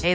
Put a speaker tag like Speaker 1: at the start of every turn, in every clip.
Speaker 1: Hey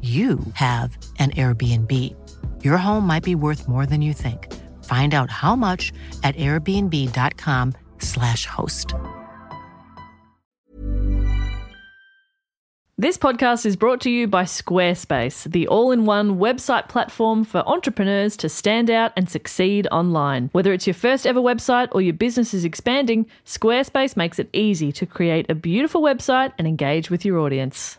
Speaker 1: you have an Airbnb. Your home might be worth more than you think. Find out how much at airbnb.com/slash host.
Speaker 2: This podcast is brought to you by Squarespace, the all in one website platform for entrepreneurs to stand out and succeed online. Whether it's your first ever website or your business is expanding, Squarespace makes it easy to create a beautiful website and engage with your audience.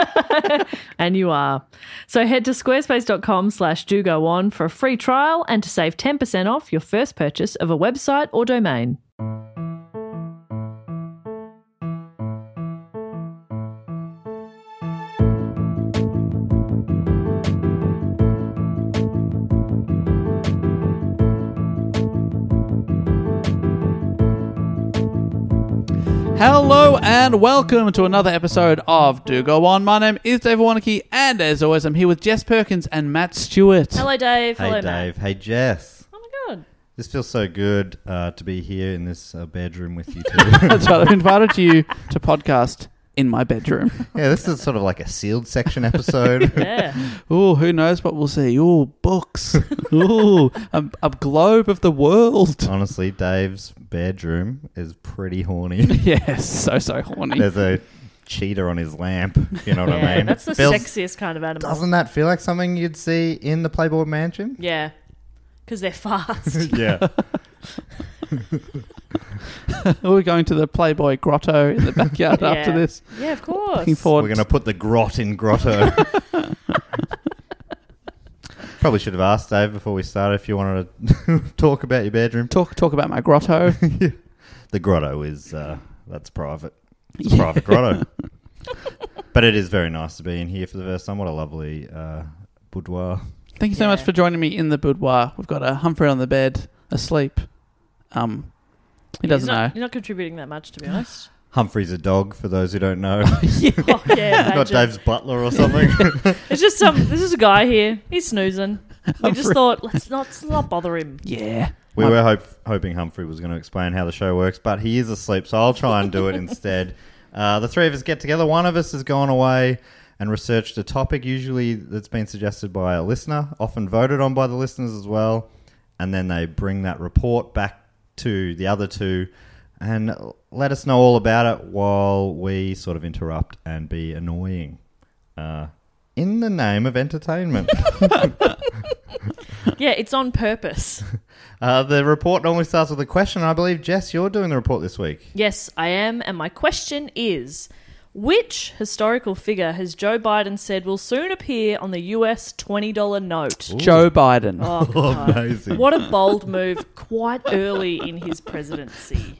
Speaker 2: And you are. So head to squarespace.com slash do go on for a free trial and to save 10% off your first purchase of a website or domain.
Speaker 3: Hello and welcome to another episode of Do Go On. My name is Dave Warnicki, and as always, I'm here with Jess Perkins and Matt Stewart.
Speaker 2: Hello, Dave.
Speaker 4: Hey,
Speaker 2: Hello, Matt.
Speaker 4: Dave. Hey, Jess.
Speaker 2: Oh, my God.
Speaker 4: This feels so good uh, to be here in this uh, bedroom with you two.
Speaker 3: That's right. I've invited you to podcast in my bedroom.
Speaker 4: yeah, this is sort of like a sealed section episode.
Speaker 2: Yeah.
Speaker 3: Ooh, who knows what we'll see? Ooh, books. Ooh, a, a globe of the world.
Speaker 4: Honestly, Dave's bedroom is pretty horny.
Speaker 3: Yes, so so horny.
Speaker 4: There's a cheater on his lamp. You know what I mean?
Speaker 2: That's the
Speaker 4: Feels-
Speaker 2: sexiest kind of animal.
Speaker 4: Doesn't that feel like something you'd see in the Playboy Mansion?
Speaker 2: Yeah. Because they're fast.
Speaker 4: Yeah.
Speaker 3: We're going to the Playboy Grotto in the backyard after
Speaker 2: Yeah.
Speaker 3: this.
Speaker 2: yeah, of course.
Speaker 3: Looking
Speaker 4: We're
Speaker 3: forward.
Speaker 4: going to put the grot in grotto. Probably should have asked Dave before we started if you wanted to talk about your bedroom.
Speaker 3: talk talk about my grotto.
Speaker 4: The grotto is uh, that's private. It's a
Speaker 3: Yeah.
Speaker 4: private grotto. but it is very nice to be in here for the first time. What a lovely uh, boudoir.
Speaker 3: Thank you so
Speaker 2: Yeah.
Speaker 3: much for joining me in the boudoir. We've got a Humphrey on the bed, asleep. Um, he doesn't
Speaker 5: He's not,
Speaker 3: know.
Speaker 5: You're not contributing that much, to be honest.
Speaker 4: Humphrey's a dog, for those who don't know.
Speaker 5: oh, yeah,
Speaker 4: Not
Speaker 5: imagine.
Speaker 4: Dave's butler or something.
Speaker 5: It's just some. This is a guy here. He's snoozing. We just thought let's not, let's not bother him.
Speaker 3: Yeah.
Speaker 4: we were hope, hoping Humphrey was going to explain how the show works, but he is asleep, so I'll try and do it instead. Uh, the three of us get together. One of us has gone away and researched a topic, usually that's been suggested by a listener, often voted on by the listeners as well. And then they bring that report back to the other two and let us know all about it while we sort of interrupt and be annoying. Uh, in the name of entertainment.
Speaker 5: Yeah, it's on purpose.
Speaker 4: uh, the report normally starts with a question. and I believe, Jess, you're doing the report this week.
Speaker 5: Yes, I am. And my question is which historical figure has Joe Biden said will soon appear on the US $20 note?
Speaker 3: Joe Biden.
Speaker 5: Oh, God.
Speaker 4: Amazing.
Speaker 5: What a bold move quite early in his presidency.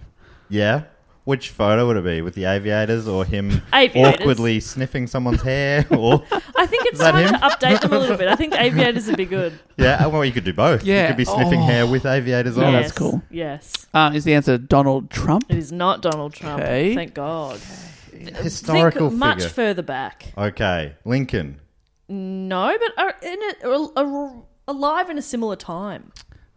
Speaker 4: Yeah. Which photo would it be? With the aviators or him
Speaker 2: Aviators.
Speaker 4: awkwardly sniffing someone's hair? Or
Speaker 2: I think it's
Speaker 4: that
Speaker 2: time
Speaker 4: him?
Speaker 2: to update them a little bit. I think aviators would be good.
Speaker 4: yeah, well, you could do both.
Speaker 6: Yeah.
Speaker 4: you could be sniffing
Speaker 6: Oh.
Speaker 4: hair with aviators on.
Speaker 2: yes.
Speaker 6: that's cool.
Speaker 2: Yes.
Speaker 6: Um, is the answer Donald Trump?
Speaker 2: It is not Donald Trump.
Speaker 6: Okay.
Speaker 2: Thank God.
Speaker 4: Historical
Speaker 2: Think much
Speaker 4: figure.
Speaker 2: further back.
Speaker 4: okay, Lincoln.
Speaker 2: No, but are in a, are- are alive in a similar time.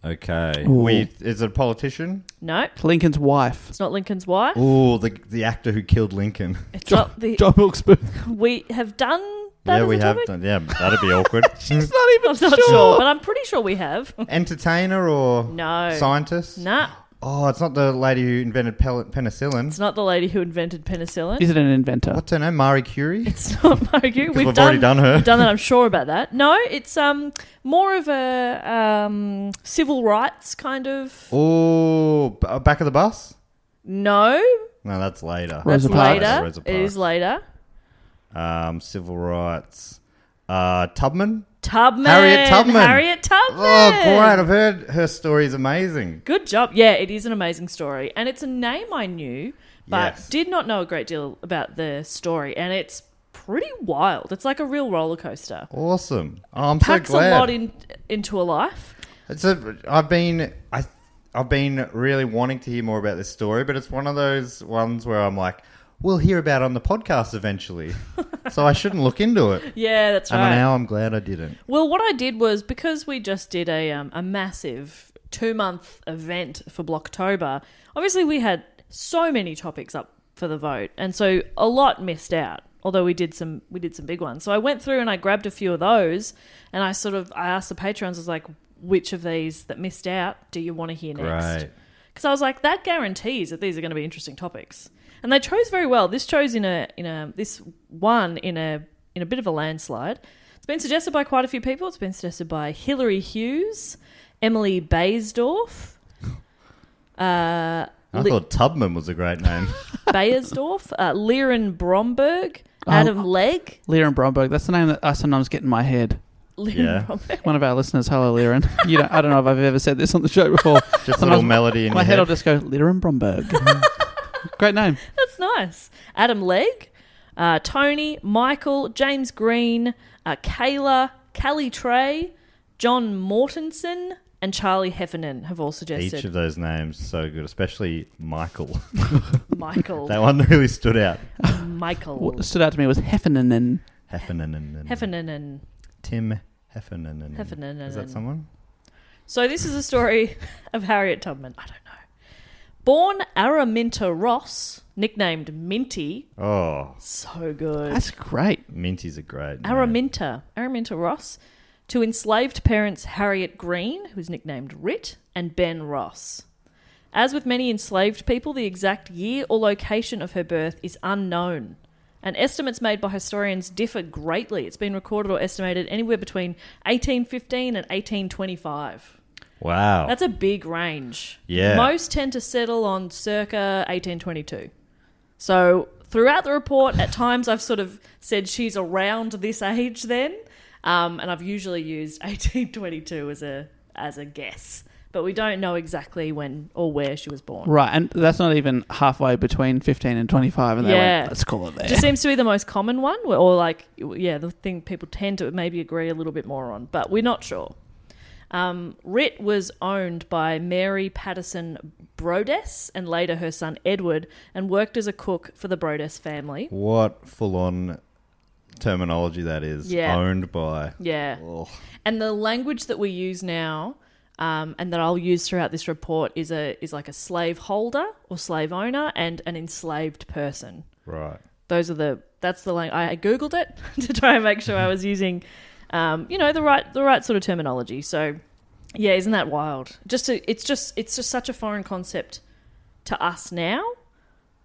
Speaker 4: Okay,
Speaker 6: Ooh.
Speaker 4: we, is it a politician?
Speaker 2: No,
Speaker 6: Lincoln's wife.
Speaker 2: it's not Lincoln's wife.
Speaker 4: Ooh, the the actor who killed Lincoln.
Speaker 2: It's not the.
Speaker 6: John Wilkes Booth.
Speaker 2: We have done that.
Speaker 4: yeah,
Speaker 2: as
Speaker 4: we
Speaker 2: a
Speaker 4: have.
Speaker 2: topic?
Speaker 4: Done, yeah, that'd be awkward. Hmm?
Speaker 6: Not even
Speaker 2: I'm not sure. but I'm pretty sure we have.
Speaker 4: Entertainer or
Speaker 2: No.
Speaker 4: scientist?
Speaker 2: nah,
Speaker 4: Oh, it's not the lady who invented pel- penicillin.
Speaker 2: it's not the lady who invented penicillin.
Speaker 6: Is it an inventor?
Speaker 4: What's her name? Marie Curie.
Speaker 2: It's not Margot. We've,
Speaker 4: we've
Speaker 2: done,
Speaker 4: already done her.
Speaker 2: we've done that. I'm sure about that. No, it's um more of a um civil rights kind of.
Speaker 4: Oh, b- back of the bus.
Speaker 2: No,
Speaker 4: No, that's later.
Speaker 6: Rosa
Speaker 2: it's
Speaker 6: Parks.
Speaker 2: later.
Speaker 4: Rosa
Speaker 2: It is later.
Speaker 4: Um, civil rights. Uh, Tubman.
Speaker 2: Tubman.
Speaker 4: Harriet Tubman.
Speaker 2: Harriet Tubman.
Speaker 4: Oh, great! I've heard her story is amazing.
Speaker 2: Good job. Yeah, it is an amazing story. And it's a name I knew, but
Speaker 4: Yes.
Speaker 2: did not know a great deal about the story. And it's pretty wild. It's like a real roller coaster.
Speaker 4: Awesome. Oh, I'm
Speaker 2: Packs
Speaker 4: so glad.
Speaker 2: a lot in, into a life.
Speaker 4: It's a, I've been I I've been really wanting to hear more about this story, but it's one of those ones where I'm like, we'll hear about it on the podcast eventually. so I shouldn't look into it.
Speaker 2: Yeah, that's
Speaker 4: And
Speaker 2: right.
Speaker 4: now I'm glad I didn't.
Speaker 2: Well, what I did was because we just did a um, a massive two month event for Blocktober. Obviously, we had so many topics up for the vote, and so a lot missed out. Although we did some we did some big ones. So I went through and I grabbed a few of those, and I sort of I asked the patrons I was like, which of these that missed out do you want to hear next?
Speaker 4: Great.
Speaker 2: Because I was like, that guarantees that these are going to be interesting topics, and they chose very well. This chose in a in a this one in a in a bit of a landslide. It's been suggested by quite a few people. It's been suggested by Hilary Hughes, Emily Baysdorf, uh,
Speaker 4: I thought Tubman was a great name.
Speaker 2: Bayersdorf, uh, Liren Bromberg, Adam Legg.
Speaker 6: Liren Bromberg. That's the name that I sometimes get in my head.
Speaker 2: Liren
Speaker 4: Yeah.
Speaker 2: Bromberg.
Speaker 6: One of our listeners. Hello, Liren. You know, I don't know if I've ever said this on the show before.
Speaker 4: Just a
Speaker 6: Sometimes
Speaker 4: little melody in
Speaker 6: my
Speaker 4: your
Speaker 6: head,
Speaker 4: head.
Speaker 6: I'll just go Liren Bromberg. Great name.
Speaker 2: That's nice. Adam Legg, uh, Tony, Michael, James Green, uh, Kayla, Callie Trey, John Mortensen, and Charlie Heffernan have all
Speaker 4: Each
Speaker 2: suggested
Speaker 4: of those names so good, especially Michael.
Speaker 2: Michael.
Speaker 4: that one really stood out.
Speaker 2: Michael.
Speaker 6: What stood out to me was Heffernan and
Speaker 4: Heffernan and
Speaker 2: Heffernan and
Speaker 4: Tim Heffernan and
Speaker 2: Heffernan
Speaker 4: Is
Speaker 2: and-
Speaker 4: that someone?
Speaker 2: So this is a story of Harriet Tubman. I don't know. Born Araminta Ross, nicknamed Minty.
Speaker 4: Oh,
Speaker 2: So good.
Speaker 6: that's great.
Speaker 4: Minty's a great name.
Speaker 2: Araminta. Araminta Ross. To enslaved parents Harriet Green, who's nicknamed Rit, and Ben Ross. As with many enslaved people, the exact year or location of her birth is unknown. And estimates made by historians differ greatly. It's been recorded or estimated anywhere between 1815 and 1825.
Speaker 4: Wow.
Speaker 2: That's a big range.
Speaker 4: Yeah.
Speaker 2: Most tend to settle on circa 1822. So throughout the report, at times I've sort of said she's around this age then, um, and I've usually used 1822 as a as a guess, but we don't know exactly when or where she was born.
Speaker 6: Right, and that's not even halfway between 15 and 25, and they
Speaker 2: Yeah.
Speaker 6: went, let's call it there.
Speaker 2: Just seems to be the most common one, or like, yeah, the thing people tend to maybe agree a little bit more on, but we're not sure. Um, Rit was owned by Mary Patterson Brodess and later her son Edward, and worked as a cook for the Brodess family.
Speaker 4: What full on terminology that is.
Speaker 2: Yeah.
Speaker 4: Owned by.
Speaker 2: Yeah.
Speaker 4: Oh,
Speaker 2: And the language that we use now, um, and that I'll use throughout this report, is a is like a slave holder or slave owner and an enslaved person.
Speaker 4: right.
Speaker 2: those are the that's the lang- I googled it to try and make sure I was using um, you know the right the right sort of terminology. So yeah, isn't that wild? Just a, it's just it's just such a foreign concept to us now,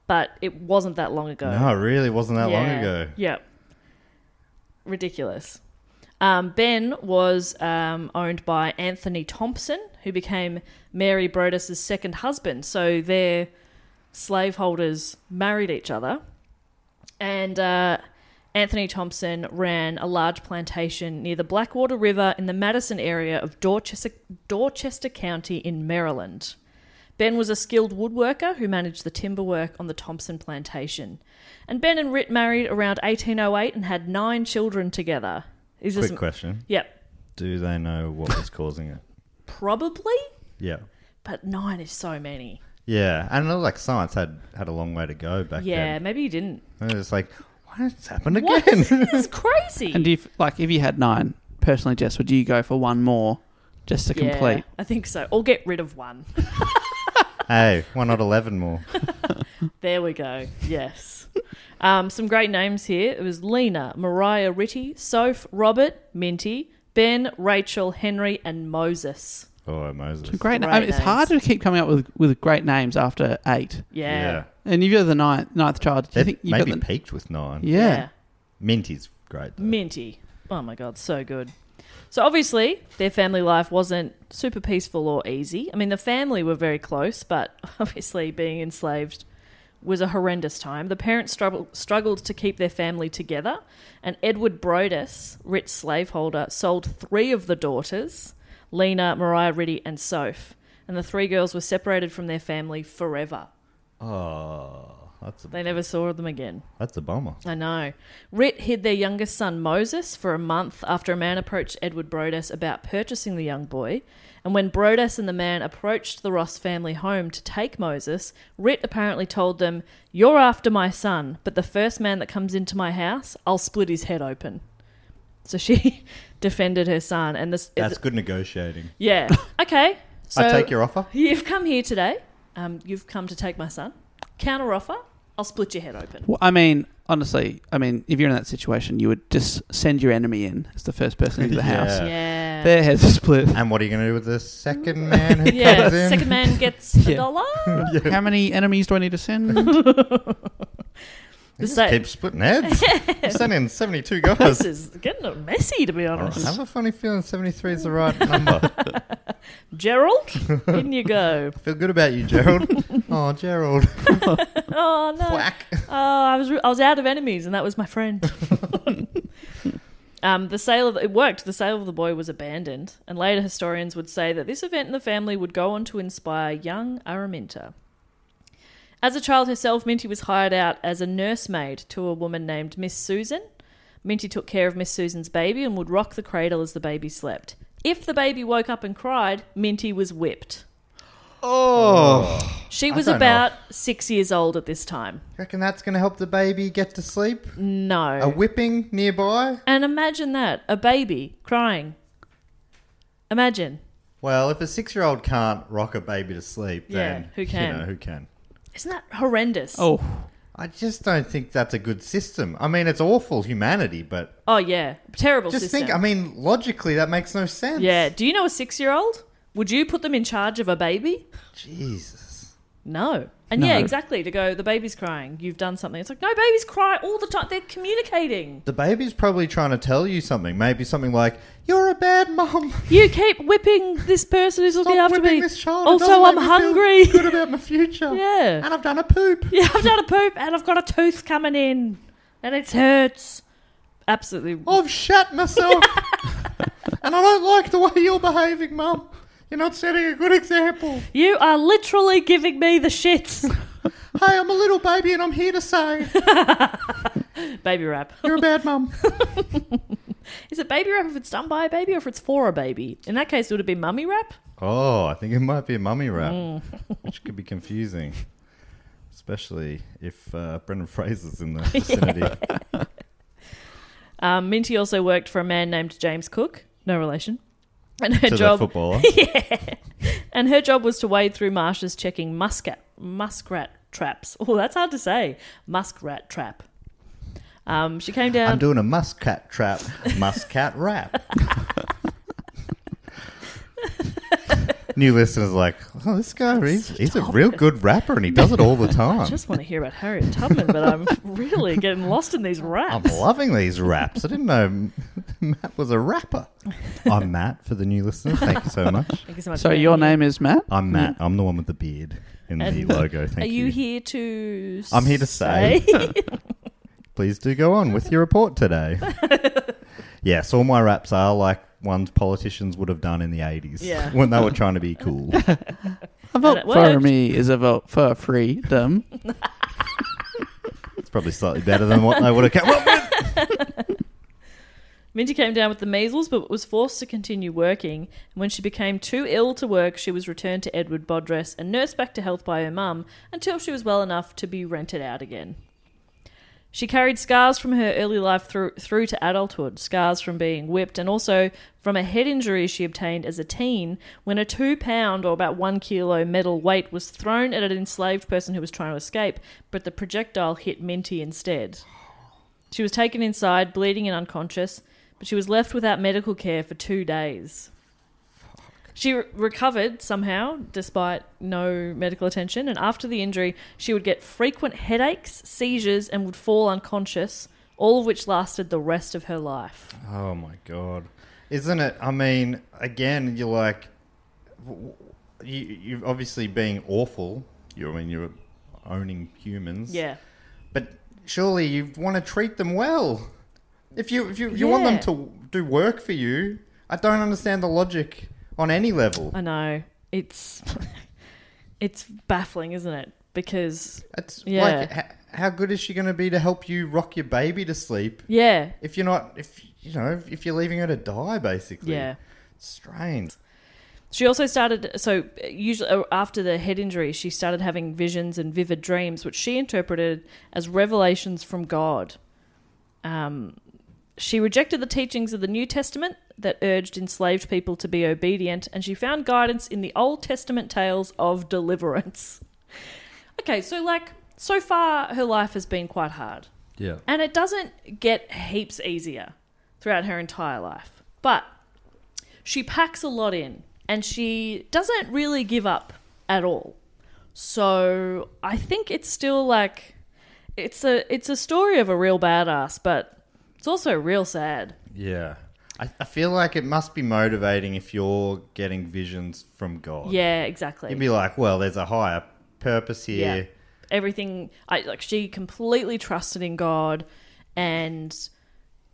Speaker 2: but it wasn't that long ago.
Speaker 4: No, it really wasn't that long
Speaker 2: Uh, Yeah.
Speaker 4: ago.
Speaker 2: Yeah. Ridiculous. Um, ben was um, owned by Anthony Thompson, who became Mary Brodus' second husband. So their slaveholders married each other. And uh, Anthony Thompson ran a large plantation near the Blackwater River in the Madison area of Dorchester, Dorchester County in Maryland. Ben was a skilled woodworker who managed the timber work on the Thompson plantation. And Ben and Rit married around 1808 and had nine children together. These are
Speaker 4: Quick
Speaker 2: some-
Speaker 4: question.
Speaker 2: Yep,
Speaker 4: Do they know what was causing it?
Speaker 2: probably,
Speaker 4: Yeah.
Speaker 2: but nine is so many.
Speaker 4: Yeah. And it looked like science had, had a long way to go back
Speaker 2: Yeah,
Speaker 4: then.
Speaker 2: maybe he didn't.
Speaker 4: And it's like, why did this happen
Speaker 2: What?
Speaker 4: again?
Speaker 2: It's crazy.
Speaker 3: And if like if you had nine, personally, Jess, would you go for one more just to
Speaker 2: Yeah,
Speaker 3: complete?
Speaker 2: I think so. Or get rid of one.
Speaker 4: hey, why not 11 more?
Speaker 2: There we go. Yes. um, some great names here. It was Lena, Mariah Ritty, Soph, Robert, Minty, Ben, Rachel, Henry, and Moses.
Speaker 4: Oh, Moses.
Speaker 3: Great. na- I
Speaker 2: Great
Speaker 3: mean, it's hard to
Speaker 2: names.
Speaker 3: keep coming up with with great names after eight.
Speaker 2: Yeah.
Speaker 3: And if you're the ninth ninth child, do
Speaker 4: They
Speaker 3: you think you got
Speaker 4: maybe
Speaker 3: the,
Speaker 4: peaked with nine.
Speaker 3: yeah.
Speaker 4: Minty's great. Though.
Speaker 2: Minty. Oh my God, so good. So obviously, their family life wasn't super peaceful or easy. I mean, the family were very close, but obviously, being enslaved was a horrendous time. The parents struggle, struggled to keep their family together, and Edward Brodus, rich slaveholder, sold three of the daughters Lena, Mariah Riddy, and Soph. And the three girls were separated from their family forever.
Speaker 4: Oh, that's a,
Speaker 2: They never saw them again.
Speaker 4: that's a bomber.
Speaker 2: I know. Rit hid their youngest son Moses for a month after a man approached Edward Brodus about purchasing the young boy. And when Brodus and the man approached the Ross family home to take Moses, Rit apparently told them, You're after my son, but the first man that comes into my house, I'll split his head open. So she defended her son. And this.
Speaker 4: That's good negotiating.
Speaker 2: yeah. Okay. So
Speaker 4: I take your offer.
Speaker 2: You've come here today. Um, you've come to take my son. Counter offer, I'll split your head open.
Speaker 3: Well, I mean, honestly, I mean, if you're in that situation, you would just send your enemy in as the first person into the house.
Speaker 4: Yeah.
Speaker 2: Yeah.
Speaker 3: Their heads are split.
Speaker 4: And what are you going to do with the second man who
Speaker 2: Yeah,
Speaker 4: comes in?
Speaker 2: second man gets a
Speaker 3: Yeah.
Speaker 2: dollar.
Speaker 3: How many enemies do I need to send?
Speaker 2: The
Speaker 4: Just
Speaker 2: same-
Speaker 4: keep splitting heads. I'm sending 72
Speaker 2: This
Speaker 4: guys.
Speaker 2: is getting a bit messy, to be
Speaker 4: I
Speaker 2: honest.
Speaker 4: have a funny feeling 73 is the right number.
Speaker 2: Gerald, in you go.
Speaker 4: Feel good about you, Gerald. oh, Gerald.
Speaker 2: Oh no!
Speaker 4: Black.
Speaker 2: Oh, I was re- I was out of enemies, and that was my friend. um, the sale of it worked. The sale of the boy was abandoned, and later historians would say that this event in the family would go on to inspire young Araminta. As a child herself, Minty was hired out as a nursemaid to a woman named Miss Susan. Minty took care of Miss Susan's baby and would rock the cradle as the baby slept. If the baby woke up and cried, Minty was whipped. Oh. She was
Speaker 4: don't know.
Speaker 2: about six years old at this time.
Speaker 4: Reckon that's going to help the baby get to sleep?
Speaker 2: No.
Speaker 4: A whipping nearby?
Speaker 2: and imagine that a baby crying. Imagine.
Speaker 4: Well, if a six year old can't rock a baby to sleep, then
Speaker 2: Yeah, who can?
Speaker 4: You know, who can?
Speaker 2: Isn't that horrendous?
Speaker 3: oh,
Speaker 4: I just don't think that's a good system. I mean, it's awful humanity, but
Speaker 2: Oh, yeah. Terrible
Speaker 4: just
Speaker 2: system.
Speaker 4: think, I mean, logically, that makes no sense.
Speaker 2: yeah. Do you know a six year old? Would you put them in charge of a baby?
Speaker 4: Jesus.
Speaker 2: No. And yeah, exactly. To go, the baby's crying. You've done something. It's like, no, babies cry all the time. They're communicating.
Speaker 4: The baby's probably trying to tell you something. Maybe something like, You're a bad mom.
Speaker 2: You keep whipping this person who's looking
Speaker 4: Stop
Speaker 2: after
Speaker 4: whipping
Speaker 2: me.
Speaker 4: this child. It
Speaker 2: also,
Speaker 4: doesn't make
Speaker 2: I'm
Speaker 4: me feel
Speaker 2: hungry.
Speaker 4: good about my future.
Speaker 2: Yeah.
Speaker 4: And I've done a poop.
Speaker 2: yeah, I've done a poop and I've got a tooth coming in and it hurts. Absolutely.
Speaker 4: I've shat myself. and I don't like the way you're behaving, Mum. You're not setting a good example.
Speaker 2: You are literally giving me the shits.
Speaker 4: Hey, I'm a little baby and I'm here to say
Speaker 2: baby rap.
Speaker 4: you're a bad mum.
Speaker 2: Is it baby rap if it's done by a baby or if it's for a baby? In that case, it would have been mummy rap.
Speaker 4: Oh, I think it might be a mummy rap,
Speaker 2: Mm.
Speaker 4: which could be confusing, especially if uh, Brendan Fraser's in the vicinity.
Speaker 2: Um, Minty also worked for a man named James Cook. No relation. And her
Speaker 4: to
Speaker 2: job
Speaker 4: the footballer.
Speaker 2: and her job was to wade through marshes checking muscat muskrat traps. Oh, that's hard to say. Muskrat trap. Um, she came down.
Speaker 4: I'm doing a muscat trap, muscat rap. New listeners like, oh, this guy, he's, he's a real good rapper and he does it all the
Speaker 2: I
Speaker 4: time.
Speaker 2: just want to hear about Harriet Tubman, but I'm really getting lost in these
Speaker 4: I'm
Speaker 2: raps.
Speaker 4: loving these raps. I didn't know Matt was a rapper. I'm Matt for the new listeners. Thank you so much.
Speaker 2: Thank you so much.
Speaker 3: so
Speaker 2: for
Speaker 3: your
Speaker 2: being here.
Speaker 3: name is Matt?
Speaker 4: I'm Matt. I'm the one with the beard in the
Speaker 2: And
Speaker 4: logo. Thank
Speaker 2: Are you,
Speaker 4: you.
Speaker 2: here to?
Speaker 4: I'm here to say. Please do go on with your report today. yes, all my raps are like ones politicians would have done in the 80s
Speaker 2: Yeah.
Speaker 4: when they were trying to be cool.
Speaker 3: A
Speaker 2: it
Speaker 3: vote for
Speaker 2: worked.
Speaker 3: me is a vote for freedom.
Speaker 4: It's probably slightly better than what they would have come up with.
Speaker 2: Minty came down with the measles but was forced to continue working. And when she became too ill to work, she was returned to Edward Bodress and nursed back to health by her mum until she was well enough to be rented out again. She carried scars from her early life through, through to adulthood, scars from being whipped, and also from a head injury she obtained as a teen when a two pound or about one kilo metal weight was thrown at an enslaved person who was trying to escape, but the projectile hit Minty instead. She was taken inside, bleeding and unconscious, but she was left without medical care for two days. She re- recovered somehow, despite no medical attention, and after the injury, she would get frequent headaches, seizures, and would fall unconscious, all of which lasted the rest of her life.
Speaker 4: Oh my god, isn't it? I mean, again, you're like, w- w- you, you're obviously being awful. You, I mean, you're owning humans.
Speaker 2: Yeah.
Speaker 4: But surely you want to treat them well. If you if you, you want them
Speaker 2: Yeah.
Speaker 4: to do work for you, I don't understand the logic on any level.
Speaker 2: I know. It's it's baffling, isn't it? Because
Speaker 4: It's
Speaker 2: Yeah.
Speaker 4: like, h- how good is she going to be to help you rock your baby to sleep
Speaker 2: yeah,
Speaker 4: if you're not if you know if you're leaving her to die basically?
Speaker 2: yeah.
Speaker 4: strange.
Speaker 2: She also started, so usually uh, after the head injury, she started having visions and vivid dreams, which she interpreted as revelations from God. Um, she rejected the teachings of the New Testament that urged enslaved people to be obedient, and she found guidance in the Old Testament tales of deliverance. okay, so like, so far her life has been quite hard.
Speaker 4: Yeah.
Speaker 2: And it doesn't get heaps easier throughout her entire life. But she packs a lot in and she doesn't really give up at all. So I think it's still like it's a it's a story of a real badass, but it's also real sad.
Speaker 4: Yeah. I, I feel like it must be motivating if you're getting visions from God.
Speaker 2: Yeah, exactly.
Speaker 4: You'd be like, well, there's a higher purpose here.
Speaker 2: Yeah. Everything I like she completely trusted in God and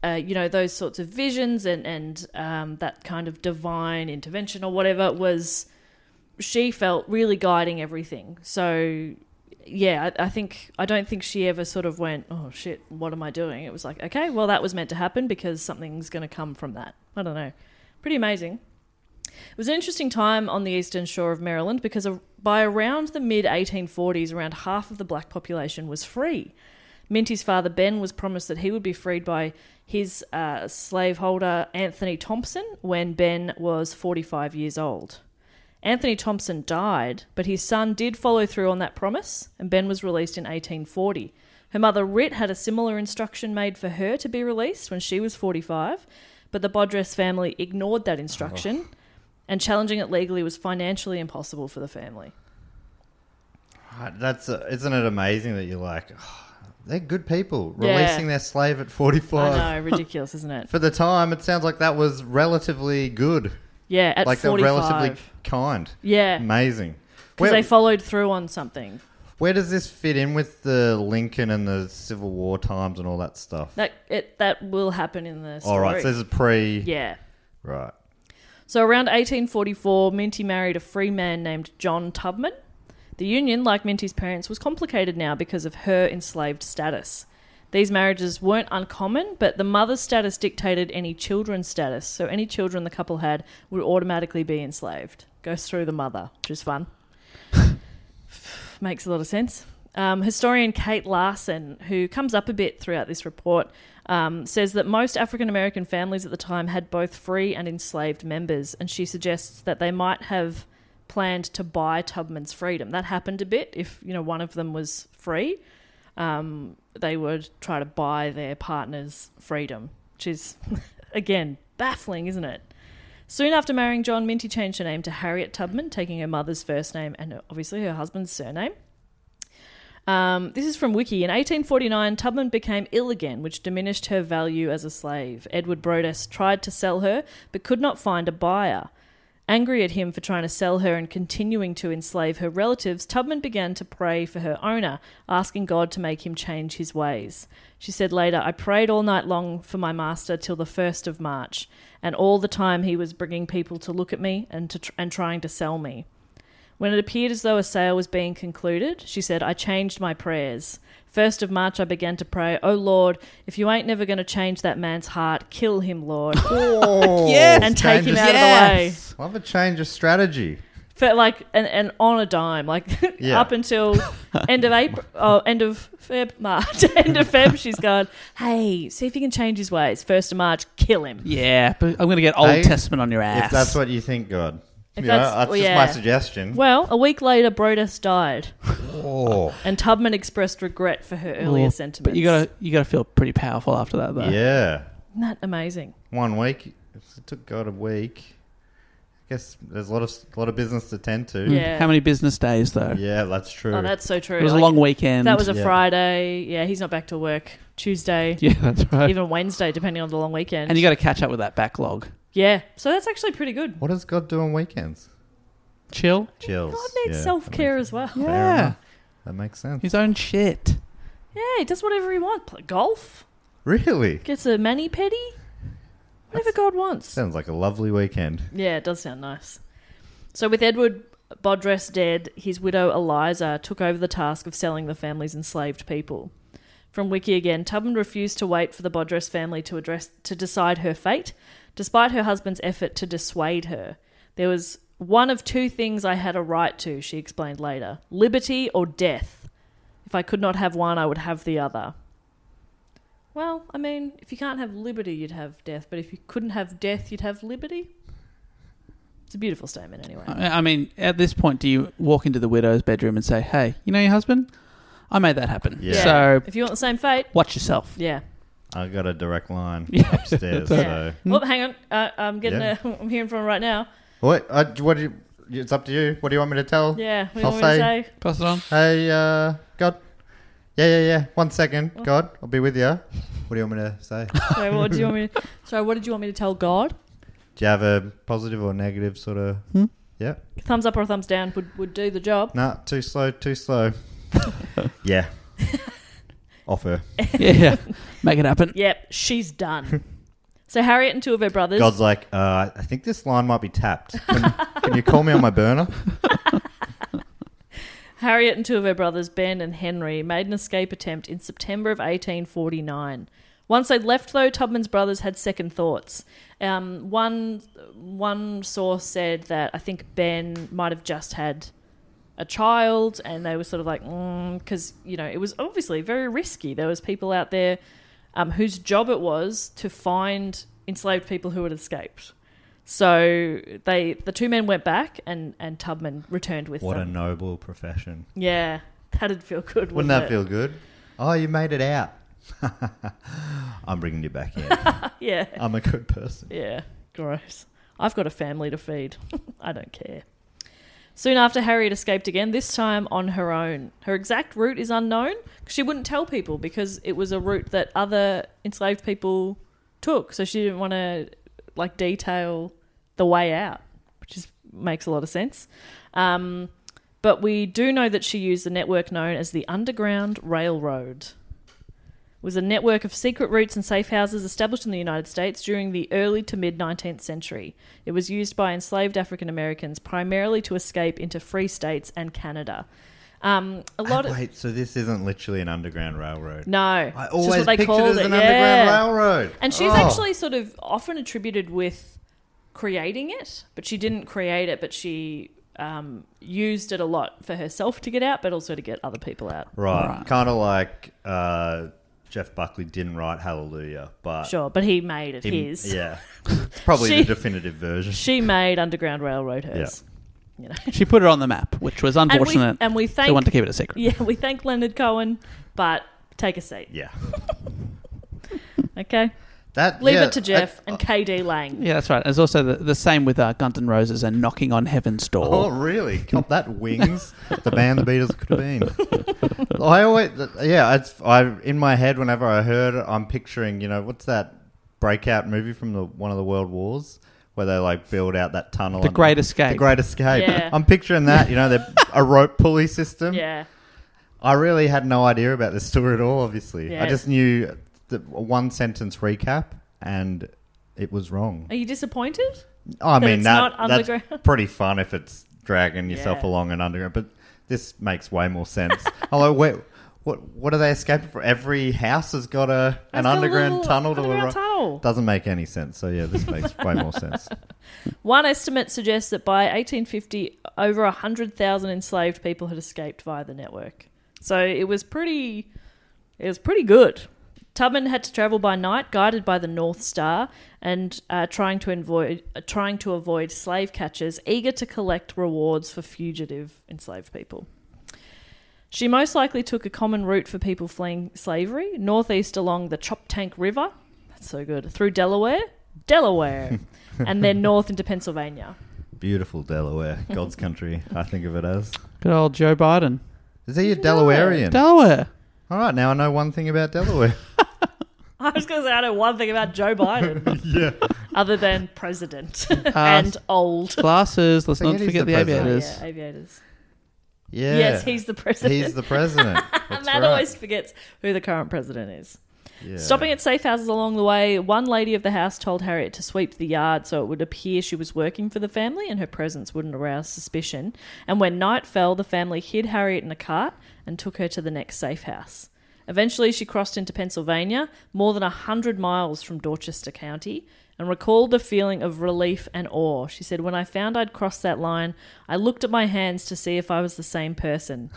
Speaker 2: uh, you know those sorts of visions and and um, that kind of divine intervention or whatever was she felt really guiding everything. So yeah, I, I think I don't think she ever sort of went, oh shit, what am I doing? It was like, okay, well that was meant to happen because something's going to come from that. I don't know. Pretty amazing. It was an interesting time on the eastern shore of Maryland because a- by around the mid 1840s, around half of the black population was free. Minty's father Ben was promised that he would be freed by his uh, slaveholder Anthony Thompson when Ben was 45 years old. Anthony Thompson died, but his son did follow through on that promise, and Ben was released in 1840. Her mother Rit had a similar instruction made for her to be released when she was 45, but the Bodress family ignored that instruction, and challenging it legally was financially impossible for the family.
Speaker 4: Ah, That's uh isn't it amazing that you're like, "Oh, they're good people
Speaker 2: Yeah.
Speaker 4: releasing their slave at 45.
Speaker 2: I know, ridiculous, isn't it?
Speaker 4: For the time, it sounds like that was relatively good.
Speaker 2: Yeah, at
Speaker 4: like they're
Speaker 2: 45.
Speaker 4: relatively kind.
Speaker 2: yeah,
Speaker 4: Amazing. Where,
Speaker 2: because they followed through on something.
Speaker 4: where does this fit in with the Lincoln and the Civil War times and all that stuff?
Speaker 2: That it that will happen in the story.
Speaker 4: all right, so this is pre.
Speaker 2: yeah.
Speaker 4: Right.
Speaker 2: So around 1844, Minty married a free man named John Tubman. The union, like Minty's parents, was complicated now because of her enslaved status. These marriages weren't uncommon, but the mother's status dictated any children's status. So any children the couple had would automatically be enslaved. Goes through the mother, which is fun. Makes a lot of sense. Um, historian Kate Larson, who comes up a bit throughout this report, um, says that most African American families at the time had both free and enslaved members, and she suggests that they might have planned to buy Tubman's freedom. That happened a bit if you know one of them was free. Um, they would try to buy their partner's freedom, which is again baffling, isn't it? Soon after marrying John, Minty changed her name to Harriet Tubman, taking her mother's first name and obviously her husband's surname. Um, this is from Wiki. In 1849, Tubman became ill again, which diminished her value as a slave. Edward Brodus tried to sell her, but could not find a buyer. Angry at him for trying to sell her and continuing to enslave her relatives, Tubman began to pray for her owner, asking God to make him change his ways. She said later, I prayed all night long for my master till the 1st of March, and all the time he was bringing people to look at me and, to tr- and trying to sell me. When it appeared as though a sale was being concluded, she said, I changed my prayers. First of March, I began to pray, Oh Lord, if you ain't never going to change that man's heart, kill him, Lord,
Speaker 4: yes,
Speaker 2: and take him out of the way.
Speaker 4: Love a change of strategy.
Speaker 2: For like and, and on a dime, like
Speaker 4: Yeah.
Speaker 2: up until end of April, oh, end of Feb, March, end of Feb, she's gone. Hey, see if you can change his ways. First of March, kill him.
Speaker 3: Yeah, but I'm going to get Old
Speaker 4: Hey,
Speaker 3: Testament on your ass.
Speaker 4: If that's what you think, God.
Speaker 2: If
Speaker 4: You know,
Speaker 2: that's-
Speaker 4: that's
Speaker 2: well,
Speaker 4: just
Speaker 2: yeah.
Speaker 4: my suggestion.
Speaker 2: Well, a week later, Brodus died,
Speaker 4: Oh,
Speaker 2: and Tubman expressed regret for her earlier
Speaker 3: Well,
Speaker 2: sentiments.
Speaker 3: But you got to you got to feel pretty powerful after that, though.
Speaker 4: yeah.
Speaker 2: Isn't that amazing?
Speaker 4: One week. It took God a week. I guess there's a lot of a lot of business to tend to.
Speaker 2: Yeah.
Speaker 3: How many business days though?
Speaker 4: Yeah, that's true.
Speaker 2: Oh, that's so true.
Speaker 3: It was a
Speaker 2: Like,
Speaker 3: long weekend.
Speaker 2: That was a
Speaker 4: Yeah.
Speaker 2: Friday. Yeah, he's not back to work Tuesday,
Speaker 3: yeah, that's right.
Speaker 2: even Wednesday, depending on the long weekend.
Speaker 3: and you got to catch up with that backlog.
Speaker 2: yeah, so that's actually pretty good.
Speaker 4: what does God do on weekends?
Speaker 3: Chill.
Speaker 4: Chills.
Speaker 2: God needs
Speaker 4: Yeah,
Speaker 2: self care
Speaker 4: that
Speaker 2: as well.
Speaker 4: makes-
Speaker 2: Yeah.
Speaker 4: fair enough. That makes sense.
Speaker 3: His own shit.
Speaker 2: he does whatever he wants. Play golf,
Speaker 4: Really?
Speaker 2: gets a mani pedi, whatever God wants.
Speaker 4: Sounds like a lovely weekend.
Speaker 2: Yeah, it does sound nice. So with Edward Bodress dead, his widow Eliza took over the task of selling the family's enslaved people. From Wiki again, Tubman refused to wait for the Bodress family to address to decide her fate, despite her husband's effort to dissuade her. There was one of two things I had a right to, she explained later. Liberty or death. If I could not have one, I would have the other. Well, I mean, if you can't have liberty, you'd have death, but if you couldn't have death, you'd have liberty. It's a beautiful statement anyway.
Speaker 4: Uh,
Speaker 3: I I mean, at this point, do you walk into the widow's bedroom and say, "Hey, you know your husband? I made that happen."
Speaker 4: Yeah.
Speaker 3: So
Speaker 2: If you want the same fate,
Speaker 3: watch yourself.
Speaker 2: yeah.
Speaker 4: I got a direct line
Speaker 3: Yeah.
Speaker 4: upstairs.
Speaker 2: Yeah.
Speaker 4: So
Speaker 2: Oh, hang on. Uh, I'm getting.
Speaker 4: Hmm? Yeah.
Speaker 2: A, I'm hearing from her right now.
Speaker 4: what? I, what? Do you, it's up to you. What do you want me to tell?
Speaker 2: Yeah. What do you
Speaker 4: I'll
Speaker 2: want me to
Speaker 4: say-
Speaker 2: say?
Speaker 3: Pass it on.
Speaker 4: Hey, uh, God. Yeah, yeah, yeah. One second, God. I'll be with you. What do you want me to say? do
Speaker 2: Sorry, what did you want me? To, sorry, what did you want me to tell God?
Speaker 4: you have a positive or negative sort of? Yeah.
Speaker 2: Thumbs up or thumbs down would, would do the job.
Speaker 4: Nah, too slow, too slow. yeah. Off her.
Speaker 3: yeah, make it happen.
Speaker 2: Yep, she's done. so Harriet and two of her brothers.
Speaker 4: God's like, uh, I think this line might be tapped. Can, can you call me on my burner?
Speaker 2: Harriet and two of her brothers, Ben and Henry, made an escape attempt in September of 1849. Once they'd left, though, Tubman's brothers had second thoughts. Um, one, one source said that I think Ben might have just had a child, and they were sort of like, because, you know, it was obviously very risky. There was people out there um, whose job it was to find enslaved people who had escaped. So they, the two men went back, and, and Tubman returned with
Speaker 4: What a
Speaker 2: them.
Speaker 4: noble profession.
Speaker 2: Yeah, that'd feel good. Wouldn't,
Speaker 4: Wouldn't that
Speaker 2: it?
Speaker 4: feel good? Oh, you made it out. I'm bringing you back in.
Speaker 2: Yeah,
Speaker 4: I'm a good person.
Speaker 2: yeah. Gross. I've got a family to feed. I don't care. Soon after, Harriet escaped again. This time on her own. Her exact route is unknown. 'cause She wouldn't tell people because it was a route that other enslaved people took. So she didn't want to like detail the way out, which is, makes a lot of sense. Um, but we do know that she used the network known as the Underground Railroad. was a network of secret routes and safe houses established in the United States during the early to mid 19th century. It was used by enslaved African Americans primarily to escape into free states and Canada. Um, a lot
Speaker 4: And
Speaker 2: of
Speaker 4: Wait, so this isn't literally an underground railroad?
Speaker 2: no,
Speaker 4: I
Speaker 2: it's just
Speaker 4: always
Speaker 2: what they
Speaker 4: pictured it
Speaker 2: called
Speaker 4: as an
Speaker 2: it,
Speaker 4: underground
Speaker 2: yeah.
Speaker 4: railroad.
Speaker 2: And she's
Speaker 4: Oh.
Speaker 2: actually sort of often attributed with creating it, but she didn't create it, but she um, used it a lot for herself to get out, but also to get other people out.
Speaker 4: right, kind of like uh, Jeff Buckley didn't write Hallelujah, but
Speaker 2: Sure, but he made it
Speaker 4: him-
Speaker 2: his.
Speaker 4: Uh, yeah, it's probably
Speaker 2: She-
Speaker 4: the definitive version.
Speaker 2: She made Underground Railroad hers. You know.
Speaker 3: She put it on the map, which was unfortunate.
Speaker 2: And we, and we thank
Speaker 3: they want to keep it a secret.
Speaker 2: yeah, we thank Leonard Cohen, but take a seat.
Speaker 4: yeah,
Speaker 2: Okay,
Speaker 4: that
Speaker 2: leave
Speaker 4: yeah,
Speaker 2: it to Jeff
Speaker 4: I- uh,
Speaker 2: and KD Lang.
Speaker 3: Yeah, that's right. It's also the, the same with uh, Guns N' Roses and knocking on heaven's door.
Speaker 4: Oh, really? Cop that wings. the band the Beatles could have been. I always, yeah. It's, I in my head whenever I heard it, I'm picturing, you know, what's that breakout movie from the one of the world wars where they like build out that tunnel.
Speaker 3: The
Speaker 4: and-
Speaker 3: Great Escape.
Speaker 4: The Great Escape.
Speaker 2: Yeah.
Speaker 4: I'm picturing that. You know, the, a rope pulley system.
Speaker 2: Yeah,
Speaker 4: I really had no idea about this story at all. Obviously,
Speaker 2: Yeah.
Speaker 4: I just knew the one sentence recap and. It was wrong.
Speaker 2: are you disappointed?
Speaker 4: I
Speaker 2: that
Speaker 4: mean,
Speaker 2: it's
Speaker 4: that,
Speaker 2: not
Speaker 4: that's
Speaker 2: underground?
Speaker 4: pretty fun if it's dragging yourself
Speaker 2: Yeah.
Speaker 4: along an underground. But this makes way more sense. Although, wait, what what are they escaping from? Every house has got a an
Speaker 2: got a
Speaker 4: underground
Speaker 2: little
Speaker 4: tunnel to a
Speaker 2: underground
Speaker 4: ro-
Speaker 2: tunnel.
Speaker 4: Doesn't make any sense. So yeah, this makes way more sense.
Speaker 2: One estimate suggests that by 1850, over 100,000 enslaved people had escaped via the network. So it was pretty, it was pretty good. Tubman had to travel by night, guided by the North Star, and uh, trying to avoid uh, trying to avoid slave catchers, eager to collect rewards for fugitive enslaved people. She most likely took a common route for people fleeing slavery, northeast along the Choptank River. That's so good. Through Delaware, Delaware, and then north into Pennsylvania.
Speaker 4: Beautiful Delaware, God's country. I think of it as.
Speaker 3: Good old Joe Biden.
Speaker 4: Is he a Delawarean?
Speaker 3: Delaware.
Speaker 4: All right, now I know one thing about Delaware.
Speaker 2: I was going to say I know one thing about Joe Biden,
Speaker 4: yeah. Uh,
Speaker 2: other than president and old.
Speaker 3: Glasses. Let's
Speaker 4: I think
Speaker 3: not
Speaker 4: it is
Speaker 3: forget
Speaker 4: the
Speaker 3: the,
Speaker 4: president.
Speaker 3: aviators.
Speaker 2: Yeah, aviators.
Speaker 4: Yeah.
Speaker 2: Yes, he's the president.
Speaker 4: He's the president. That's
Speaker 2: Matt
Speaker 4: right.
Speaker 2: always forgets who the current president is.
Speaker 4: Yeah.
Speaker 2: Stopping at safe houses along the way, one lady of the house told Harriet to sweep the yard so it would appear she was working for the family and her presence wouldn't arouse suspicion. And when night fell, the family hid Harriet in a cart and took her to the next safe house. Eventually, she crossed into Pennsylvania, more than a 100 miles from Dorchester County, and recalled the feeling of relief and awe. She said, When I found I'd crossed that line, I looked at my hands to see if I was the same person.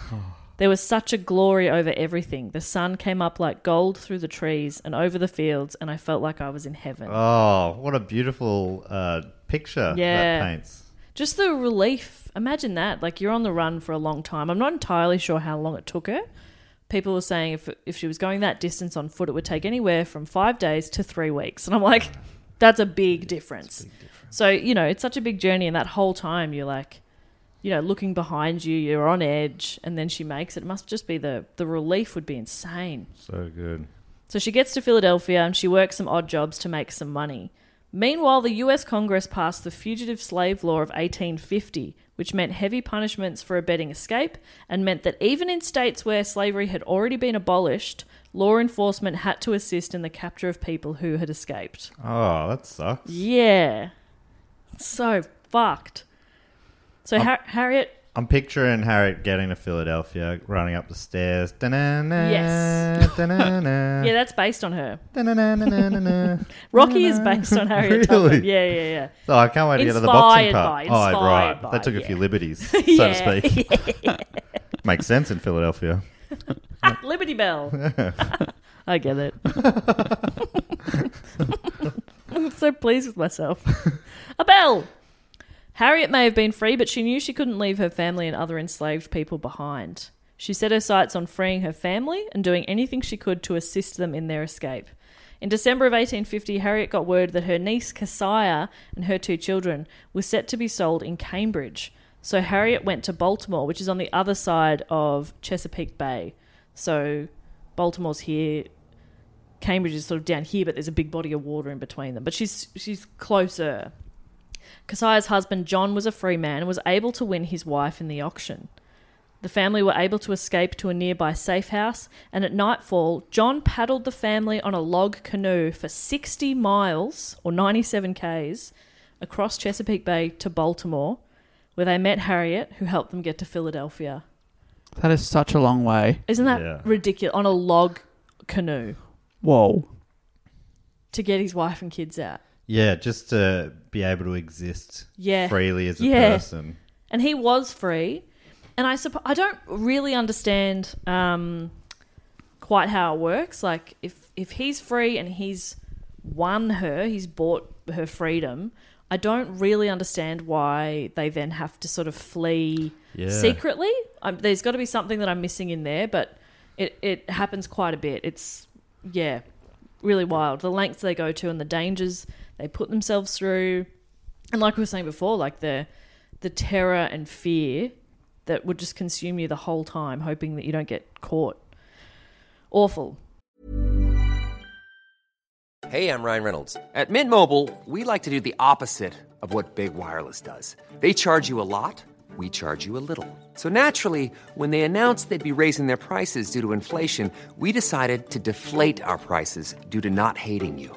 Speaker 2: There was such a glory over everything. The sun came up like gold through the trees and over the fields, and I felt like I was in heaven.
Speaker 4: Oh, what a beautiful uh, picture
Speaker 2: Yeah.
Speaker 4: that paints.
Speaker 2: Just the relief. Imagine that. Like you're on the run for a long time. I'm not entirely sure how long it took her. People were saying if, if she was going that distance on foot, it would take anywhere from five days to three weeks. And I'm like, that's a big difference. So, you know, it's such a big journey. And that whole time you're like, you know, looking behind you, you're on edge. And then she makes it. It must just be the, the relief would be insane.
Speaker 4: So good.
Speaker 2: So she gets to Philadelphia and she works some odd jobs to make some money. Meanwhile, the US Congress passed the Fugitive Slave Law of 1850, which meant heavy punishments for abetting escape and meant that even in states where slavery had already been abolished, law enforcement had to assist in the capture of people who had escaped.
Speaker 4: Oh, that sucks.
Speaker 2: Yeah. So fucked. So Har- Harriet
Speaker 4: I'm picturing Harriet getting to Philadelphia, running up the stairs. Da-na-na,
Speaker 2: Yes.
Speaker 4: da-na-na,
Speaker 2: Yeah, that's based on her.
Speaker 4: da-na-na-na-na-na.
Speaker 2: Rocky is based on Harriet Tubman.
Speaker 4: Really?
Speaker 2: Yeah, yeah, yeah.
Speaker 4: Oh, I can't wait to get to the boxing part.
Speaker 2: Inspired
Speaker 4: oh,
Speaker 2: by,
Speaker 4: right.
Speaker 2: inspired by,
Speaker 4: they took a few
Speaker 2: yeah.
Speaker 4: liberties, so
Speaker 2: Yeah.
Speaker 4: to speak. Makes sense in Philadelphia.
Speaker 2: Liberty Bell. I get it. I'm so pleased with myself. A bell! Harriet may have been free, but she knew she couldn't leave her family and other enslaved people behind. She set her sights on freeing her family and doing anything she could to assist them in their escape. In December of 1850, Harriet got word that her niece Cassiah and her two children were set to be sold in Cambridge. So Harriet went to Baltimore, which is on the other side of Chesapeake Bay. So Baltimore's here, Cambridge is sort of down here, but there's a big body of water in between them. But she's she's closer. Kasiah's husband John was a free man and was able to win his wife in the auction. The family were able to escape to a nearby safe house, and at nightfall, John paddled the family on a log canoe for 60 miles or 97 k's across Chesapeake Bay to Baltimore, where they met Harriet, who helped them get to Philadelphia.
Speaker 3: That is such a long way.
Speaker 2: Isn't that
Speaker 4: Yeah.
Speaker 2: ridiculous? On a log canoe
Speaker 3: Whoa.
Speaker 2: to get his wife and kids out.
Speaker 4: Yeah, just to be able to exist
Speaker 2: Yeah.
Speaker 4: freely as a
Speaker 2: Yeah.
Speaker 4: person.
Speaker 2: and he was free. And I supp- I don't really understand um, quite how it works. Like if if he's free and he's won her, he's bought her freedom. I don't really understand why they then have to sort of flee
Speaker 4: Yeah.
Speaker 2: secretly. Um, there's got to be something that I'm missing in there, but it it happens quite a bit. It's yeah, really wild. The lengths they go to and the dangers they put themselves through and like we were saying before, like the the terror and fear that would just consume you the whole time, hoping that you don't get caught. Awful.
Speaker 7: Hey, I'm Ryan Reynolds. At Mint Mobile, we like to do the opposite of what Big Wireless does. They charge you a lot, we charge you a little. So naturally, when they announced they'd be raising their prices due to inflation, we decided to deflate our prices due to not hating you.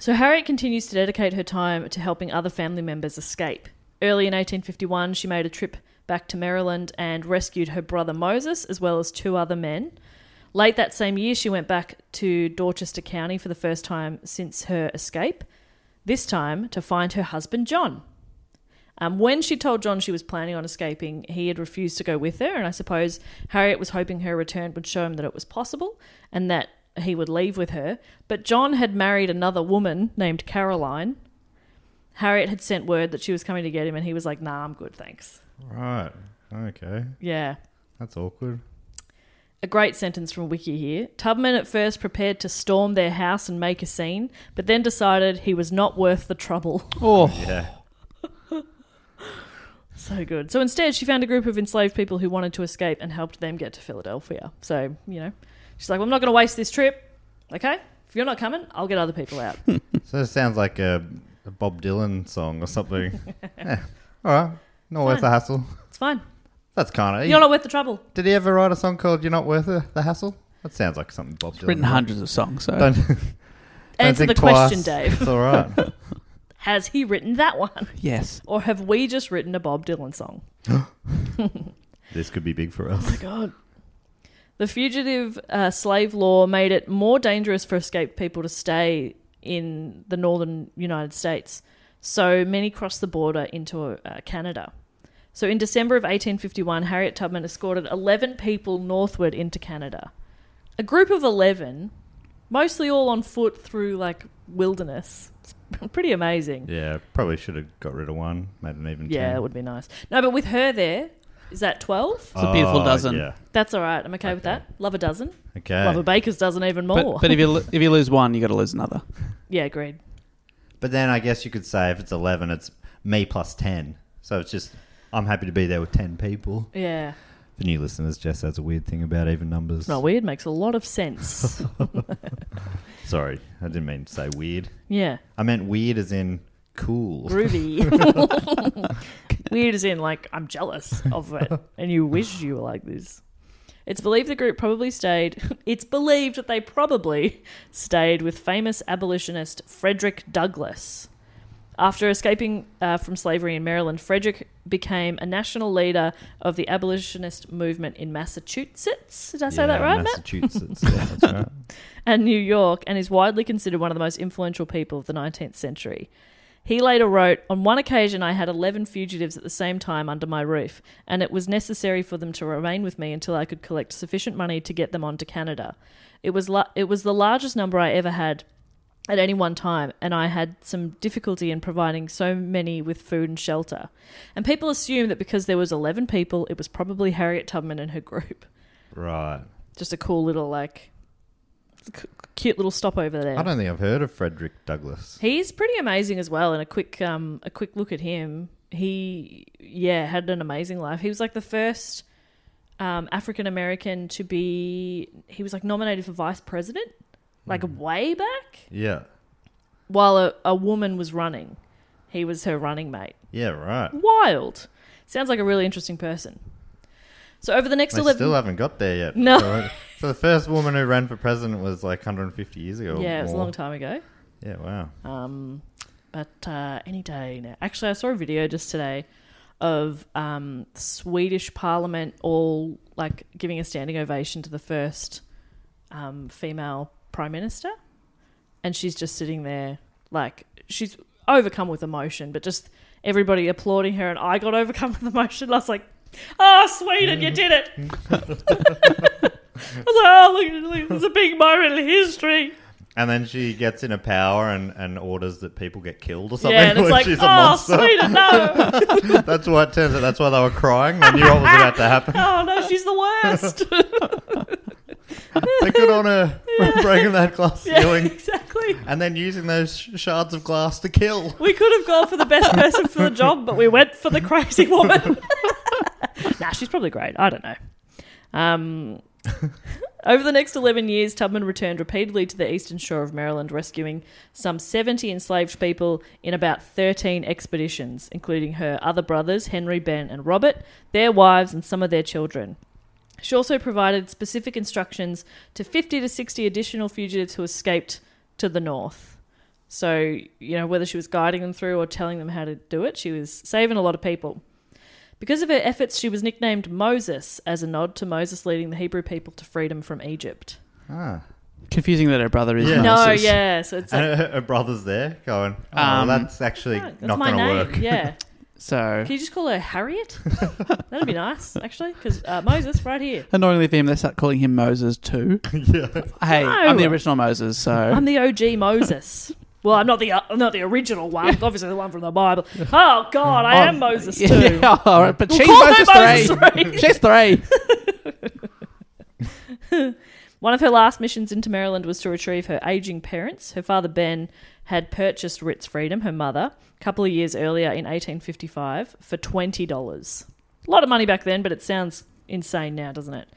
Speaker 2: So Harriet continues to dedicate her time to helping other family members escape. Early in 1851, she made a trip back to Maryland and rescued her brother Moses as well as two other men. Late that same year, she went back to Dorchester County for the first time since her escape, this time to find her husband John. Um, when she told John she was planning on escaping, he had refused to go with her, and I suppose Harriet was hoping her return would show him that it was possible and that he would leave with her. But John had married another woman named Caroline. Harriet had sent word that she was coming to get him, and he was like, nah, I'm good, thanks.
Speaker 4: Right. Okay.
Speaker 2: Yeah.
Speaker 4: That's awkward.
Speaker 2: A great sentence from Wiki here. Tubman at first prepared to storm their house and make a scene, but then decided he was not worth the trouble.
Speaker 3: Oh,
Speaker 2: So good. So instead, she found a group of enslaved people who wanted to escape and helped them get to Philadelphia. So, you know, she's like, well, I'm not going to waste this trip. Okay. If you're not coming, I'll get other people out.
Speaker 4: Hmm. So it sounds like a, a Bob Dylan song or something. Yeah. All right. Not worth the hassle.
Speaker 2: It's fine.
Speaker 4: That's kind
Speaker 2: You're
Speaker 4: of.
Speaker 2: not worth the trouble.
Speaker 4: Did he ever write a song called "You're Not Worth the, the Hassle"? That sounds like something Bob Dylan.
Speaker 3: written
Speaker 4: wrote.
Speaker 3: hundreds of songs. So
Speaker 4: Don't, don't
Speaker 2: Answer
Speaker 4: think
Speaker 2: the
Speaker 4: twice.
Speaker 2: question, Dave.
Speaker 4: It's all right.
Speaker 2: Has he written that one?
Speaker 3: yes,
Speaker 2: Or have we just written a Bob Dylan song?
Speaker 4: this could be big for us.
Speaker 2: God. The fugitive uh, slave law made it more dangerous for escaped people to stay in the northern United States, so many crossed the border into uh, Canada. So in December of 1851, Harriet Tubman escorted 11 people northward into Canada. A group of 11, mostly all on foot through like wilderness. It's pretty amazing.
Speaker 4: Yeah, probably should have got rid of one, made an even.
Speaker 2: Yeah, that would be nice. No, but with her there, is that 12?
Speaker 3: it's a beautiful dozen.
Speaker 4: Oh, Yeah.
Speaker 2: That's all right. I'm okay, with that. Love a dozen.
Speaker 4: Okay.
Speaker 2: Love a baker's dozen even more.
Speaker 3: Uh, But, but if you lo- if you lose one, you got to lose another.
Speaker 2: yeah, agreed.
Speaker 4: But then I guess you could say if it's 11, it's me plus 10. So it's just, I'm happy to be there with 10 people.
Speaker 2: Yeah.
Speaker 4: For new listeners, Jess has a weird thing about even numbers.
Speaker 2: Not weird. Makes a lot of sense.
Speaker 4: Sorry, I didn't mean to say weird.
Speaker 2: yeah.
Speaker 4: I meant weird as in cool.
Speaker 2: Groovy. weird as in, like, I'm jealous of it and you wish you were like this. It's believed the group probably stayed. It's believed that they probably stayed with famous abolitionist Frederick Douglass. After escaping uh, from slavery in Maryland, Frederick became a national leader of the abolitionist movement in Massachusetts. Did I say that
Speaker 4: Yeah,
Speaker 2: right, Matt?
Speaker 4: Massachusetts. yeah, that's right.
Speaker 2: and New York and is widely considered one of the most influential people of the 19th century. He later wrote, On one occasion, I had 11 fugitives at the same time under my roof, and it was necessary for them to remain with me until I could collect sufficient money to get them on to Canada. It was, la- it was the largest number I ever had at any one time, and I had some difficulty in providing so many with food and shelter. And people assume that because there was 11 people, it was probably Harriet Tubman and her group.
Speaker 4: Right.
Speaker 2: Just a cool little, like, c- cute little stopover there.
Speaker 4: I don't think I've heard of Frederick Douglass.
Speaker 2: He's pretty amazing as well. And a quick, um, a quick look at him. He, yeah, had an amazing life. He was like the first um, African American to
Speaker 4: Hmm.
Speaker 2: be. He was like nominated for vice president, like way back.
Speaker 4: Yeah.
Speaker 2: while a, a woman was running. He was her running mate.
Speaker 4: Yeah, right.
Speaker 2: Wild. Sounds like a really interesting person. So over the next
Speaker 4: They
Speaker 2: 11
Speaker 4: still haven't got there yet.
Speaker 2: No.
Speaker 4: So, so the first woman who ran for president was like 150 years ago. or
Speaker 2: Yeah, it was a
Speaker 4: more.
Speaker 2: long time ago.
Speaker 4: Yeah, wow.
Speaker 2: Um, but uh, any day now. Actually, I saw a video just today of um, Swedish Parliament all like giving a standing ovation to the first um, female prime minister, and she's just sitting there like she's overcome with emotion, but just everybody applauding her, and I got overcome with emotion. I was like, "Oh, Sweden, you did it!" I was like, "Oh, look, look, it's a big moment in history."
Speaker 4: And then she gets into power and, and orders that people get killed or something.
Speaker 2: Yeah, and it's
Speaker 4: when
Speaker 2: like,
Speaker 4: she's a
Speaker 2: oh,
Speaker 4: monster.
Speaker 2: Sweden, no,
Speaker 4: That's why it turns out that's why they were crying. They knew what was about to happen.
Speaker 2: oh no, she's the worst.
Speaker 4: They could on her breaking that glass
Speaker 2: yeah,
Speaker 4: ceiling
Speaker 2: exactly.
Speaker 4: and then using those sh- shards of glass to kill.
Speaker 2: We could have gone for the best person for the job, but we went for the crazy woman. nah, she's probably great. I don't know. Um, over the next 11 years, Tubman returned repeatedly to the eastern shore of Maryland, rescuing some 70 enslaved people in about 13 expeditions, including her other brothers, Henry, Ben, and Robert, their wives, and some of their children. She also provided specific instructions to 50 to 60 additional fugitives who escaped to the north. So, you know, whether she was guiding them through or telling them how to do it, she was saving a lot of people. Because of her efforts, she was nicknamed Moses as a nod to Moses leading the Hebrew people to freedom from Egypt.
Speaker 3: Confusing that her brother is
Speaker 4: Yeah.
Speaker 2: No,
Speaker 3: Moses.
Speaker 2: yeah, so it's like,
Speaker 4: And her, her brother's there going, oh,
Speaker 3: Um,
Speaker 4: that's actually
Speaker 2: "Oh, that's
Speaker 4: not
Speaker 2: my
Speaker 4: going to
Speaker 2: name.
Speaker 4: work.
Speaker 2: Yeah.
Speaker 3: So
Speaker 2: Can you just call her Harriet? That'd be nice, actually, because uh, Moses, right here.
Speaker 3: annoyingly for him, they start calling him Moses too. Hey, I'm the
Speaker 2: No.
Speaker 3: original Moses, so
Speaker 2: I'm the OG Moses. Well, I'm not the uh, I'm not the original one. Obviously, the one from the Bible. Oh God, I am Moses too.
Speaker 3: Yeah, all right, but
Speaker 2: We'll
Speaker 3: she's
Speaker 2: call her
Speaker 3: Moses,
Speaker 2: Moses
Speaker 3: three.
Speaker 2: three.
Speaker 3: she's three.
Speaker 2: One of her last missions into Maryland was to retrieve her aging parents. Her father, Ben, had purchased Ritz Freedom, her mother, a couple of years earlier in 1855 for $20. A lot of money back then, but it sounds insane now, doesn't it?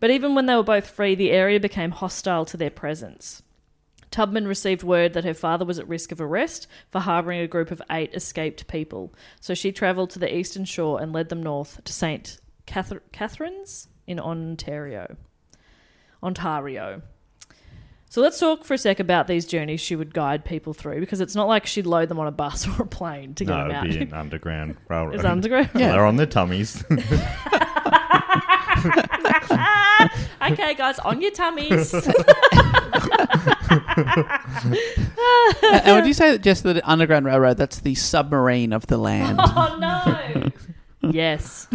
Speaker 2: But even when they were both free, the area became hostile to their presence. Tubman received word that her father was at risk of arrest for harboring a group of eight escaped people, so she traveled to the eastern shore and led them north to St. Cath- Catherine's in Ontario. Ontario. So let's talk for a sec about these journeys she would guide people through because it's not like she'd load them on a bus or a plane to get
Speaker 4: No,
Speaker 2: them
Speaker 4: it'd
Speaker 2: out.
Speaker 4: be an underground railroad.
Speaker 2: It's underground.
Speaker 4: They're on their tummies.
Speaker 2: okay, guys, on your tummies.
Speaker 3: and would you say that just the Underground Railroad? That's the submarine of the land.
Speaker 2: oh no. yes.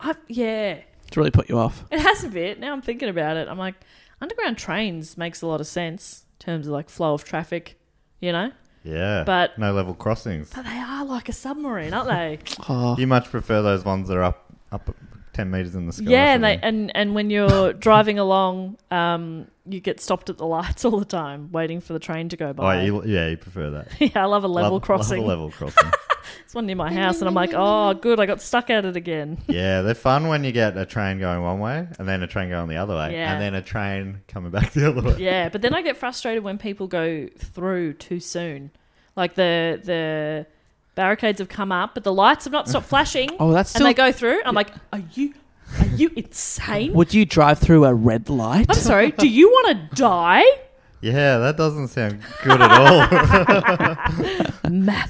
Speaker 2: I, yeah.
Speaker 3: it's really put you off.
Speaker 2: It has a bit. Now I'm thinking about it. I'm like, underground trains makes a lot of sense in terms of like flow of traffic, you know?
Speaker 4: yeah.
Speaker 2: But-
Speaker 4: no level crossings.
Speaker 2: But they are like a submarine, aren't they?
Speaker 4: You much prefer those ones that are up up ten meters in the sky.
Speaker 2: yeah, and they
Speaker 4: shouldn't
Speaker 2: and, and when you're driving along, um, you get stopped at the lights all the time, waiting for the train to go
Speaker 4: Oh,
Speaker 2: by.
Speaker 4: you, yeah, you prefer that.
Speaker 2: yeah, I love a level
Speaker 4: Love-
Speaker 2: crossing.
Speaker 4: Love a level crossing.
Speaker 2: It's one near my house, and I'm like, oh, good, I got stuck at it again.
Speaker 4: yeah, they're fun when you get a train going one way and then a train going the other way
Speaker 2: Yeah.
Speaker 4: and then a train coming back the other way.
Speaker 2: Yeah, but then I get frustrated when people go through too soon. Like the the barricades have come up, but the lights have not stopped flashing.
Speaker 3: Oh, that's
Speaker 2: and
Speaker 3: still.
Speaker 2: they go through. and I'm like, are you are you insane?
Speaker 3: would you drive through a red light?
Speaker 2: I'm sorry. Do you want to die?
Speaker 4: Yeah, that doesn't sound good at all.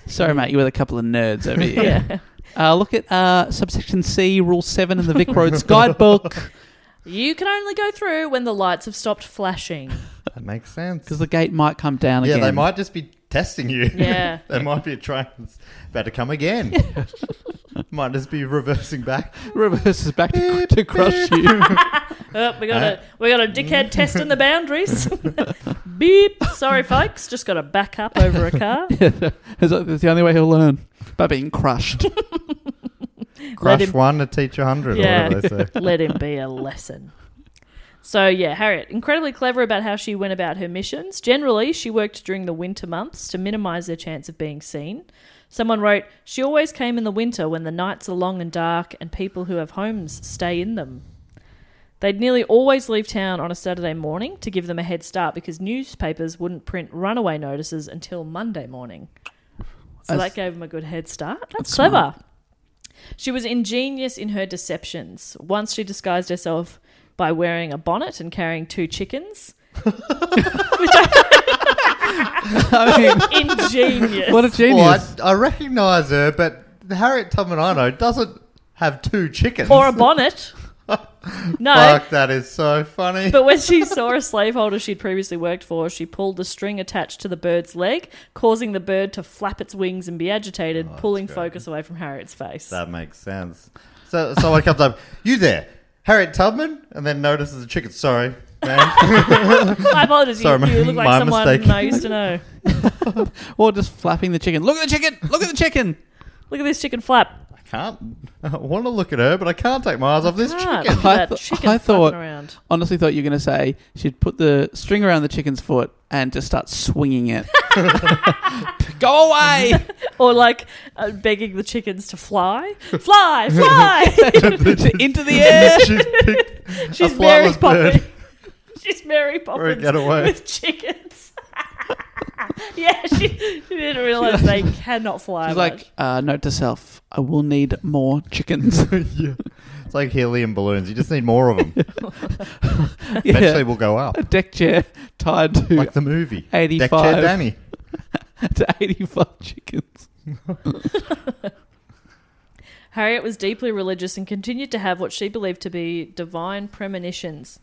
Speaker 3: Sorry, mate, you were a couple of nerds over here. Uh, look at uh, subsection C, Rule 7 in the Vic Roads Guidebook,
Speaker 2: You can only go through when the lights have stopped flashing.
Speaker 4: that makes sense.
Speaker 3: because the gate might come down
Speaker 4: yeah,
Speaker 3: again.
Speaker 4: they might just be testing you.
Speaker 2: Yeah.
Speaker 4: there might be a train that's about to come again. might just be reversing back.
Speaker 3: Reverses back to, to crush you.
Speaker 2: Oh, we got
Speaker 3: Uh,
Speaker 2: a we got a
Speaker 3: mm.
Speaker 2: dickhead testing the boundaries. Beep. Sorry, folks. Just got to back up over a car.
Speaker 3: It's like- it's the only way he'll learn by being crushed.
Speaker 4: Crush
Speaker 2: him-
Speaker 4: one to teach a hundred
Speaker 2: Yeah.
Speaker 4: or whatever they say.
Speaker 2: Let him be a lesson. So, yeah, Harriet, incredibly clever about how she went about her missions. Generally, she worked during the winter months to minimize their chance of being seen. Someone wrote, She always came in the winter when the nights are long and dark and people who have homes stay in them. They'd nearly always leave town on a Saturday morning to give them a head start because newspapers wouldn't print runaway notices until Monday morning. So that gave them a good head start. That's, clever. She was ingenious in her deceptions. Once she disguised herself by wearing a bonnet and carrying two chickens.
Speaker 3: I mean,
Speaker 2: Ingenious.
Speaker 3: what a genius.
Speaker 4: Well, I, I recognize her, but Harriet Tubman I know doesn't have two chickens.
Speaker 2: or a bonnet. No.
Speaker 4: Fuck, that is so funny.
Speaker 2: But when she saw a slaveholder she'd previously worked for, she pulled the string attached to the bird's leg, causing the bird to flap its wings and be agitated, pulling focus away from Harriet's face.
Speaker 4: Oh, that makes sense. So someone comes up, you there, Harriet Tubman, and then notices the chicken. Sorry, man.
Speaker 2: I apologize.
Speaker 4: Sorry,
Speaker 2: you, you look
Speaker 4: my
Speaker 2: like someone
Speaker 4: mistake.
Speaker 2: I used to know.
Speaker 3: Or just flapping the chicken. Look at the chicken. Look at the chicken.
Speaker 2: Look at this chicken flap.
Speaker 4: I can't. I want to look at her, but I can't take my eyes off this
Speaker 2: Ah,
Speaker 4: chicken.
Speaker 2: look at that
Speaker 3: th-
Speaker 2: chicken
Speaker 3: I
Speaker 2: I
Speaker 3: thought-
Speaker 2: around.
Speaker 3: Honestly, thought you were going to say she'd put the string around the chicken's foot and just start swinging it. Go away.
Speaker 2: Or like uh, begging the chickens to fly. Fly, fly!
Speaker 3: Into the air.
Speaker 4: She's picked
Speaker 2: She's
Speaker 4: a
Speaker 2: Mary
Speaker 4: flightless
Speaker 2: Poppins.
Speaker 4: bird.
Speaker 2: She's Mary Poppins
Speaker 4: get away.
Speaker 2: with chickens. yeah, she, she didn't realize they cannot fly.
Speaker 3: She's
Speaker 2: much.
Speaker 3: like, uh, note to self, I will need more chickens.
Speaker 4: It's like helium balloons. You just need more of them. Eventually,
Speaker 3: yeah.
Speaker 4: we'll go up,
Speaker 3: A deck chair tied to,
Speaker 4: like the movie. Deck
Speaker 3: 85.
Speaker 4: chair Danny.
Speaker 3: to 85 chickens.
Speaker 2: Harriet was deeply religious and continued to have what she believed to be divine premonitions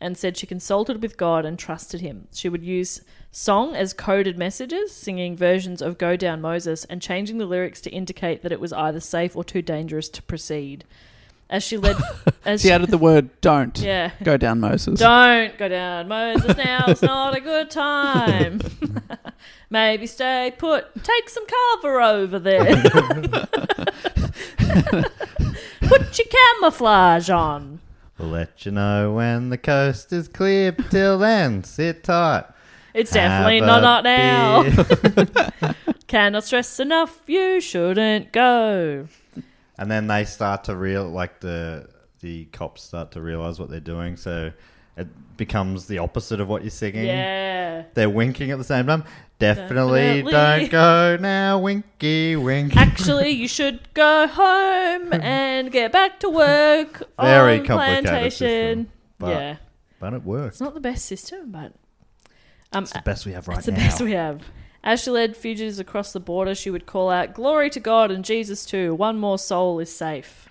Speaker 2: and said she consulted with God and trusted him. She would use song as coded messages, singing versions of Go Down Moses and changing the lyrics to indicate that it was either safe or too dangerous to proceed. As she led as
Speaker 3: She added the word don't.
Speaker 2: Yeah.
Speaker 3: Go down, Moses.
Speaker 2: Don't go down, Moses. Now it's not a good time. Maybe stay put. Take some cover over there. put your camouflage on.
Speaker 4: We'll let you know when the coast is clear. Till then, sit tight.
Speaker 2: It's definitely
Speaker 4: Have a
Speaker 2: not, not now.
Speaker 4: beer.
Speaker 2: Cannot stress enough. You shouldn't go.
Speaker 4: and then they start to real like the the cops start to realize what they're doing. So it becomes the opposite of what you're singing.
Speaker 2: Yeah.
Speaker 4: They're winking at the same time. Definitely,
Speaker 2: Definitely.
Speaker 4: don't go now, winky wink.
Speaker 2: Actually, you should go home and get back to work
Speaker 4: Very
Speaker 2: on
Speaker 4: complicated
Speaker 2: plantation.
Speaker 4: system, but-
Speaker 2: yeah.
Speaker 4: but it works.
Speaker 2: It's not the best system, but um,
Speaker 4: It's the best we have right
Speaker 2: It's the
Speaker 4: now.
Speaker 2: best we have. As she led fugitives across the border, she would call out, Glory to God and Jesus too, one more soul is safe.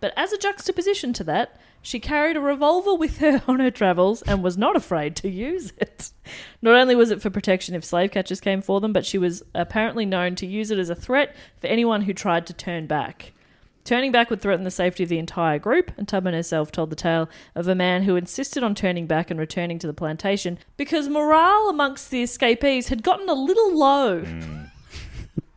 Speaker 2: But as a juxtaposition to that, she carried a revolver with her on her travels and was not afraid to use it. Not only was it for protection if slave catchers came for them, but she was apparently known to use it as a threat for anyone who tried to turn back. Turning back would threaten the safety of the entire group, and Tubman herself told the tale of a man who insisted on turning back and returning to the plantation because morale amongst the escapees had gotten a little low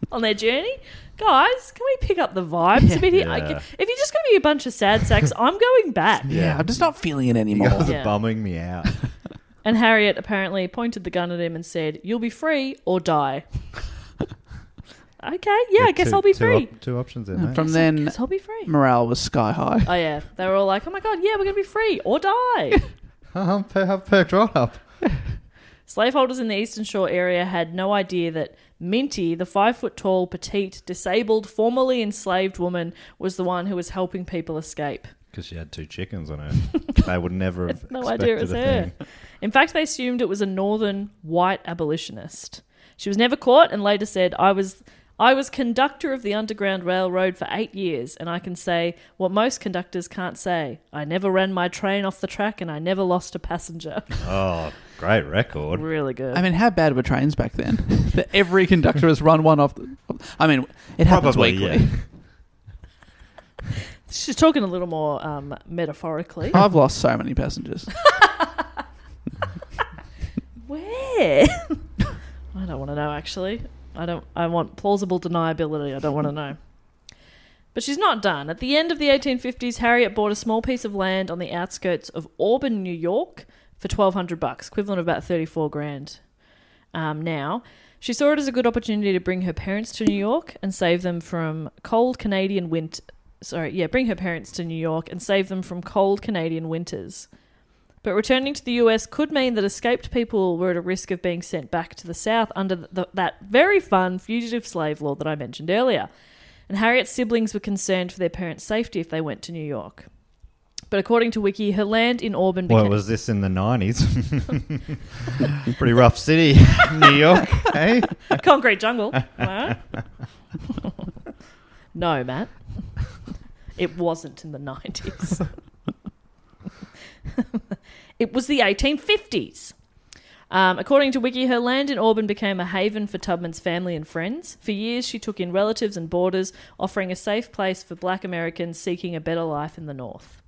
Speaker 2: on their journey. Guys, can we pick up the vibes a bit here? I-
Speaker 4: Yeah.
Speaker 2: if you're just going to be a bunch of sad sacks, I'm going back.
Speaker 3: Yeah, I'm just not feeling it
Speaker 4: You
Speaker 3: anymore.
Speaker 4: guys
Speaker 2: Yeah.
Speaker 4: are bumming me out.
Speaker 2: And Harriet apparently pointed the gun at him and said, You'll be free or die. okay, yeah, I guess
Speaker 4: Two-
Speaker 2: I'll be
Speaker 4: two
Speaker 2: free.
Speaker 4: op- two options eh? there, mate.
Speaker 3: Uh, From then,
Speaker 2: guess I'll be free.
Speaker 3: morale was sky high.
Speaker 2: Oh, yeah. They were all like, Oh my God, yeah, we're going to be free or die.
Speaker 4: I'm per- I'm perked right up.
Speaker 2: Slaveholders in the Eastern Shore area had no idea that Minty, the five foot tall, petite, disabled, formerly enslaved woman, was the one who was helping people escape.
Speaker 4: Because she had two chickens on her. they would never have
Speaker 2: No
Speaker 4: expected
Speaker 2: idea it was
Speaker 4: a
Speaker 2: her.
Speaker 4: thing.
Speaker 2: In fact, they assumed it was a northern white abolitionist. She was never caught and later said, I was. I was conductor of the Underground Railroad for eight years, and I can say what most conductors can't say. I never ran my train off the track, and I never lost a passenger.
Speaker 4: Oh, great record.
Speaker 2: really good.
Speaker 3: I mean, how bad were trains back then? that every conductor has run one off. The, I mean, it happens
Speaker 4: Probably,
Speaker 3: weekly.
Speaker 2: She's talking a little more um, metaphorically.
Speaker 3: I've lost so many passengers.
Speaker 2: Where? I don't want to know. Actually, I don't. I want plausible deniability. I don't want to know. But she's not done. At the end of the 1850s, Harriet bought a small piece of land on the outskirts of Auburn, New York, for 1,200 bucks, equivalent of about 34 grand. Um, now, she saw it as a good opportunity to bring her parents to New York and save them from cold Canadian winter. sorry, yeah, bring her parents to New York and save them from cold Canadian winters. But returning to the US could mean that escaped people were at a risk of being sent back to the South under the, that very fun fugitive slave law that I mentioned earlier. And Harriet's siblings were concerned for their parents' safety if they went to New York. But according to Wiki, her land in Auburn
Speaker 4: Well,
Speaker 2: became-
Speaker 4: was this in the 90s? Pretty rough city, New York, eh?
Speaker 2: concrete jungle. Am I right? no, Matt. It wasn't in the 90s. it was the 1850s. Um, according to Wiki, her land in Auburn became a haven for Tubman's family and friends. For years, she took in relatives and boarders, offering a safe place for black Americans seeking a better life in the North.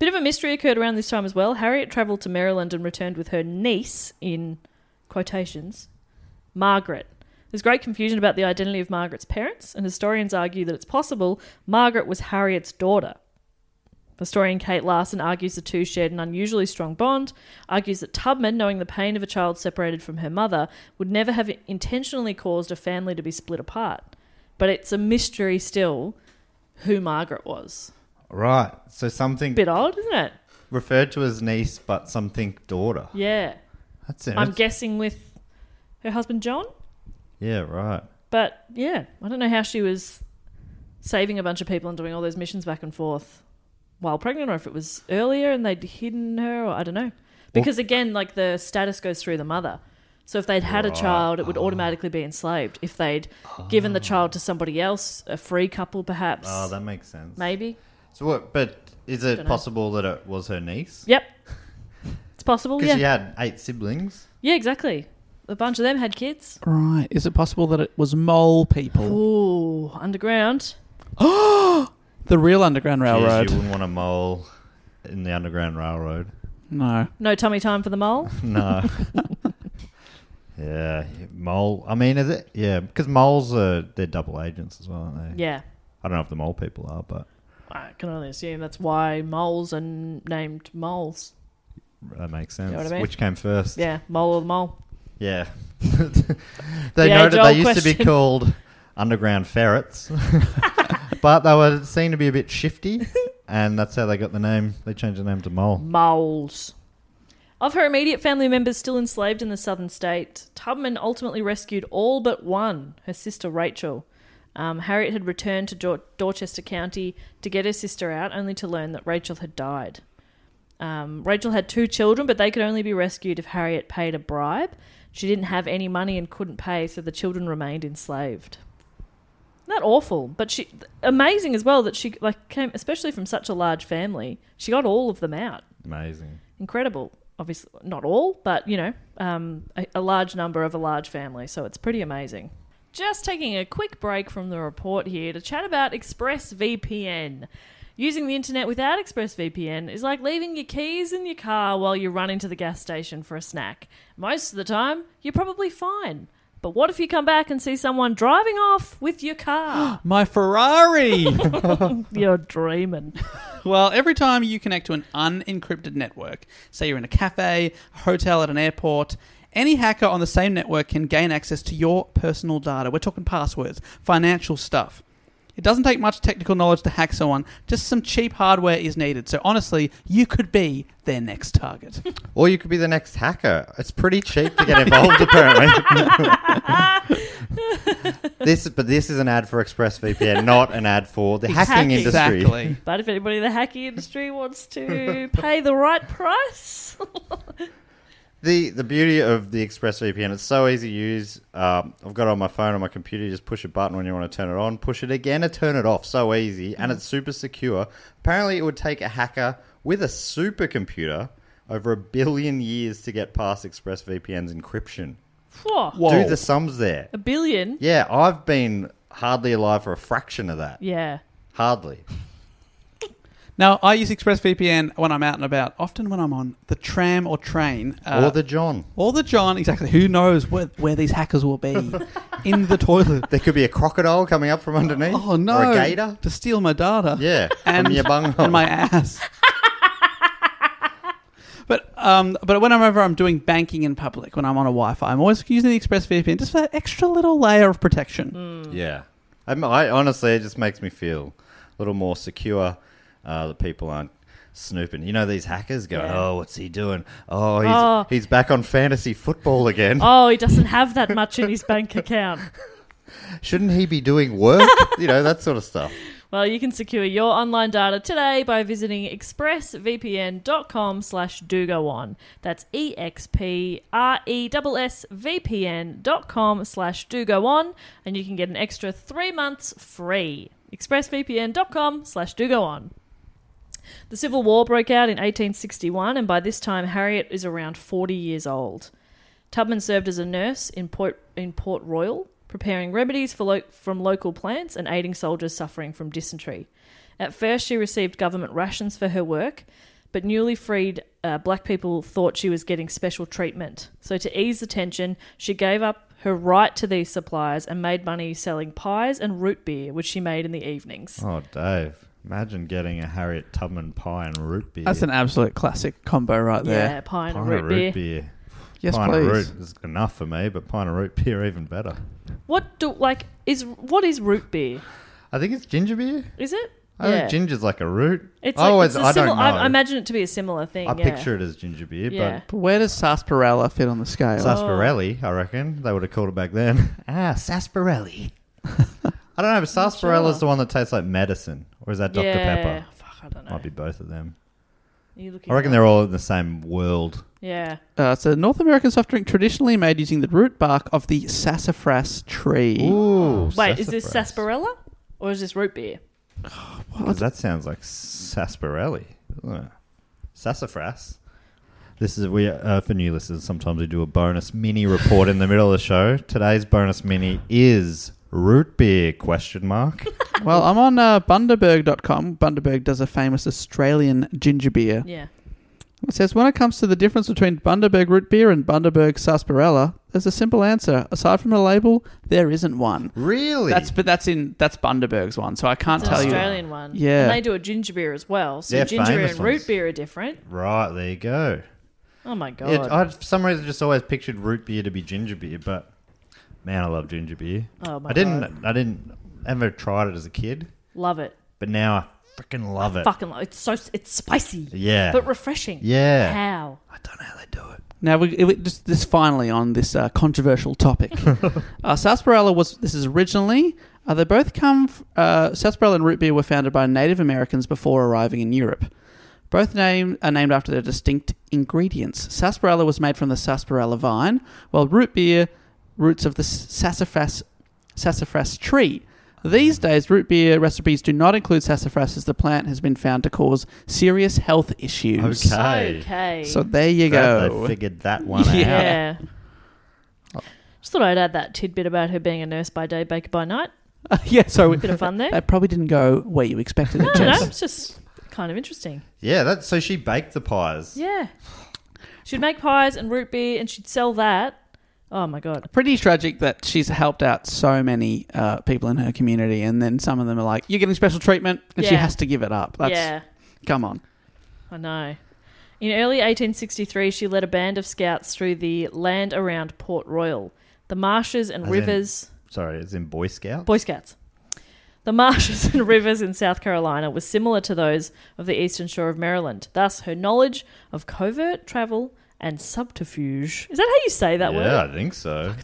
Speaker 2: Bit of a mystery occurred around this time as well. Harriet travelled to Maryland and returned with her niece, in quotations, Margaret. There's great confusion about the identity of Margaret's parents, and historians argue that it's possible Margaret was Harriet's daughter. Historian Kate Larson argues the two shared an unusually strong bond, argues that Tubman, knowing the pain of a child separated from her mother, would never have intentionally caused a family to be split apart. But it's a mystery still who Margaret was.
Speaker 4: Right. So something
Speaker 2: Bit odd, isn't it?
Speaker 4: referred to as niece, but something daughter.
Speaker 2: Yeah.
Speaker 4: That's it.
Speaker 2: I'm guessing with her husband John?
Speaker 4: yeah, right.
Speaker 2: But yeah, I don't know how she was saving a bunch of people and doing all those missions back and forth while pregnant, or if it was earlier and they'd hidden her, or I don't know. Because again, like the status goes through the mother. So if they'd had a child, it would automatically be enslaved. If they'd given the child to somebody else, a free couple perhaps,
Speaker 4: Oh, that makes sense.
Speaker 2: maybe.
Speaker 4: So what, but is it
Speaker 2: Dunno.
Speaker 4: possible that it was her niece?
Speaker 2: Yep, it's possible.
Speaker 4: Because
Speaker 2: Yeah,
Speaker 4: she
Speaker 2: yeah,
Speaker 4: had eight siblings.
Speaker 2: exactly. A bunch of them had kids.
Speaker 3: Right. Is it possible that it was mole people?
Speaker 2: Ooh, underground.
Speaker 3: The real Underground
Speaker 4: Jeez,
Speaker 3: Railroad.
Speaker 4: you wouldn't want a mole in the Underground Railroad.
Speaker 3: no.
Speaker 2: No tummy time for the mole.
Speaker 4: No. yeah, mole. I mean, is it? Yeah, because moles are they're double agents as well, aren't they?
Speaker 2: yeah,
Speaker 4: I don't know if the mole people are, but
Speaker 2: I can only assume that's why moles are n- named moles.
Speaker 4: that makes sense.
Speaker 2: what I mean?
Speaker 4: Which came first?
Speaker 2: Yeah, mole or the mole.
Speaker 4: Yeah. they
Speaker 2: The
Speaker 4: noted
Speaker 2: age-old
Speaker 4: they used to be
Speaker 2: question.
Speaker 4: called underground ferrets, but they were seen to be a bit shifty, and that's how they got the name. They changed the name to
Speaker 2: Mm.
Speaker 4: mole.
Speaker 2: Moles. Of her immediate family members still enslaved in the southern state, Tubman ultimately rescued all but one, her sister Rachel. Um, Harriet had returned to Dor- Dorchester County to get her sister out, only to learn that Rachel had died. Um, Rachel had two children, but they could only be rescued if Harriet paid a bribe. She didn't have any money and couldn't pay, so the children remained enslaved. Not awful, but she amazing as well that she like came, especially from such a large family. She got all of them out
Speaker 4: Amazing.
Speaker 2: incredible. Obviously, not all, but you know, um, a, a large number of a large family, so it's pretty amazing. Just taking a quick break from the report here to chat about ExpressVPN. Using the internet without ExpressVPN is like leaving your keys in your car while you run into the gas station for a snack. Most of the time, you're probably fine. But what if you come back and see someone driving off with your car?
Speaker 3: My Ferrari.
Speaker 2: you're dreaming.
Speaker 3: well, every time you connect to an unencrypted network, say you're in a cafe, a hotel, at an airport, any hacker on the same network can gain access to your personal data. We're talking passwords, financial stuff. It doesn't take much technical knowledge to hack someone, just some cheap hardware is needed. So honestly, you could be their next target.
Speaker 4: Or you could be the next hacker. It's pretty cheap to get involved, apparently. this, is- but this is an ad for ExpressVPN, not an ad for the hacking industry.
Speaker 3: exactly.
Speaker 2: But if anybody in the hacking industry wants to pay the right price,
Speaker 4: The the beauty of the ExpressVPN, it's so easy to use. Um, I've got it on my phone on my computer. You just push a button when you want to turn it on, push it again to turn it off. So easy, and it's super secure. Apparently, it would take a hacker with a supercomputer over a billion years to get past ExpressVPN's encryption.
Speaker 2: Whoa.
Speaker 3: Whoa.
Speaker 4: Do the sums there.
Speaker 2: A billion?
Speaker 4: Yeah,
Speaker 2: Yeah.
Speaker 4: I've been hardly alive for a fraction of that. Hardly.
Speaker 3: Now, I use ExpressVPN when I'm out and about, often when I'm on the tram or train. uh,
Speaker 4: or the John.
Speaker 3: Or the John, exactly. Who knows where, where these hackers will be? In the toilet.
Speaker 4: There could be a crocodile coming up from underneath.
Speaker 3: Oh, no.
Speaker 4: Or a gator.
Speaker 3: To steal my data.
Speaker 4: Yeah, from your bunghole.
Speaker 3: And my ass. but um, but whenever I'm doing banking in public, when I'm on a Wi Fi, I'm always using the ExpressVPN just for
Speaker 4: Hmm.
Speaker 3: that extra little layer of protection.
Speaker 4: Yeah. I'm, I honestly, it just makes me feel little more secure. Uh, that people aren't snooping. You know these hackers going,
Speaker 2: Yeah.
Speaker 4: "Oh, what's he doing? Oh, he's
Speaker 2: Oh.
Speaker 4: he's back on fantasy football again.
Speaker 2: Oh, he doesn't have that much in his bank account.
Speaker 4: Shouldn't he be doing work? you know that sort of stuff."
Speaker 2: Well, you can secure your online data today by visiting expressvpn.com slash do go on. That's E E-X-P-R-E-S-S-V-P-N dot com slash do go on, and you can get an extra three months free. expressvpn.com slash do go on. The Civil War broke out in 1861, and by this time, Harriet is around 40 years old. Tubman served as a nurse in Port, in Port Royal, preparing remedies for lo- from local plants and aiding soldiers suffering from dysentery. At first, she received government rations for her work, but newly freed uh, black people thought she was getting special treatment. So, to ease the tension, she gave up her right to these supplies and made money selling pies and root beer, which she made in the evenings.
Speaker 4: Oh, Dave, imagine getting a Harriet Tubman pie and root beer.
Speaker 3: That's an absolute classic combo right there.
Speaker 2: yeah, pie and
Speaker 4: pie
Speaker 2: a
Speaker 4: and
Speaker 2: root, beer.
Speaker 4: beer.
Speaker 3: Yes,
Speaker 4: pine
Speaker 3: please.
Speaker 4: and root is enough for me, but pine and root beer even better.
Speaker 2: What do like is what is root beer?
Speaker 4: I think it's ginger beer.
Speaker 2: Is it?
Speaker 4: I think ginger's like a root.
Speaker 2: It's
Speaker 4: I
Speaker 2: like,
Speaker 4: always,
Speaker 2: it's a
Speaker 4: I don't
Speaker 2: similar,
Speaker 4: know.
Speaker 2: I, I imagine it to be a similar thing.
Speaker 4: I
Speaker 2: yeah.
Speaker 4: picture it as ginger beer,
Speaker 2: Yeah. Oh.
Speaker 3: But where does sarsaparilla fit on the
Speaker 4: but
Speaker 3: scale?
Speaker 4: sarsaparelli, I reckon they would have called it back then. ah, sarsaparelli. I don't know. But sarsaparella is
Speaker 2: sure.
Speaker 4: the one that tastes like medicine, or is that Dr
Speaker 2: yeah.
Speaker 4: Pepper?
Speaker 2: Fuck, I don't know.
Speaker 4: Might be both of them.
Speaker 2: You looking
Speaker 4: I reckon
Speaker 2: it
Speaker 4: they're
Speaker 2: up.
Speaker 4: all in the same world.
Speaker 2: Yeah.
Speaker 3: Uh, it's a North American soft drink traditionally made using the root bark of the sassafras tree.
Speaker 4: Ooh,
Speaker 2: Wait, is this sarsaparilla or is this root beer?
Speaker 4: Because that sounds like sarsaparelli. doesn't it? Sassafras. This is we uh, for new listeners. Sometimes we do a bonus mini report in the middle of the show. Today's bonus mini is root beer question mark.
Speaker 3: Well, I'm on uh, Bundaberg.com. Bundaberg does a famous Australian ginger beer.
Speaker 2: Yeah.
Speaker 3: It says when it comes to the difference between Bundaberg root beer and Bundaberg sarsaparilla, there's a simple answer. Aside from the label, there isn't one.
Speaker 4: really?
Speaker 3: That's but that's in that's Bundaberg's one, so I can't
Speaker 2: It's an
Speaker 3: tell
Speaker 2: Australian one.
Speaker 3: Yeah.
Speaker 2: And they do a ginger beer as well. So
Speaker 4: They're
Speaker 2: ginger beer
Speaker 4: famous
Speaker 2: and
Speaker 4: ones.
Speaker 2: root beer are different.
Speaker 4: right. There you go.
Speaker 2: Oh my god.
Speaker 4: Yeah, I for some reason just always pictured root beer to be ginger beer, but man, I love ginger beer.
Speaker 2: Oh my
Speaker 4: I didn't. I didn't ever tried it as a kid,
Speaker 2: love it.
Speaker 4: but now I freaking love it.
Speaker 2: Fucking love it. It's so it's spicy.
Speaker 4: Yeah.
Speaker 2: But refreshing.
Speaker 4: Yeah.
Speaker 2: How?
Speaker 4: I don't know how they do it.
Speaker 3: Now, we, it, it- just this finally on this uh, controversial topic, uh, sarsaparilla was this is originally. Uh, they both come. f- Uh, sarsaparilla and root beer were founded by Native Americans before arriving in Europe. Both name are named after their distinct ingredients. Sarsaparilla was made from the sarsaparilla vine, while root beer roots of the s- sassafras sassafras tree. These days, root beer recipes do not include sassafras, as the plant has been found to cause serious health issues.
Speaker 4: Okay.
Speaker 2: Okay.
Speaker 3: So there you
Speaker 4: Glad
Speaker 3: go.
Speaker 4: They figured that one out.
Speaker 3: Yeah.
Speaker 2: yeah. Just thought I'd add that tidbit about her being a nurse by day, baker by night.
Speaker 3: Uh, yeah, so
Speaker 2: Bit of fun there.
Speaker 3: That probably didn't go where you expected it
Speaker 2: I don't know.
Speaker 3: to.
Speaker 2: It's just kind of interesting.
Speaker 4: Yeah, that's so she baked the pies.
Speaker 2: Yeah. She'd make pies and root beer and she'd sell that. Oh my God.
Speaker 3: Pretty tragic that she's helped out so many uh, people in her community, and then some of them are like, "You're getting special treatment," and she
Speaker 2: Yeah.
Speaker 3: has to give it up. That's,
Speaker 2: yeah.
Speaker 3: come on.
Speaker 2: I know. In early 1863, she led a band of scouts through the land around Port Royal, the marshes and
Speaker 4: As in-
Speaker 2: rivers.
Speaker 4: Sorry, it's in Boy Scout.
Speaker 2: Boy Scouts. The marshes and rivers in South Carolina were similar to those of the eastern shore of Maryland. Thus, her knowledge of covert travel and subterfuge is that how you say that
Speaker 4: yeah,
Speaker 2: word?
Speaker 4: I think so.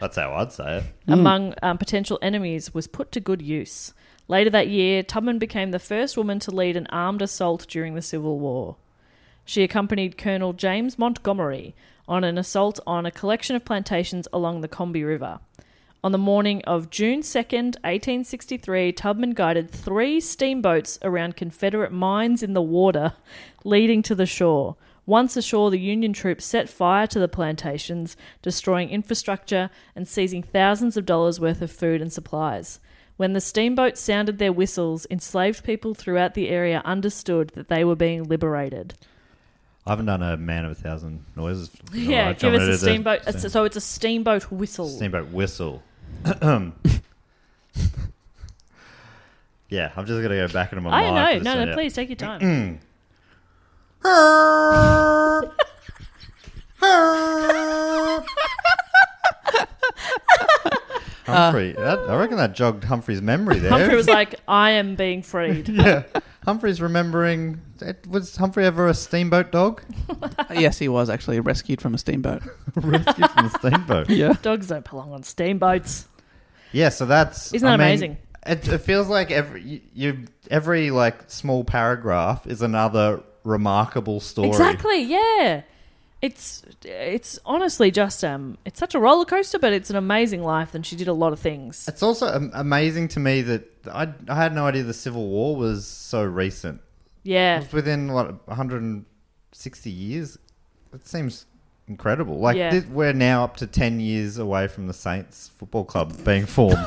Speaker 4: That's, how I'd say it.
Speaker 2: Among um, potential enemies was put to good use. Later that year, Tubman became the first woman to lead an armed assault during the Civil War. She accompanied Colonel James Montgomery on an assault on a collection of plantations along the Combe River. On the morning of June 2nd, 1863, Tubman guided three steamboats around Confederate mines in the water leading to the shore. Once ashore, the Union troops set fire to the plantations, destroying infrastructure and seizing thousands of dollars worth of food and supplies. When the steamboats sounded their whistles, enslaved people throughout the area understood that they were being liberated.
Speaker 4: I haven't done a man of a thousand noises.
Speaker 2: Yeah,
Speaker 4: I
Speaker 2: give us a
Speaker 4: dominated the
Speaker 2: steamboat. it's- So it's a steamboat whistle.
Speaker 4: Steamboat whistle. yeah, I'm just gonna go back into my
Speaker 2: I
Speaker 4: mind.
Speaker 2: don't
Speaker 4: for this
Speaker 2: know. No,
Speaker 4: one,
Speaker 2: no,
Speaker 4: yeah.
Speaker 2: please take your
Speaker 4: Mm-hmm.
Speaker 2: time.
Speaker 4: I Humphrey. that, I reckon that jogged Humphrey's memory there.
Speaker 2: Humphrey was like, I am being freed.
Speaker 4: yeah. Humphrey's remembering. it- Was Humphrey ever a steamboat dog?
Speaker 3: Uh, yes, he was actually rescued from a steamboat.
Speaker 4: Rescued from the steamboat.
Speaker 3: Yeah.
Speaker 2: Dogs don't belong on steamboats.
Speaker 4: Yeah, so that's
Speaker 2: Isn't that
Speaker 4: I mean,
Speaker 2: amazing?
Speaker 4: It, it feels like every you, you every like small paragraph is another remarkable story.
Speaker 2: Exactly, yeah. It's it's honestly just um it's such a roller coaster, but it's an amazing life and she did a lot of things.
Speaker 4: It's also am- amazing to me that I I had no idea the Civil War was so recent. It
Speaker 2: Yeah.
Speaker 4: was within what 160 years. It seems incredible. Like
Speaker 2: Yeah.
Speaker 4: thi- we're now up to 10 years away from the Saints Football Club being formed.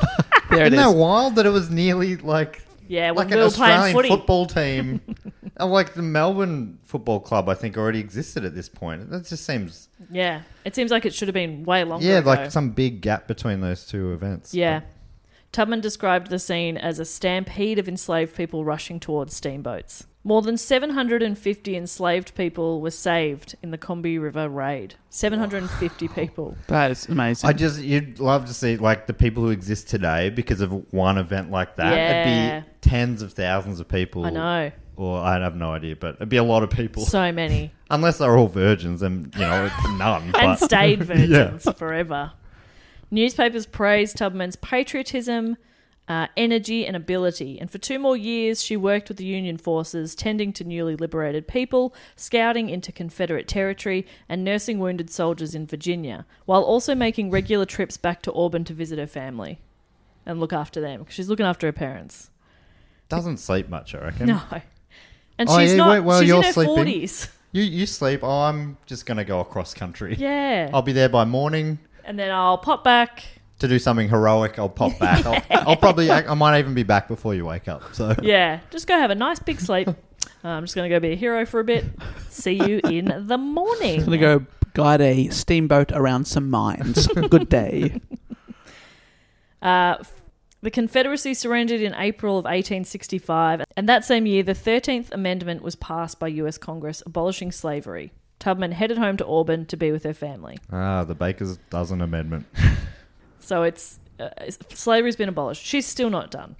Speaker 3: There it
Speaker 4: Isn't that
Speaker 3: is.
Speaker 4: wild that it was nearly like
Speaker 2: Yeah, when
Speaker 4: like
Speaker 2: we
Speaker 4: an
Speaker 2: were playing
Speaker 4: Australian
Speaker 2: footy.
Speaker 4: football team, and like the Melbourne Football Club, I think already existed at this point. That just seems
Speaker 2: Yeah. It seems like it should have been way longer.
Speaker 4: yeah,
Speaker 2: ago.
Speaker 4: like some big gap between those two events.
Speaker 2: Yeah. Tubman described the scene as a stampede of enslaved people rushing towards steamboats. More than 750 enslaved people were saved in the Combi River raid. 750 people.
Speaker 3: That is amazing.
Speaker 4: I just you'd love to see like the people who exist today because of one event like that.
Speaker 2: Yeah.
Speaker 4: It'd be tens of thousands of people.
Speaker 2: I know.
Speaker 4: Or I have no idea, but it'd be a lot of people.
Speaker 2: So many.
Speaker 4: Unless they're all virgins, and you know it's none. but
Speaker 2: and stayed virgins forever. Newspapers praised Tubman's patriotism, uh, energy, and ability. And for two more years, she worked with the Union forces, tending to newly liberated people, scouting into Confederate territory, and nursing wounded soldiers in Virginia, while also making regular trips back to Auburn to visit her family and look after them. 'cause She's looking after her parents.
Speaker 4: doesn't sleep much. I reckon.
Speaker 2: No. And
Speaker 4: Oh,
Speaker 2: she's
Speaker 4: yeah,
Speaker 2: not.
Speaker 4: wait, well,
Speaker 2: she's in
Speaker 4: you're
Speaker 2: her
Speaker 4: sleeping.
Speaker 2: 40s.
Speaker 4: You you sleep. Oh, I'm just gonna go across country.
Speaker 2: Yeah.
Speaker 4: I'll be there by morning
Speaker 2: and then I'll pop back.
Speaker 4: to do something heroic. I'll pop back. I'll, I'll probably. I, I might even be back before you wake up. So
Speaker 2: Yeah, just go have a nice big sleep. Uh, I'm just going to go be a hero for a bit. See you in the morning.
Speaker 3: I'm going to go guide a steamboat around some mines. Good day.
Speaker 2: Uh, f- the Confederacy surrendered in April of 1865, and that same year, the 13th Amendment was passed by US Congress abolishing slavery. Tubman headed home to Auburn to be with her family.
Speaker 4: ah, the Baker's dozen amendment.
Speaker 2: So it's uh, it's- slavery's been abolished. She's still not done.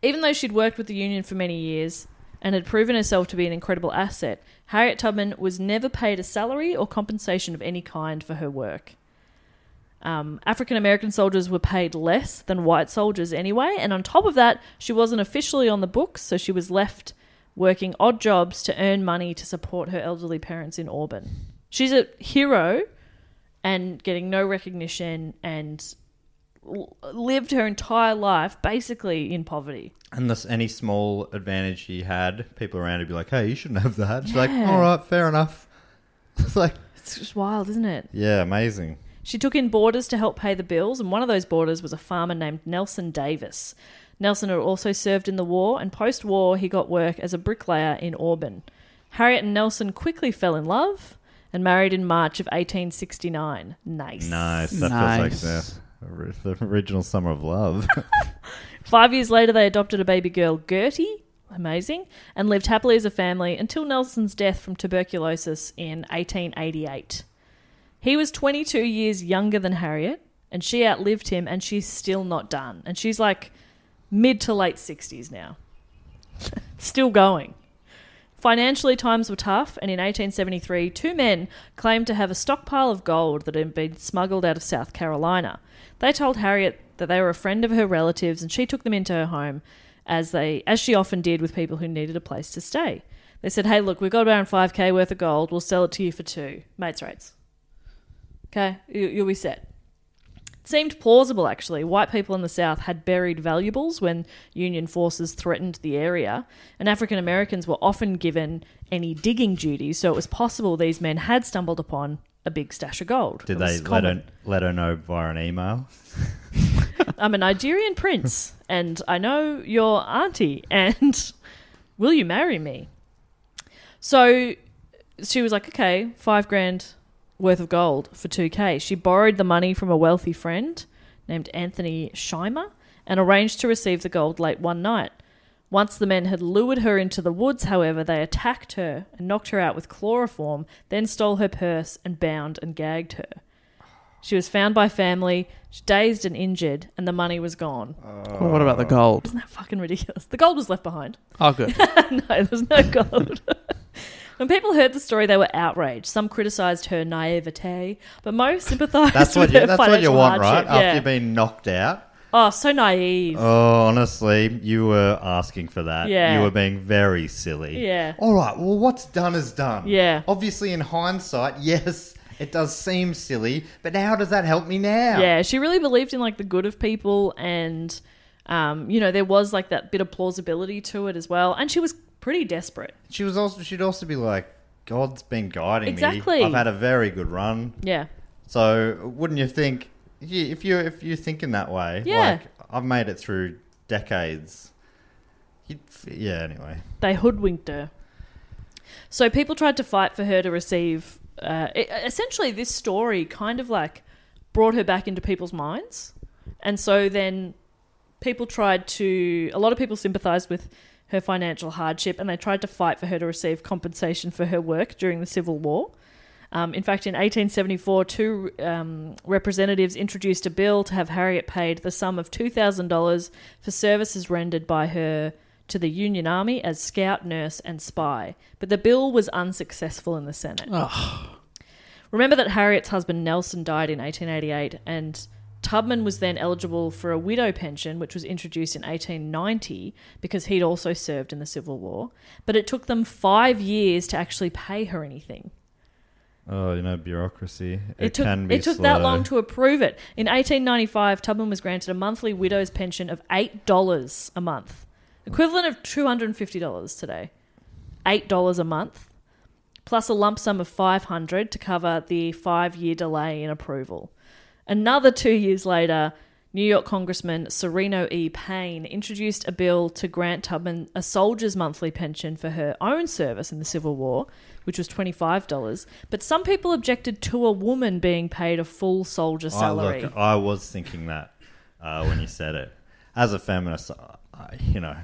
Speaker 2: Even though she'd worked with the union for many years and had proven herself to be an incredible asset, Harriet Tubman was never paid a salary or compensation of any kind for her work. Um, African American soldiers were paid less than white soldiers anyway, and on top of that, she wasn't officially on the books, so she was left working odd jobs to earn money to support her elderly parents in Auburn. She's a hero and getting no recognition and l- lived her entire life basically in poverty.
Speaker 4: Unless any small advantage she had, people around would be like, "Hey, you shouldn't have that." She's like, "All right, fair enough." It's like,
Speaker 2: It's just wild, isn't it?
Speaker 4: yeah, amazing.
Speaker 2: She took in boarders to help pay the bills, and one of those boarders was a farmer named Nelson Davis. Nelson had also served in the war, and post war, he got work as a bricklayer in Auburn. Harriet and Nelson quickly fell in love and married in March of 1869. Nice.
Speaker 4: Nice. That feels
Speaker 3: Nice.
Speaker 4: like the, the original summer of love.
Speaker 2: Five years later, they adopted a baby girl, Gertie. Amazing. And lived happily as a family until Nelson's death from tuberculosis in 1888. He was 22 years younger than Harriet, and she outlived him, and she's still not done. And she's like mid to late 60s now. still going. Financially, times were tough, and in 1873, two men claimed to have a stockpile of gold that had been smuggled out of South Carolina. They told Harriet that they were a friend of her relatives, and she took them into her home, as they as she often did with people who needed a place to stay. They said, "Hey, look, we've got around five k worth of gold. We'll sell it to you for two mates rates. Okay, you, you'll be set." It seemed plausible, actually. White people in the South had buried valuables when Union forces threatened the area, and African Americans were often given any digging duties, so it was possible these men had stumbled upon a big stash of gold.
Speaker 4: Did
Speaker 2: It was
Speaker 4: they let
Speaker 2: common.
Speaker 4: her, let her know via an email?
Speaker 2: I'm a Nigerian prince, and I know your auntie, and will you marry me? So she was like, okay, five grand worth of gold for 2K. She borrowed the money from a wealthy friend named Anthony Scheimer and arranged to receive the gold late one night. Once the men had lured her into the woods, however, they attacked her and knocked her out with chloroform, then stole her purse and bound and gagged her. She was found by family, dazed and injured, and the money was gone.
Speaker 4: Oh.
Speaker 3: Well, what about
Speaker 4: Uh,
Speaker 3: the gold?
Speaker 2: Isn't that fucking ridiculous? The gold was left behind.
Speaker 3: Oh, good.
Speaker 2: no, there was no gold. when people heard the story, they were outraged. Some criticised her naivete, but most sympathised
Speaker 4: That's what
Speaker 2: with
Speaker 4: you,
Speaker 2: her
Speaker 4: that's what you
Speaker 2: financial
Speaker 4: want, right?
Speaker 2: hardship.
Speaker 4: After
Speaker 2: Yeah.
Speaker 4: you've been knocked out.
Speaker 2: oh, so naive.
Speaker 4: Oh, honestly, you were asking for that.
Speaker 2: Yeah.
Speaker 4: You were being very silly.
Speaker 2: Yeah.
Speaker 4: All right, well, what's done is done.
Speaker 2: Yeah.
Speaker 4: Obviously, in hindsight, yes, it does seem silly, but how does that help me now?
Speaker 2: Yeah, she really believed in like the good of people, and um, you know there was like that bit of plausibility to it as well. And she was pretty desperate.
Speaker 4: She was also, she'd also be like, God's been guiding
Speaker 2: Exactly.
Speaker 4: me. I've had a very good run.
Speaker 2: Yeah,
Speaker 4: So wouldn't you think yeah, if you if you're thinking that way,
Speaker 2: Yeah.
Speaker 4: like I've made it through decades. You'd, f- yeah. Anyway,
Speaker 2: they hoodwinked her. So people tried to fight for her to receive. Uh, e- essentially, this story kind of like brought her back into people's minds, and so then people tried to. A lot of people sympathised with her financial hardship, and they tried to fight for her to receive compensation for her work during the Civil War. Um, in fact, in 1874, two um, representatives introduced a bill to have Harriet paid the sum of $2,000 for services rendered by her to the Union Army as scout, nurse, and spy. But the bill was unsuccessful in the Senate. Remember that Harriet's husband Nelson died in 1888, and Tubman was then eligible for a widow pension, which was introduced in 1890 because he'd also served in the Civil War. But it took them five years to actually pay her anything.
Speaker 4: oh, you know, bureaucracy. It,
Speaker 2: It, took,
Speaker 4: can be
Speaker 2: it took that
Speaker 4: slow.
Speaker 2: long to approve it. In 1895, Tubman was granted a monthly widow's pension of $8 a month, equivalent of $250 today. $8 a month, plus a lump sum of 500 to cover the five year delay in approval. Another two years later, New York Congressman Sereno E. Payne introduced a bill to grant Tubman a soldier's monthly pension for her own service in the Civil War, which was $25. But some people objected to a woman being paid a full soldier salary.
Speaker 4: I, Oh, look, I was thinking that uh, when you said it. As a feminist, I, I- you know,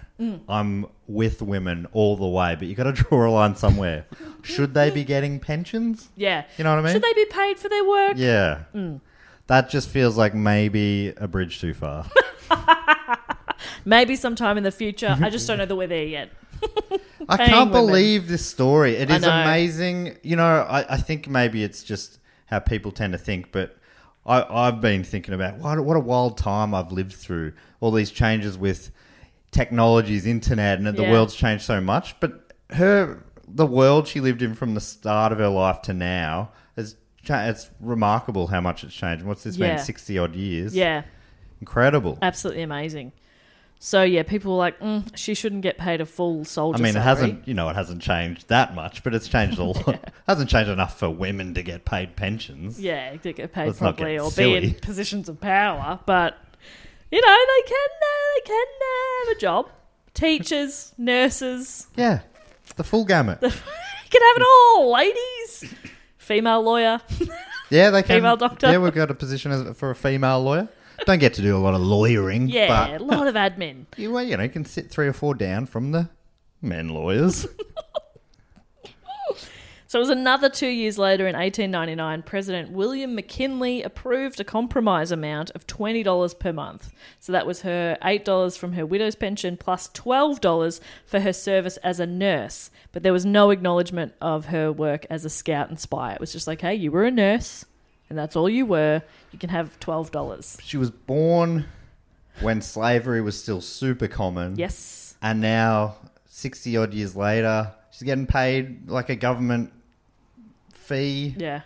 Speaker 4: I'm with women all the way, but you got to draw a line somewhere. Should they be getting pensions?
Speaker 2: yeah.
Speaker 4: You know what I mean?
Speaker 2: Should they be paid for their work?
Speaker 4: Yeah. That just feels like maybe a bridge too far.
Speaker 2: Maybe sometime in the future. I just don't know that we're there yet.
Speaker 4: I
Speaker 2: paying
Speaker 4: can't
Speaker 2: women.
Speaker 4: believe this story. It
Speaker 2: I
Speaker 4: is
Speaker 2: know.
Speaker 4: amazing. You know, I, I think maybe it's just how people tend to think, but I, I've been thinking about what, what a wild time I've lived through. All these changes with technologies, internet, and the
Speaker 2: Yeah.
Speaker 4: world's changed so much. But her, the world she lived in from the start of her life to now, is cha- it's remarkable how much it's changed. What's this
Speaker 2: Yeah.
Speaker 4: been, 60 odd years?
Speaker 2: Yeah.
Speaker 4: Incredible.
Speaker 2: absolutely amazing. So yeah, people were like, mm, she shouldn't get paid a full soldier.
Speaker 4: I mean, it
Speaker 2: salary."
Speaker 4: hasn't, you know, it hasn't changed that much, but it's changed a lot. hasn't changed enough for women to get paid pensions.
Speaker 2: Yeah, to get paid
Speaker 4: Let's not get
Speaker 2: properly or be
Speaker 4: silly.
Speaker 2: in positions of power, but you know they can uh, they can uh, have a job. Teachers, nurses,
Speaker 4: Yeah, the full gamut.
Speaker 2: you can have it all, ladies. Female lawyer.
Speaker 4: yeah, they can.
Speaker 2: Female doctor.
Speaker 4: Yeah, we've got a position as, for a female lawyer. Don't get to do a lot of lawyering,
Speaker 2: Yeah, a
Speaker 4: but
Speaker 2: lot of admin.
Speaker 4: you, well, you know, you can sit three or four down from the men lawyers.
Speaker 2: So it was another two years later in 1899, President William McKinley approved a compromise amount of $20 per month. So that was her $8 from her widow's pension plus $12 for her service as a nurse. But there was no acknowledgement of her work as a scout and spy. It was just like, hey, you were a nurse and that's all you were. You can have $12.
Speaker 4: she was born when slavery was still super common.
Speaker 2: Yes.
Speaker 4: And now, 60 odd years later, she's getting paid like a government fee.
Speaker 2: Yeah.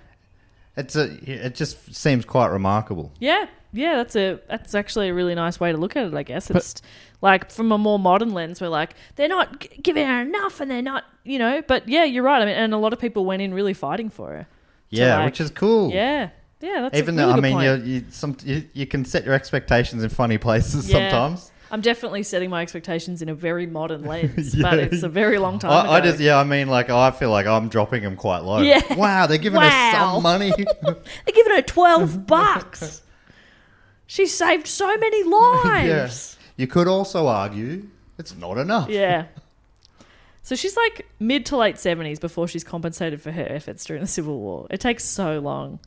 Speaker 4: It's a, it just seems quite remarkable.
Speaker 2: Yeah, yeah, that's a that's actually a really nice way to look at it. I guess it's like from a more modern lens, we're like they're not g- giving her enough, and they're not, you know. But yeah, you're right. I mean, and a lot of people went in really fighting for her.
Speaker 4: Yeah,
Speaker 2: like-
Speaker 4: which is cool.
Speaker 2: Yeah, yeah, that's
Speaker 4: Even
Speaker 2: a
Speaker 4: though
Speaker 2: really
Speaker 4: I mean,
Speaker 2: good point.
Speaker 4: you you, some, you you can set your expectations in funny places
Speaker 2: Yeah.
Speaker 4: sometimes.
Speaker 2: I'm definitely setting my expectations in a very modern lens, but it's a very long time ago.
Speaker 4: I, I just yeah, I mean, like I feel like I'm dropping them quite low.
Speaker 2: Yeah.
Speaker 4: Wow, they're giving us
Speaker 2: Wow.
Speaker 4: some money.
Speaker 2: They're giving her twelve bucks. she saved so many lives.
Speaker 4: yes. You could also argue it's not enough.
Speaker 2: Yeah. So she's like mid to late 70s before she's compensated for her efforts during the Civil War. It takes so long.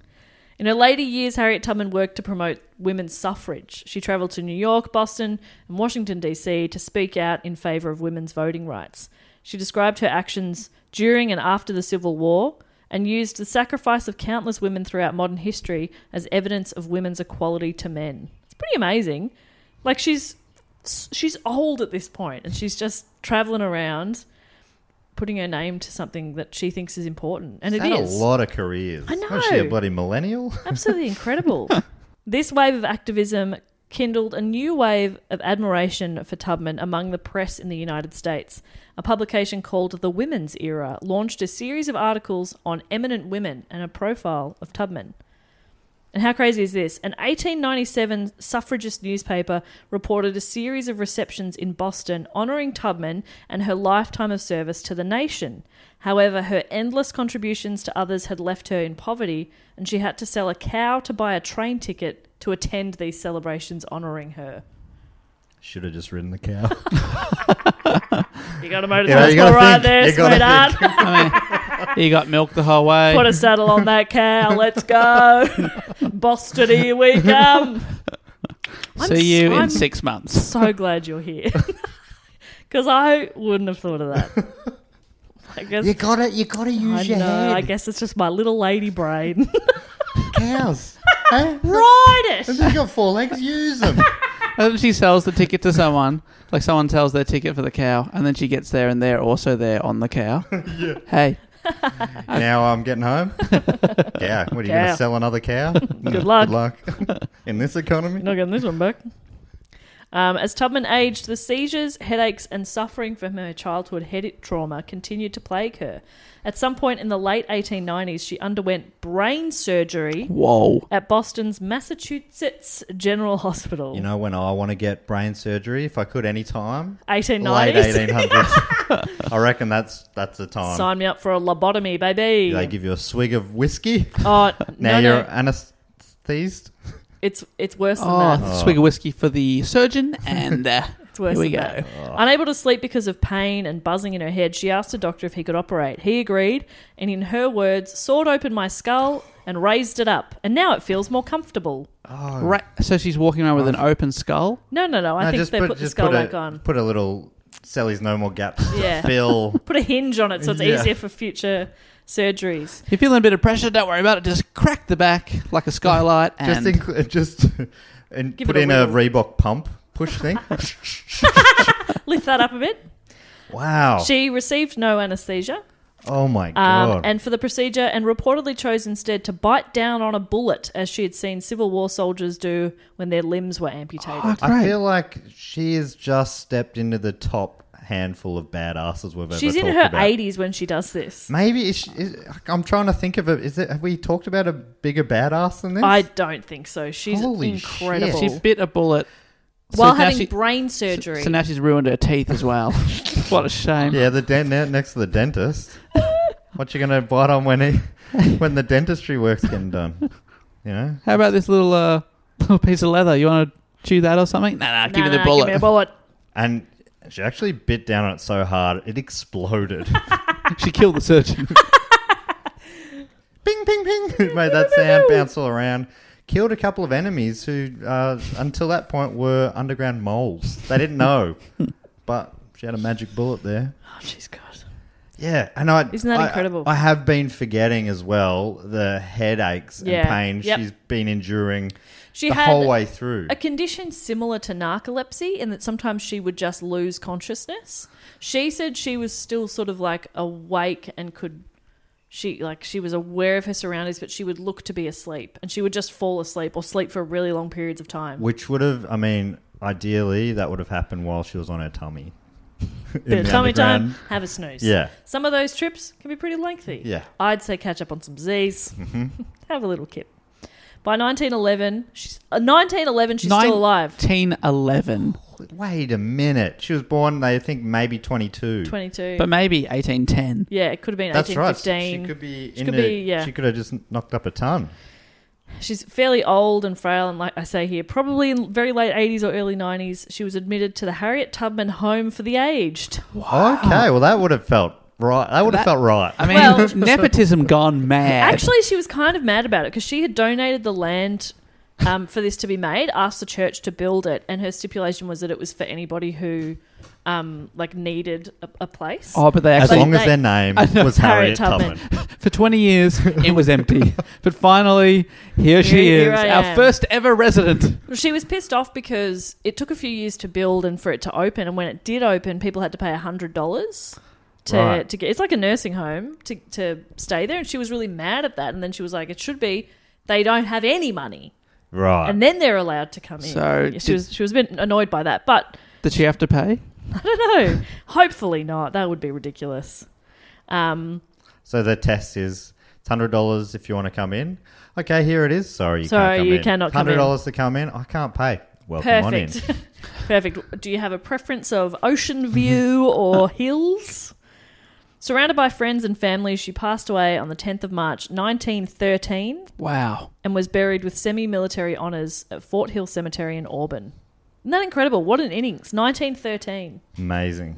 Speaker 2: In her later years, Harriet Tubman worked to promote women's suffrage. She travelled to New York, Boston, and Washington, D.C. to speak out in favour of women's voting rights. She described her actions during and after the Civil War and used the sacrifice of countless women throughout modern history as evidence of women's equality to men. It's pretty amazing. Like, she's. She's old at this point, and she's just traveling around, putting her name to something that she thinks is important, and it
Speaker 4: Had
Speaker 2: is.
Speaker 4: a lot of careers.
Speaker 2: I
Speaker 4: Was she a
Speaker 2: know.
Speaker 4: bloody millennial?
Speaker 2: Absolutely incredible. this wave of activism kindled a new wave of admiration for Tubman among the press in the United States. A publication called The Women's Era launched a series of articles on eminent women and a profile of Tubman. And how crazy is this? An 1897 suffragist newspaper reported a series of receptions in Boston honoring Tubman and her lifetime of service to the nation. However, her endless contributions to others had left her in poverty, and she had to sell a cow to buy a train ticket to attend these celebrations honoring her.
Speaker 4: Should have just ridden the cow.
Speaker 2: You got a motor
Speaker 4: Yeah, you
Speaker 2: transport
Speaker 4: gotta
Speaker 2: right
Speaker 4: think.
Speaker 2: there,
Speaker 4: You gotta
Speaker 2: sweetheart.
Speaker 3: He got milk the whole way.
Speaker 2: Put a saddle on that cow. Let's go. Boston, here we come. I'm
Speaker 3: See you
Speaker 2: I'm
Speaker 3: in six months.
Speaker 2: so glad you're here because I wouldn't have thought of that. I guess
Speaker 4: you gotta, you gotta use
Speaker 2: I
Speaker 4: your
Speaker 2: know.
Speaker 4: head.
Speaker 2: I guess it's just my little lady brain.
Speaker 4: Cows. huh?
Speaker 2: Ride it.
Speaker 4: You got four legs. Use them.
Speaker 3: And she sells the ticket to someone. Like someone sells their ticket for the cow, and then she gets there, and they're also there on the cow. Hey,
Speaker 4: now I'm getting home. Yeah. What are you
Speaker 2: Cow.
Speaker 4: gonna sell another cow? Good
Speaker 2: luck.
Speaker 4: Good luck. In this economy.
Speaker 2: You're not getting this one back. Um, as Tubman aged, the seizures, headaches, and suffering from her childhood head trauma continued to plague her. At some point in the late 1890s, she underwent brain surgery
Speaker 3: whoa!
Speaker 2: at Boston's Massachusetts General Hospital.
Speaker 4: You know when I want to get brain surgery if I could any time.
Speaker 2: 1890s.
Speaker 4: Late eighteen hundreds. I reckon that's that's the time.
Speaker 2: Sign me up for a lobotomy, baby.
Speaker 4: They give you a swig of whiskey.
Speaker 2: Oh
Speaker 4: Now
Speaker 2: no,
Speaker 4: you're uh,
Speaker 2: no,
Speaker 4: anesthetized.
Speaker 2: it's it's worse than
Speaker 3: Oh,
Speaker 2: that.
Speaker 3: swig of whiskey for the surgeon, and uh,
Speaker 2: It's worse
Speaker 3: here we
Speaker 2: than
Speaker 3: go.
Speaker 2: that.
Speaker 4: Oh.
Speaker 2: Unable to sleep because of pain and buzzing in her head, she asked a doctor if he could operate. He agreed, and in her words, sawed open my skull and raised it up, and now it feels more comfortable.
Speaker 4: Oh.
Speaker 3: Right, so she's walking around with an open skull.
Speaker 2: No, no, no. I
Speaker 4: No,
Speaker 2: think they put, the skull
Speaker 4: put a,
Speaker 2: back on.
Speaker 4: Put a little Sally's no more gaps to
Speaker 2: Yeah.
Speaker 4: fill.
Speaker 2: Put a hinge on it so it's
Speaker 4: Yeah.
Speaker 2: easier for future surgeries.
Speaker 3: You're feeling a bit of pressure. Don't worry about it. Just crack the back like a skylight,
Speaker 4: just
Speaker 3: and
Speaker 4: inclu- just and
Speaker 2: Give
Speaker 4: put
Speaker 2: it a
Speaker 4: in a
Speaker 2: wiggle.
Speaker 4: Reebok pump push thing.
Speaker 2: Lift that up a bit.
Speaker 4: wow.
Speaker 2: She received no anesthesia.
Speaker 4: oh my
Speaker 2: um,
Speaker 4: god.
Speaker 2: and for the procedure, and reportedly chose instead to bite down on a bullet, as she had seen Civil War soldiers do when their limbs were amputated.
Speaker 4: I feel like she has just stepped into the top handful of badasses we've
Speaker 2: She's
Speaker 4: ever
Speaker 2: in
Speaker 4: talked
Speaker 2: her
Speaker 4: about.
Speaker 2: 80s when she does this.
Speaker 4: Maybe is she, is, I'm trying to think of it. Is it have we talked about a bigger badass than this?
Speaker 2: I don't think so. She's
Speaker 4: Holy
Speaker 2: incredible.
Speaker 4: shit.
Speaker 3: she bit a bullet So
Speaker 2: While
Speaker 3: now
Speaker 2: having
Speaker 3: she-
Speaker 2: brain surgery.
Speaker 3: So now she's ruined her teeth as well. what a shame.
Speaker 4: yeah, the den- ne- next to the dentist. what you gonna bite on when he, when the dentistry work's getting done? You know,
Speaker 3: How about this little uh, little piece of leather? You want to chew that or something? Nah, nah, give
Speaker 2: Nah,
Speaker 3: me the
Speaker 2: nah,
Speaker 3: bullet.
Speaker 2: Give me a bullet.
Speaker 4: and she actually bit down on it so hard it exploded.
Speaker 3: she killed the surgeon.
Speaker 4: ping, ping, ping. It made that sound, bounce all around. Killed a couple of enemies who, uh, until that point, were underground moles. They didn't know, but she had a magic bullet there.
Speaker 2: Oh, she's good.
Speaker 4: Yeah, and I
Speaker 2: Isn't that
Speaker 4: I-
Speaker 2: incredible?
Speaker 4: I have been forgetting as well the headaches
Speaker 2: Yeah.
Speaker 4: and pain
Speaker 2: Yep.
Speaker 4: she's been enduring
Speaker 2: She
Speaker 4: the
Speaker 2: had
Speaker 4: whole way through.
Speaker 2: a condition similar to narcolepsy in that sometimes she would just lose consciousness. She said she was still sort of like awake and could she like she was aware of her surroundings but she would look to be asleep and she would just fall asleep or sleep for really long periods of time.
Speaker 4: Which would have, I mean, ideally that would have happened while she was on her tummy.
Speaker 2: Bit
Speaker 4: In
Speaker 2: of
Speaker 4: the
Speaker 2: tummy time,
Speaker 4: underground.
Speaker 2: have a snooze.
Speaker 4: Yeah.
Speaker 2: Some of those trips can be pretty lengthy.
Speaker 4: Yeah. Mm-hmm.
Speaker 2: I'd say catch up on some Z's. have a little kip. By 1911, she's uh, 1911. She's still alive.
Speaker 3: 1911,
Speaker 4: Wait a minute. She was born, they think, maybe 22.
Speaker 2: 22.
Speaker 3: but maybe 1810.
Speaker 2: yeah, it could have been
Speaker 4: That's right.
Speaker 2: 1815.
Speaker 4: She could be in
Speaker 2: She could
Speaker 4: a-
Speaker 2: be, yeah.
Speaker 4: She could have just knocked up a ton.
Speaker 2: She's fairly old and frail, and like I say here, probably in very late 80s or early 90s. She was admitted to the Harriet Tubman Home for the Aged.
Speaker 4: Okay, well, that would have felt right. That would have felt right.
Speaker 3: I mean,
Speaker 2: Well-
Speaker 3: nepotism gone mad.
Speaker 2: Actually, she was kind of mad about it because she had donated the land um, for this to be made, asked the church to build it, and her stipulation was that it was for anybody who um, like needed a, a place.
Speaker 3: oh, but they
Speaker 4: as
Speaker 3: actually
Speaker 4: long as
Speaker 2: they-
Speaker 4: their name
Speaker 3: I know.
Speaker 4: was Harriet
Speaker 2: Harriet
Speaker 4: Tubman.
Speaker 3: For 20 years, it was empty. But finally, here she
Speaker 2: Here-
Speaker 3: is,
Speaker 2: here I
Speaker 3: our
Speaker 2: am.
Speaker 3: first ever resident.
Speaker 2: She was pissed off because it took a few years to build and for it to open, and when it did open, people had to pay hundred dollars. To,
Speaker 4: Right.
Speaker 2: to get it's like a nursing home to, to stay there and she was really mad at that and then she was like it should be they don't have any money
Speaker 4: Right.
Speaker 2: and then they're allowed to come in
Speaker 3: Uh, So
Speaker 2: she
Speaker 3: did-
Speaker 2: was she was a bit annoyed by that but
Speaker 3: Did she have to pay?
Speaker 2: No, hopefully not. That would be ridiculous. Um,
Speaker 4: so the test is it's hundred dollars if you want to come in. Okay, here it is. Sorry, you
Speaker 2: Sorry,
Speaker 4: can't come
Speaker 2: you
Speaker 4: in.
Speaker 2: cannot come
Speaker 4: Hundred
Speaker 2: in.
Speaker 4: dollars to come in. I can't pay. Welcome on in.
Speaker 2: perfect. perfect. Do you have a preference of ocean view or hills? Surrounded by friends and family, she passed away on the 10th of March, 1913,
Speaker 3: Wow.
Speaker 2: and was buried with semi military honours at Fort Hill Cemetery in Auburn. Isn't that incredible? What an innings. 1913.
Speaker 4: Amazing.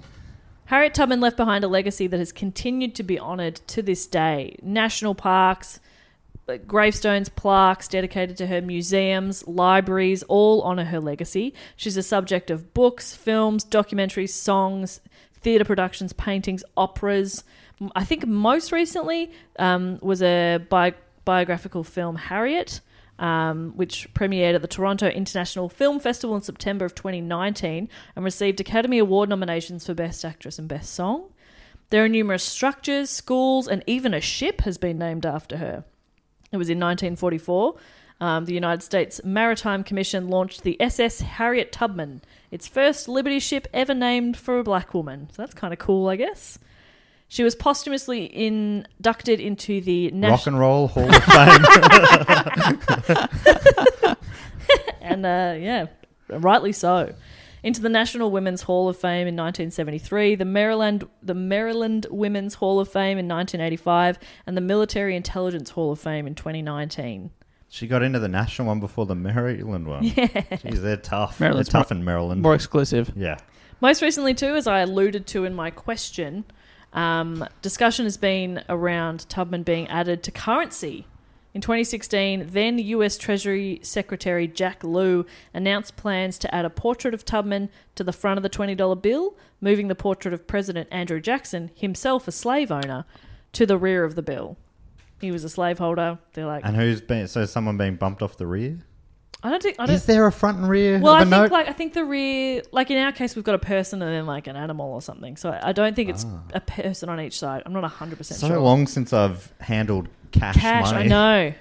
Speaker 2: Harriet Tubman left behind a legacy that has continued to be honoured to this day. National parks, uh, gravestones, plaques dedicated to her, museums, libraries, all honour her legacy. She's a subject of books, films, documentaries, songs, theatre productions, paintings, operas. M- I think most recently um, was a bi- biographical film, Harriet. Um, which premiered at the Toronto International Film Festival in September of 2019 and received Academy Award nominations for Best Actress and Best Song. There are numerous structures, schools, and even a ship has been named after her. It was in 1944. Um, the United States Maritime Commission launched the SS Harriet Tubman, its first liberty ship ever named for a black woman. So that's kind of cool, I guess. She was posthumously inducted into the
Speaker 4: Rock
Speaker 2: National
Speaker 4: and Roll Hall of Fame.
Speaker 2: and uh, yeah, rightly so. Into the National Women's Hall of Fame in 1973, the Maryland the Maryland Women's Hall of Fame in 1985, and the Military Intelligence Hall of Fame in 2019.
Speaker 4: she got into the national one before the Maryland one. Yeah. Jeez, they're tough.
Speaker 3: Maryland's
Speaker 4: they're tough
Speaker 3: more-
Speaker 4: in Maryland.
Speaker 3: More exclusive.
Speaker 4: yeah.
Speaker 2: Most recently, too, as I alluded to in my question, um, discussion has been around Tubman being added to currency. In 2016, then US Treasury Secretary Jack Lew announced plans to add a portrait of Tubman to the front of the $20 bill, moving the portrait of President Andrew Jackson, himself a slave owner, to the rear of the bill. He was a slaveholder. They're like,
Speaker 4: And who's been? So someone being bumped off the rear?
Speaker 2: I don't think, I don't,
Speaker 4: Is there a front and rear?
Speaker 2: well,
Speaker 4: of
Speaker 2: I
Speaker 4: a
Speaker 2: think
Speaker 4: note?
Speaker 2: like I think the rear, like in our case, we've got a person and then like an animal or something. So I I don't think it's a person on each side. I'm not hundred percent
Speaker 4: Ah. so
Speaker 2: sure.
Speaker 4: long since I've handled cash,
Speaker 2: Cash,
Speaker 4: money.
Speaker 2: I know.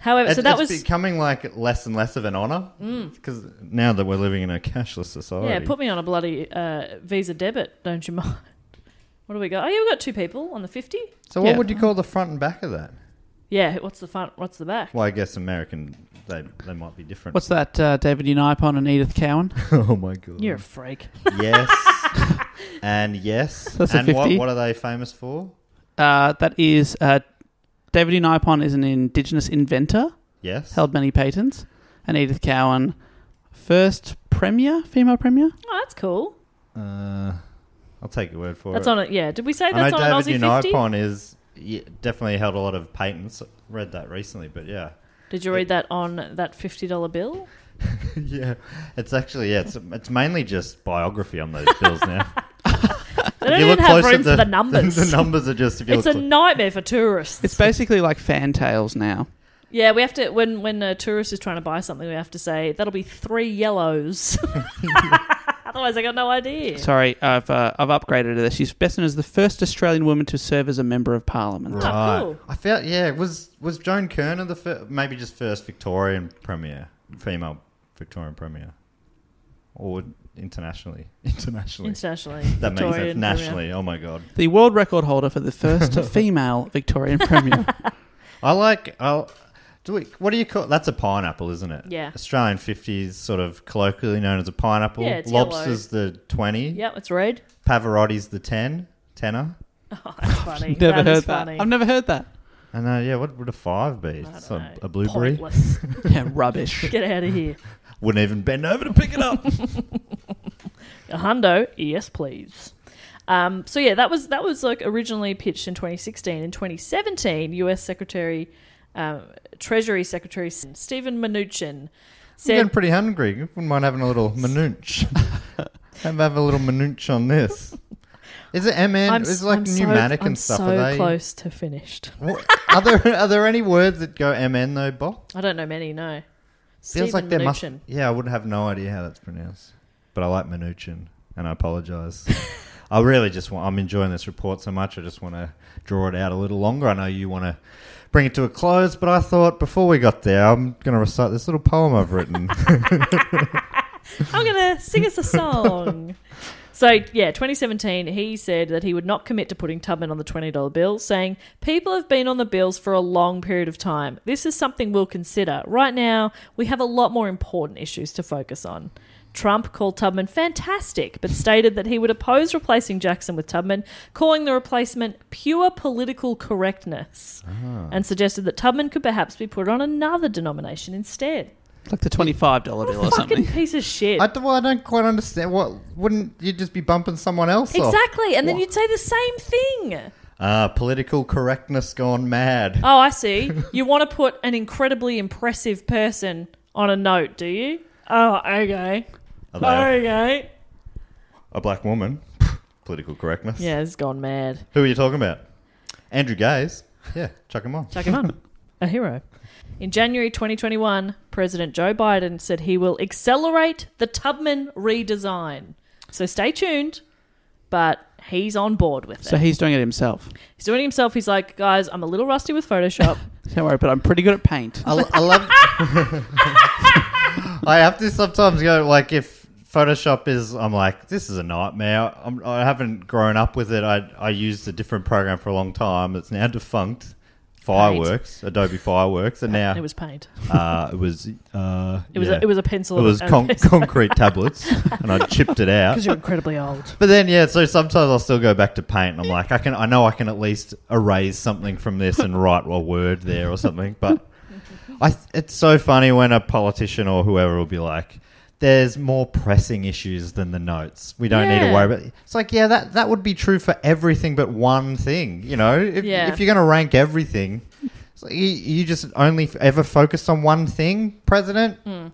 Speaker 2: However,
Speaker 4: It's,
Speaker 2: so
Speaker 4: it's
Speaker 2: that was Mm.
Speaker 4: becoming like less and less of an honor because now that we're living in a cashless society.
Speaker 2: yeah. Put me on a bloody uh, Visa debit, don't you mind? What do we got? Oh yeah, we got two people on the fifty.
Speaker 4: so what
Speaker 3: yeah.
Speaker 4: would you call the front and back of that?
Speaker 2: Yeah, what's the front? What's the back?
Speaker 4: Well, I guess American they they might be different.
Speaker 3: What's that, uh, David Unipon and Edith Cowan?
Speaker 4: oh my god?
Speaker 2: You're a freak.
Speaker 4: Yes. and yes.
Speaker 3: That's a
Speaker 4: and what
Speaker 3: 50.
Speaker 4: what are they famous for?
Speaker 3: Uh, that is, uh, David Unipon is an indigenous inventor,
Speaker 4: Yes.
Speaker 3: held many patents, and Edith Cowan, first premier, female premier?
Speaker 2: Oh, that's cool.
Speaker 4: Uh, I'll take your word for
Speaker 2: That's
Speaker 4: it.
Speaker 2: on it. Yeah. Did we say
Speaker 4: I
Speaker 2: that's
Speaker 4: know
Speaker 2: on an Aussie
Speaker 4: David
Speaker 2: fifty?
Speaker 4: Unipon is yeah, definitely held a lot of patents. Read that recently, but yeah.
Speaker 2: Did you read that on that fifty dollar bill?
Speaker 4: Yeah, it's actually yeah, it's it's mainly just biography on those bills now.
Speaker 2: They don't even have room for the
Speaker 4: the,
Speaker 2: numbers.
Speaker 4: numbers are just if you
Speaker 2: it's a
Speaker 4: look. clo-
Speaker 2: nightmare for tourists.
Speaker 3: It's basically like fan tales now.
Speaker 2: Yeah, we have to when when a tourist is trying to buy something, we have to say that'll be three yellows. Otherwise, I got no idea.
Speaker 3: Sorry, I've uh, I've upgraded her. She's best known as the first Australian woman to serve as a member of parliament.
Speaker 2: Oh, cool.
Speaker 4: I felt yeah, was was Joan Kerner the fir- maybe just first Victorian premier, female Victorian premier, or internationally? Internationally,
Speaker 2: Internationally,
Speaker 4: that means
Speaker 2: Victorian,
Speaker 4: nationally. Oh my god,
Speaker 3: The world record holder for the first female Victorian premier.
Speaker 4: I like. i do we, what do you call? That's a pineapple, isn't it?
Speaker 2: Yeah.
Speaker 4: Australian fifties, sort of colloquially known as a pineapple.
Speaker 2: Yeah, it's
Speaker 4: Lobster's the twenty.
Speaker 2: Yeah, it's red.
Speaker 4: Pavarotti's the 10, tenor.
Speaker 2: Oh, that's funny.
Speaker 3: never
Speaker 2: That
Speaker 3: heard
Speaker 2: is
Speaker 3: that.
Speaker 2: funny.
Speaker 3: I've never heard that.
Speaker 4: And uh, yeah, what would a five be?
Speaker 2: I don't
Speaker 4: It's a,
Speaker 2: know.
Speaker 4: a blueberry.
Speaker 2: Pointless.
Speaker 3: Yeah, rubbish.
Speaker 2: Get out of here.
Speaker 4: Wouldn't even bend over to pick it up.
Speaker 2: A hundo, yes, please. Um, so yeah, that was that was like originally pitched in 2016. In 2017, U.S. Secretary, um, Treasury Secretary S- Stephen Mnuchin
Speaker 4: I'm getting
Speaker 2: said,
Speaker 4: pretty hungry. You Wouldn't mind having a little manunch. have, have a little manunch on this. Is it MN?
Speaker 2: "I'm
Speaker 4: It's
Speaker 2: s-
Speaker 4: like
Speaker 2: I'm
Speaker 4: pneumatic
Speaker 2: so, I'm
Speaker 4: and stuff.
Speaker 2: So
Speaker 4: are they?
Speaker 2: close to finished.
Speaker 4: What- are there are there any words that go MN though, Bob?
Speaker 2: I don't know many. No.
Speaker 4: Feels
Speaker 2: Stephen
Speaker 4: like there must.
Speaker 2: Mnuchin.
Speaker 4: Yeah, I would have no idea how that's pronounced, but I like Minuchin, and I apologize. I really just want. I'm enjoying this report so much. I just want to draw it out a little longer. I know you want to bring it to a close, but I thought before we got there, I'm going to recite this little poem I've written.
Speaker 2: I'm gonna sing us a song. So yeah, 2017, he said that he would not commit to putting Tubman on the twenty dollar bill, saying people have been on the bills for a long period of time. This is something we'll consider. Right now, we have a lot more important issues to focus on. Trump called Tubman fantastic, but stated that he would oppose replacing Jackson with Tubman, calling the replacement pure political correctness, and suggested that Tubman could perhaps be put on another denomination instead.
Speaker 3: Like the $25 bill or
Speaker 2: Fucking
Speaker 3: something.
Speaker 2: piece of shit.
Speaker 4: I, d- well, I don't quite understand. What wouldn't you just be bumping someone else? off?
Speaker 2: Exactly, and then you'd say the same thing.
Speaker 4: Ah, political correctness gone mad.
Speaker 2: Oh, I see. you want to put an incredibly impressive person on a note, do you? Oh, okay.
Speaker 4: Hello.
Speaker 2: Okay.
Speaker 4: A black woman. political correctness.
Speaker 2: Yeah, it's gone mad.
Speaker 4: Who are you talking about? Andrew Gaze. Yeah, chuck him on.
Speaker 2: Chuck him on. A hero. In January 2021, President Joe Biden said he will accelerate the Tubman redesign. So stay tuned, but he's on board with it.
Speaker 3: So he's doing it himself.
Speaker 2: he's doing it himself. He's like, guys, I'm a little rusty with Photoshop.
Speaker 3: Don't worry, but I'm pretty good at paint.
Speaker 4: I, I love. I have to sometimes go like if Photoshop is. I'm like this is a nightmare. I'm, I haven't grown up with it. I I used a different program for a long time. It's now defunct. Fireworks, Adobe Fireworks, and now
Speaker 2: it was paint.
Speaker 4: uh, it was uh,
Speaker 2: It was
Speaker 4: yeah.
Speaker 2: a, it was a pencil.
Speaker 4: It was
Speaker 2: and a
Speaker 4: con-
Speaker 2: pencil.
Speaker 4: concrete tablets, and I chipped it out.
Speaker 2: you're incredibly old.
Speaker 4: But then, yeah, so sometimes I'll still go back to paint. And I'm like, I can, I know I can at least erase something from this and write a word there or something. But I, it's so funny when a politician or whoever will be like, "There's more pressing issues than the notes. We don't need to
Speaker 2: Yeah.
Speaker 4: worry about." It. It's like, yeah, that that would be true for everything but one thing. You know, if,
Speaker 2: Yeah.
Speaker 4: if you're going to rank everything, it's like you, you just only f- ever focus on one thing, President.
Speaker 2: Hmm.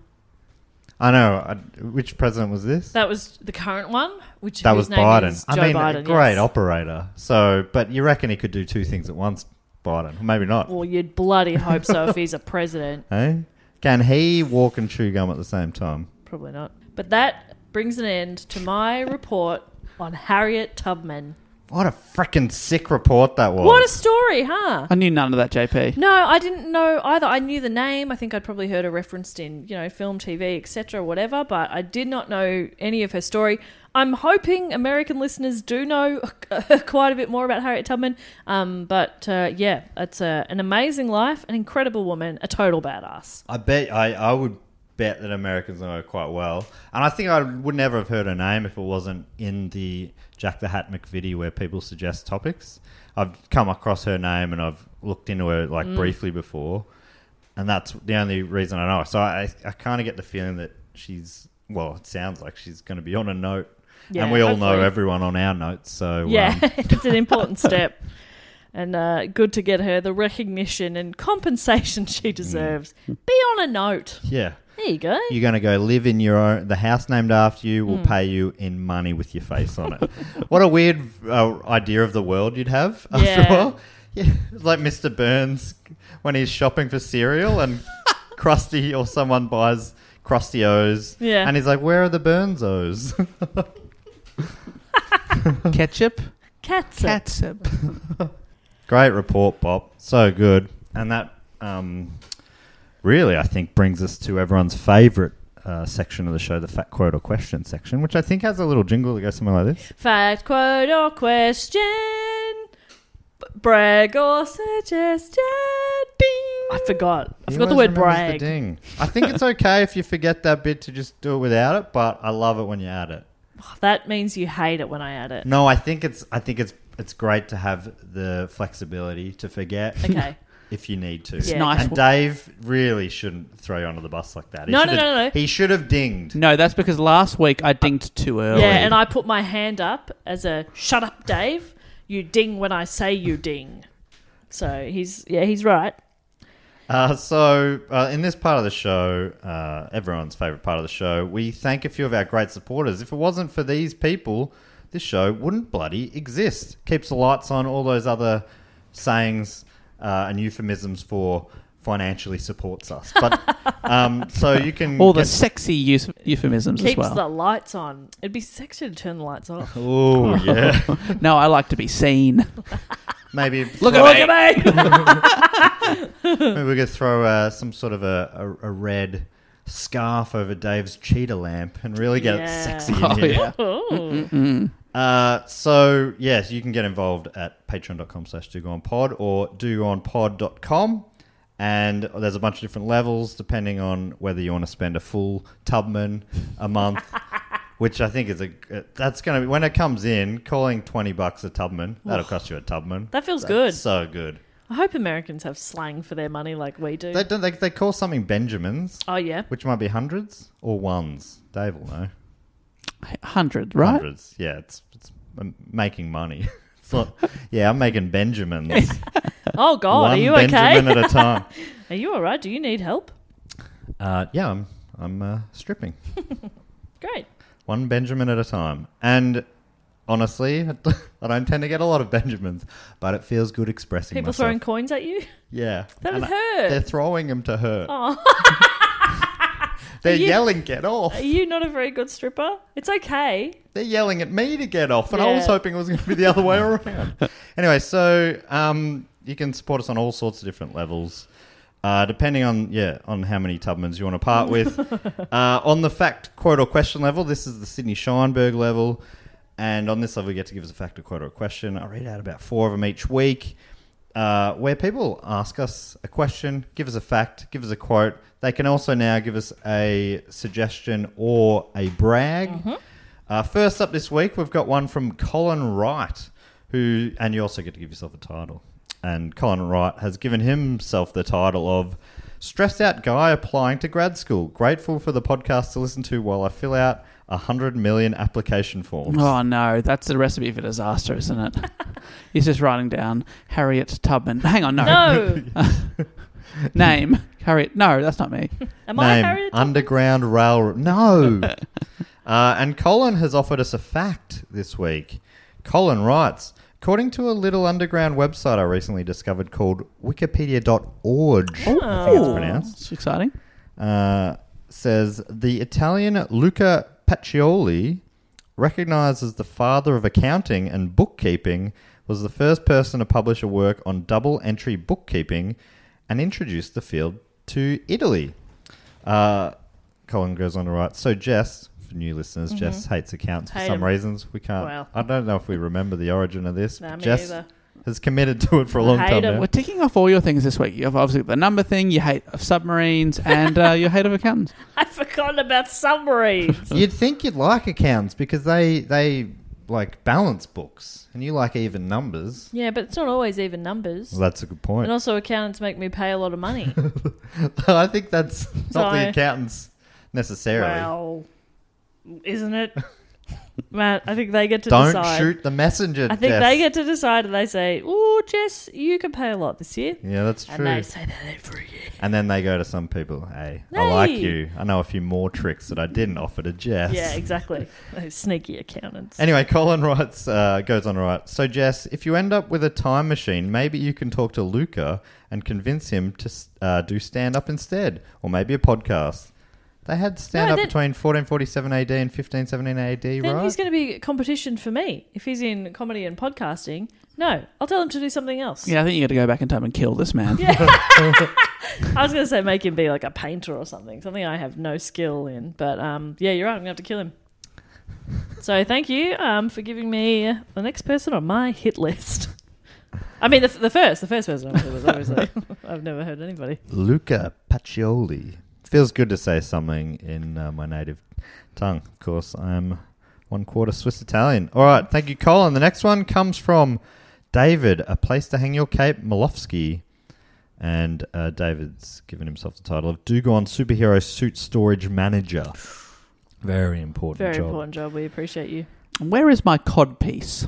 Speaker 4: I know. I, which president was this?
Speaker 2: That was the current one, which
Speaker 4: That
Speaker 2: whose
Speaker 4: was
Speaker 2: name
Speaker 4: Biden.
Speaker 2: Is Joe
Speaker 4: I mean,
Speaker 2: Biden,
Speaker 4: great
Speaker 2: yes.
Speaker 4: operator. So, but you reckon he could do two things at once, Biden? Maybe not.
Speaker 2: Well, you'd bloody hope so if he's a president.
Speaker 4: Hey? Can he walk and chew gum at the same time?
Speaker 2: Probably not. But that brings an end to my report on Harriet Tubman.
Speaker 4: What a freaking sick report that was.
Speaker 2: What a story, huh?
Speaker 3: I knew none of that, JP.
Speaker 2: No, I didn't know either. I knew the name. I think I'd probably heard her referenced in, you know, film, TV, etc., whatever, but I did not know any of her story. I'm hoping American listeners do know quite a bit more about Harriet Tubman. Um, but uh, yeah, it's uh an amazing life, an incredible woman, a total badass.
Speaker 4: I bet I, I would bet that Americans know her quite well. And I think I would never have heard her name if it wasn't in the Jack the Hat McVitie where people suggest topics. I've come across her name and I've looked into her like
Speaker 2: Mm.
Speaker 4: briefly before. And that's the only reason I know. her. So I, I kind of get the feeling that she's, well, it sounds like she's going to be on a note.
Speaker 2: Yeah,
Speaker 4: and we all know
Speaker 2: hopefully.
Speaker 4: everyone on our notes. So
Speaker 2: Yeah,
Speaker 4: um,
Speaker 2: it's an important step. And uh, good to get her the recognition and compensation she deserves. Be on a note.
Speaker 4: yeah.
Speaker 2: There you go.
Speaker 4: You're going to go live in your own. The house named after you
Speaker 2: Hmm.
Speaker 4: will pay you in money with your face on it. what a weird uh, idea of the world you'd have after
Speaker 2: Yeah.
Speaker 4: a while. Yeah, it's like Mr. Burns when he's shopping for cereal and Krusty or someone buys Krusty O's.
Speaker 2: Yeah.
Speaker 4: And he's like, where are the Burns O's?
Speaker 3: Ketchup?
Speaker 2: Cats.
Speaker 3: Catsup.
Speaker 4: Great report, Bob. So good. And that um, really, I think, brings us to everyone's favourite uh, section of the show, the fat quote or question section, which I think has a little jingle that goes something like this.
Speaker 2: Fact, quote, or question. B- Brag or suggestion. Ding. I forgot. I
Speaker 4: He
Speaker 2: forgot the
Speaker 4: always
Speaker 2: word
Speaker 4: remembers
Speaker 2: brag.
Speaker 4: the ding. I think it's okay if you forget that bit to just do it without it, but I love it when you add it.
Speaker 2: Oh, that means you hate it when I add it.
Speaker 4: No, I think it's I think it's it's great to have the flexibility to forget.
Speaker 2: Okay.
Speaker 4: if you need to.
Speaker 2: Yeah.
Speaker 3: nice.
Speaker 4: And Dave really shouldn't throw you under the bus like that. He
Speaker 2: No,
Speaker 4: should
Speaker 2: no,
Speaker 4: have-
Speaker 2: no, no.
Speaker 4: He should have dinged.
Speaker 3: No, that's because last week I dinged too early.
Speaker 2: Yeah, and I put my hand up as a shut up, Dave. You ding when I say you ding. So he's yeah, he's right.
Speaker 4: Uh, so, uh, in this part of the show, uh, everyone's favorite part of the show, we thank a few of our great supporters. If it wasn't for these people, this show wouldn't bloody exist. Keeps the lights on, all those other sayings uh, and euphemisms for financially supports us. But um, so you can
Speaker 3: all the
Speaker 4: get-
Speaker 3: sexy eus- euphemisms
Speaker 2: Keeps
Speaker 3: as
Speaker 2: the
Speaker 3: well.
Speaker 2: lights on. It'd be sexy to turn the lights off.
Speaker 4: oh yeah
Speaker 3: no, I like to be seen.
Speaker 4: maybe
Speaker 3: Look
Speaker 4: throw-
Speaker 3: at me.
Speaker 4: Maybe we could throw uh, some sort of a, a, a red scarf over Dave's cheetah lamp and really get it
Speaker 2: Yeah.
Speaker 4: sexy in
Speaker 3: Oh
Speaker 4: here.
Speaker 3: yeah.
Speaker 2: Ooh.
Speaker 4: Uh, so, yes, you can get involved at patreon.com slash dogonpod or dogonpod.com. And there's a bunch of different levels depending on whether you want to spend a full Tubman a month, which I think is a... uh, That's going to be... When it comes in, calling 20 bucks a Tubman, that'll cost you a Tubman.
Speaker 2: That feels
Speaker 4: That's
Speaker 2: good.
Speaker 4: so good.
Speaker 2: I hope Americans have slang for their money like we do.
Speaker 4: They, don't, they, they call something Benjamins.
Speaker 2: oh yeah.
Speaker 4: Which might be hundreds or ones. Dave will know.
Speaker 3: Hundred, right?
Speaker 4: Hundreds. Yeah, it's, it's I'm making money. It's not, yeah, I'm making Benjamins.
Speaker 2: Oh God,
Speaker 4: One
Speaker 2: are you
Speaker 4: Benjamin
Speaker 2: okay?
Speaker 4: at a time.
Speaker 2: Are you all right? Do you need help?
Speaker 4: Uh, yeah, I'm, I'm uh, stripping.
Speaker 2: Great.
Speaker 4: One Benjamin at a time. And honestly, I don't tend to get a lot of Benjamins, but it feels good expressing
Speaker 2: People
Speaker 4: myself.
Speaker 2: throwing coins at you.
Speaker 4: Yeah.
Speaker 2: That
Speaker 4: And
Speaker 2: would
Speaker 4: I-
Speaker 2: hurt. Oh.
Speaker 4: They're throwing them to her. they're
Speaker 2: You-
Speaker 4: yelling, get off.
Speaker 2: Are you not a very good stripper? It's okay.
Speaker 4: They're yelling at me to get off, and I
Speaker 2: Yeah.
Speaker 4: was hoping it was going to be the other way around. anyway, so um, you can support us on all sorts of different levels, uh, depending on yeah on how many Tubmans you want to part with. uh, on the fact, quote, or question level, this is the Sydney Scheinberg level, and on this level, you get to give us a fact, a quote, or a question. I read out about four of them each week. Uh, where people ask us a question, give us a fact, give us a quote. They can also now give us a suggestion or a brag. Uh, first up this week, we've got one from Colin Wright, who, and you also get to give yourself a title. And Colin Wright has given himself the title of Stressed Out Guy Applying to Grad School. Grateful for the podcast to listen to while I fill out 100 million application forms.
Speaker 3: Oh no, that's a recipe for disaster, isn't it? He's just writing down Harriet Tubman. Hang on, no.
Speaker 2: No.
Speaker 3: Name Harriet. No, that's not me.
Speaker 2: Am I
Speaker 4: Name
Speaker 2: Harriet?
Speaker 4: Underground Railroad. No. uh, and Colin has offered us a fact this week. Colin writes According to a little underground website I recently discovered called wikipedia.org,
Speaker 2: Oh.
Speaker 4: I think it's pronounced,
Speaker 3: It's exciting.
Speaker 4: uh, says the Italian Luca Pacioli, recognized as the father of accounting and bookkeeping, was the first person to publish a work on double entry bookkeeping and introduced the field to Italy. Uh, Colin goes on to write So, Jess, for new listeners, Jess hates accounts for
Speaker 2: Mm-hmm. Hate
Speaker 4: some
Speaker 2: 'em.
Speaker 4: reasons. We can't,
Speaker 2: Well.
Speaker 4: I don't know if we remember the origin of this.
Speaker 2: Nah,
Speaker 4: but
Speaker 2: me
Speaker 4: Jess
Speaker 2: either.
Speaker 4: has committed to it for a long
Speaker 2: Hate
Speaker 4: time.
Speaker 2: 'em.
Speaker 4: now.
Speaker 3: We're ticking off all your things this week. You have obviously the number thing, your hate of submarines, and uh, your hate of accountants.
Speaker 2: I've forgotten about submarines.
Speaker 4: You'd think you'd like accountants because they they like balance books, and you like even numbers.
Speaker 2: yeah, but it's not always even numbers.
Speaker 4: Well, that's a good point.
Speaker 2: and also, accountants make me pay a lot of money.
Speaker 4: I think that's not the
Speaker 2: Sorry.
Speaker 4: accountants necessarily.
Speaker 2: well, isn't it? Matt, I think they get to
Speaker 4: Don't
Speaker 2: decide.
Speaker 4: shoot the messenger.
Speaker 2: I think
Speaker 4: Jess.
Speaker 2: they get to decide and they say, oh, Jess, you can pay a lot this year.
Speaker 4: Yeah, that's true.
Speaker 2: And they say that every year.
Speaker 4: And then they go to some people. Hey, I like
Speaker 2: Hey.
Speaker 4: you. I know a few more tricks that I didn't offer to Jess.
Speaker 2: Yeah, exactly. Those sneaky accountants.
Speaker 4: Anyway, Colin writes, uh, goes on to write, so Jess, if you end up with a time machine, maybe you can talk to Luca and convince him to uh, do stand up instead, or maybe a podcast. They had stand up
Speaker 2: then-
Speaker 4: between 1447 AD and 1517 AD,
Speaker 2: then
Speaker 4: right?
Speaker 2: he's going to be a competition for me if he's in comedy and podcasting. No, I'll tell him to do something else.
Speaker 3: Yeah, I think you got to go back in time and kill this man.
Speaker 2: I was going to say make him be like a painter or something, something I have no skill in. But um, yeah, you're right. I'm going to have to kill him. So thank you um, for giving me the next person on my hit list. I mean, the, the first, the first person on my hit list, obviously. I've never heard anybody.
Speaker 4: Luca Pacioli. Feels good to say something in uh, my native tongue. Of course, I'm one quarter Swiss Italian. All right, thank you, Colin. The next one comes from David, a place to hang your cape, Malofsky. And uh, David's given himself the title of Dugon Superhero Suit Storage Manager. Very important
Speaker 2: Very
Speaker 4: job.
Speaker 2: important job. We appreciate you.
Speaker 3: Where is my cod piece?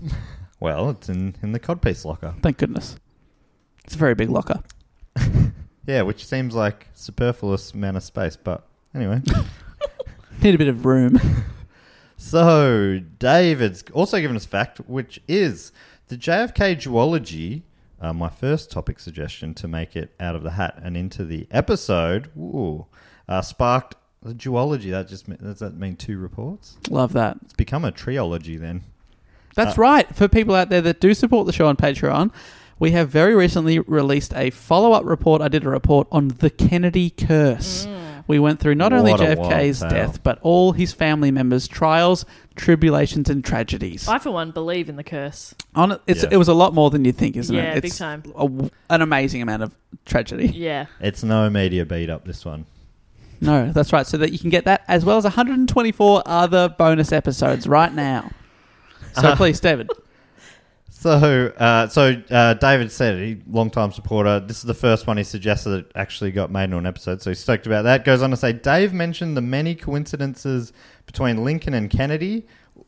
Speaker 4: Well, it's in, in the codpiece locker.
Speaker 3: Thank goodness. It's a very big locker.
Speaker 4: Yeah, which seems like superfluous amount of space, but anyway.
Speaker 3: Need a bit of room.
Speaker 4: So, David's also given us a fact, which is the JFK duology. Uh, my first topic suggestion to make it out of the hat and into the episode ooh, uh, sparked the duology. That just me- does that mean two reports?
Speaker 3: Love that.
Speaker 4: It's become a triology then.
Speaker 3: That's
Speaker 4: Uh,
Speaker 3: right. For people out there that do support the show on Patreon, we have very recently released a follow up report. I did a report on the Kennedy curse. We went through not only
Speaker 4: Mm. What a wild
Speaker 3: JFK's
Speaker 4: tale.
Speaker 3: death, but all his family members' trials, tribulations, and tragedies.
Speaker 2: I, for one, believe in the curse.
Speaker 3: On it's,
Speaker 4: Yeah.
Speaker 3: It was a lot more than you think, isn't
Speaker 2: Yeah,
Speaker 3: it?
Speaker 2: big
Speaker 3: It's
Speaker 2: time.
Speaker 3: a w an amazing amount of tragedy.
Speaker 2: Yeah.
Speaker 4: It's no media beat up this one.
Speaker 3: No, that's right. So that you can get that as well as 124 other bonus episodes right now.
Speaker 4: Uh-huh.
Speaker 3: So please, David.
Speaker 4: So, uh, so uh, David said he long-time supporter. This is the first one he suggested that actually got made into an episode. So he's stoked about that. Goes on to say, Dave mentioned the many coincidences between Lincoln and Kennedy.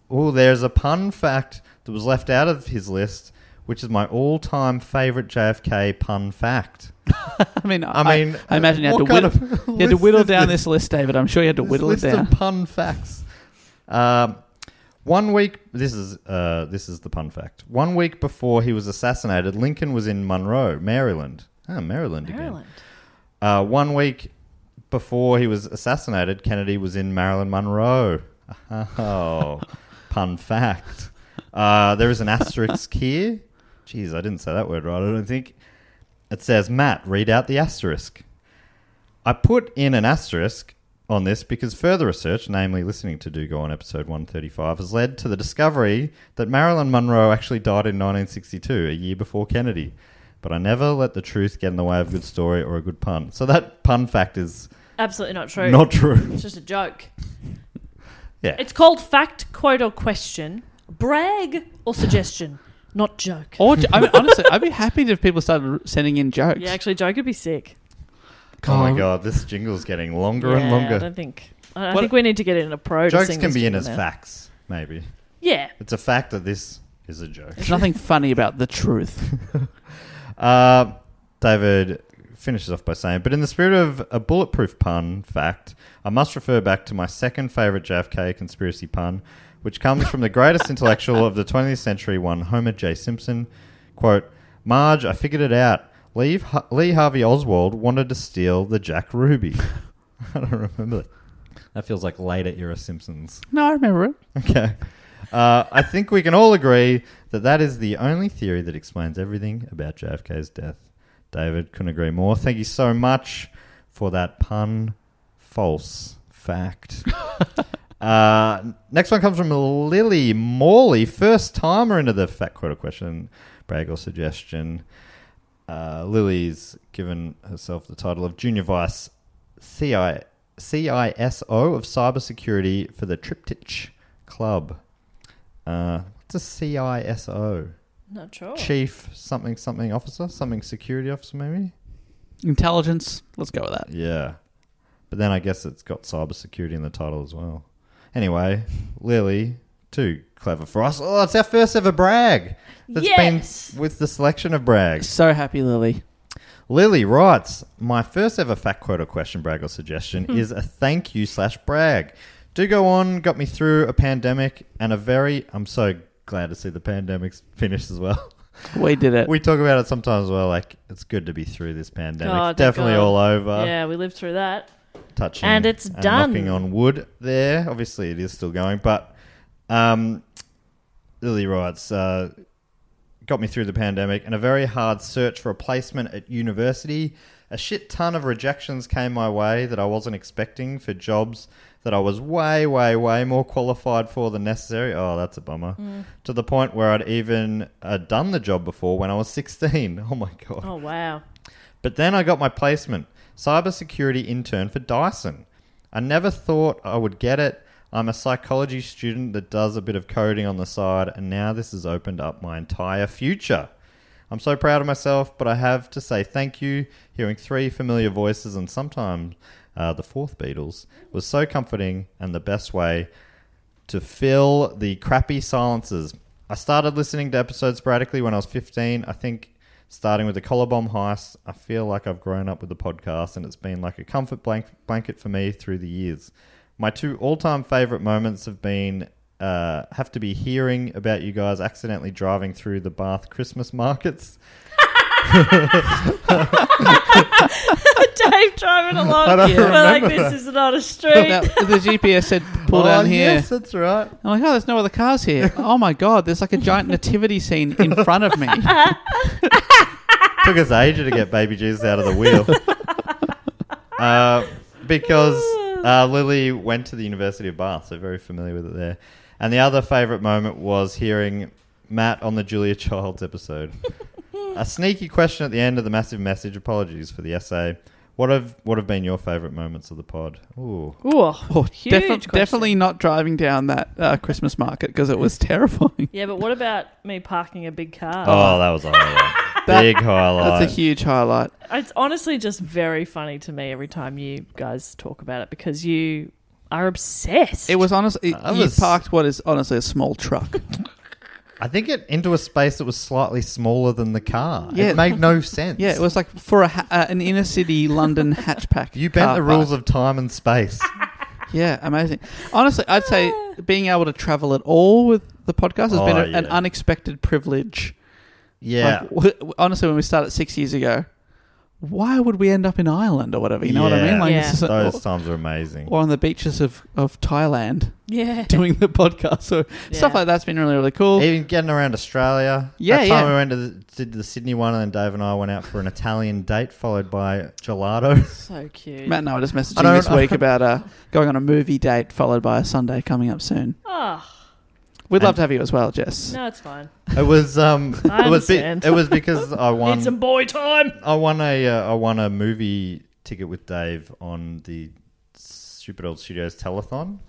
Speaker 4: Oh, there's a pun fact that was left out of his list, which is my all-time favorite JFK pun fact.
Speaker 3: I mean,
Speaker 4: I mean,
Speaker 3: I, imagine you had, to
Speaker 4: what kind
Speaker 3: whittle,
Speaker 4: of
Speaker 3: you had to
Speaker 4: list
Speaker 3: whittle
Speaker 4: is
Speaker 3: down
Speaker 4: this?
Speaker 3: this list, David. I'm sure you had to
Speaker 4: This
Speaker 3: whittle it
Speaker 4: list
Speaker 3: down.
Speaker 4: of pun facts. Um, one week. This is uh, this is the pun fact. One week before he was assassinated, Lincoln was in Monroe, Maryland. Ah, Maryland,
Speaker 2: Maryland.
Speaker 4: again. Uh, one week before he was assassinated, Kennedy was in Marilyn Monroe. Oh, pun fact. Uh, there is an asterisk here. Jeez, I didn't say that word right. I don't think it says Matt. Read out the asterisk. I put in an asterisk on this because further research, namely listening to Do Go on episode 135, has led to the discovery that Marilyn Monroe actually died in 1962, a year before Kennedy. But I never let the truth get in the way of a good story or a good pun. So that pun fact is
Speaker 2: Absolutely not true.
Speaker 4: not true.
Speaker 2: It's just a joke.
Speaker 4: Yeah.
Speaker 2: It's called fact, quote, or question, brag, or suggestion, not joke.
Speaker 3: Or j- I mean, honestly, I'd be happy if people started r- sending in jokes.
Speaker 2: Yeah, actually, joke would be sick.
Speaker 4: Oh my god, this jingle's getting longer
Speaker 2: Yeah,
Speaker 4: and
Speaker 2: I
Speaker 4: longer.
Speaker 2: don't think. I I
Speaker 4: What-
Speaker 2: think we need to get it in a pro. to
Speaker 4: Jokes
Speaker 2: sing
Speaker 4: can
Speaker 2: this
Speaker 4: be in
Speaker 2: jingle
Speaker 4: as
Speaker 2: now.
Speaker 4: facts, maybe.
Speaker 2: Yeah.
Speaker 4: It's a fact that this is a joke.
Speaker 3: There's nothing funny about the truth.
Speaker 4: Uh, David finishes off by saying, but in the spirit of a bulletproof pun fact, I must refer back to my second favourite JFK conspiracy pun, which comes from the greatest intellectual of the 20th century, one Homer J. Simpson. Quote, Marge, I figured it out. Lee, Har- Lee Harvey Oswald wanted to steal the Jack Ruby. I don't remember that. That feels like later era Simpsons.
Speaker 3: No, I remember it.
Speaker 4: Okay. Uh, I think we can all agree that that is the only theory that explains everything about JFK's death. David couldn't agree more. Thank you so much for that pun false fact. uh, next one comes from Lily Morley, first timer into the fat quota question, brag or suggestion. Uh, Lily's given herself the title of Junior Vice CI, CISO of Cybersecurity for the Triptych Club. Uh, what's a CISO?
Speaker 2: Not sure.
Speaker 4: Chief something something officer? Something security officer, maybe?
Speaker 3: Intelligence. Let's go with that.
Speaker 4: Yeah. But then I guess it's got cybersecurity in the title as well. Anyway, Lily, too clever for us. Oh, it's our first ever brag. That's
Speaker 2: Yes.
Speaker 4: been with the selection of brags.
Speaker 3: So happy, Lily.
Speaker 4: Lily writes, My first ever fact quote or question brag or suggestion
Speaker 2: Hmm.
Speaker 4: is a thank you slash brag. Do go on, got me through a pandemic and a very. I'm so glad to see the pandemic's finished as well.
Speaker 3: We did it.
Speaker 4: We talk about it sometimes as well, like, it's good to be through this pandemic.
Speaker 2: God,
Speaker 4: It's
Speaker 2: thank
Speaker 4: Definitely
Speaker 2: Oh, God.
Speaker 4: all over.
Speaker 2: Yeah, we lived through that.
Speaker 4: Touching.
Speaker 2: And it's done.
Speaker 4: Knocking on wood there. Obviously, it is still going, but um, Lily writes, uh, got me through the pandemic and a very hard search for a placement at university. A shit ton of rejections came my way that I wasn't expecting for jobs that I was way, way, way more qualified for than necessary. Oh, that's a bummer.
Speaker 2: Mm.
Speaker 4: To the point where I'd even uh, done the job before when I was 16. Oh my God.
Speaker 2: Oh, wow.
Speaker 4: But then I got my placement, cybersecurity intern for Dyson. I never thought I would get it. I'm a psychology student that does a bit of coding on the side, and now this has opened up my entire future. I'm so proud of myself, but I have to say thank you. Hearing three familiar voices and sometimes uh, the fourth Beatles was so comforting and the best way to fill the crappy silences. I started listening to episodes sporadically when I was 15. I think starting with the collar bomb heist, I feel like I've grown up with the podcast and it's been like a comfort blank- blanket for me through the years. My two all-time favorite moments have been uh, have to be hearing about you guys accidentally driving through the Bath Christmas markets.
Speaker 2: Dave driving along.
Speaker 4: I don't
Speaker 2: We're like,
Speaker 4: remember
Speaker 2: this
Speaker 4: that.
Speaker 2: is not a street.
Speaker 3: Now, the GPS said pull down here.
Speaker 4: Oh, Yes, that's right.
Speaker 3: I'm like, oh, there's no other cars here. oh my god, there's like a giant nativity scene in front of me.
Speaker 4: Took us ages to get baby Jesus out of the wheel. uh, because uh, Lily went to the University of Bath, so very familiar with it there. And the other favourite moment was hearing Matt on the Julia Childs episode. A sneaky question at the end of the massive message. Apologies for the essay. What have what have been your favourite moments of the pod? Ooh,
Speaker 2: Ooh,
Speaker 3: Oh,
Speaker 2: Huge
Speaker 3: defi-
Speaker 2: question.
Speaker 3: definitely not driving down that uh, Christmas market because it was terrifying.
Speaker 2: Yeah, but what about me parking a big car?
Speaker 4: oh, that was a highlight.
Speaker 3: That-
Speaker 4: big highlight.
Speaker 3: That's a huge highlight.
Speaker 2: It's honestly just very funny to me every time you guys talk about it because you are obsessed.
Speaker 3: It was honestly,
Speaker 4: I
Speaker 3: you
Speaker 4: was-
Speaker 3: parked what is honestly a small truck.
Speaker 4: I think it into a space that was slightly smaller than the car.
Speaker 3: Yeah.
Speaker 4: It made no sense.
Speaker 3: Yeah, it was like for a ha- uh, an inner city London hatchback.
Speaker 4: You bent
Speaker 3: car
Speaker 4: the rules
Speaker 3: park.
Speaker 4: of time and space.
Speaker 3: yeah, amazing. Honestly, I'd say
Speaker 4: Ah.
Speaker 3: being able to travel at all with the podcast has been
Speaker 4: Oh,
Speaker 3: a- an
Speaker 4: yeah.
Speaker 3: unexpected privilege.
Speaker 4: Yeah.
Speaker 3: Like, w- w- honestly, when we started six years ago, why would we end up in Ireland or whatever? You know what I
Speaker 4: Yeah.
Speaker 3: mean? Like
Speaker 2: Yeah.
Speaker 3: this is
Speaker 4: Those
Speaker 3: or,
Speaker 4: times are amazing.
Speaker 3: or on the beaches of, of Thailand
Speaker 2: yeah.
Speaker 3: doing the podcast. So stuff
Speaker 2: Yeah.
Speaker 3: like that's been really, really cool.
Speaker 4: Even getting around Australia.
Speaker 3: Yeah,
Speaker 4: that time
Speaker 3: yeah.
Speaker 4: we went to the, did the Sydney one, and then Dave and I went out for an Italian date, followed by gelato.
Speaker 2: So cute.
Speaker 3: Matt and I were just
Speaker 4: I
Speaker 3: messaging
Speaker 4: don't-
Speaker 3: this week about uh, going on a movie date followed by a Sunday coming up soon.
Speaker 2: Oh,
Speaker 3: We'd love
Speaker 4: And-
Speaker 3: to have you as well, Jess.
Speaker 2: no, it's fine.
Speaker 4: it was um,
Speaker 2: I
Speaker 4: it was be-
Speaker 2: understand.
Speaker 4: it was because I
Speaker 2: Need
Speaker 4: won
Speaker 2: some boy time.
Speaker 4: I won a uh, I won a movie ticket with Dave on the Stupid Old Studios telethon,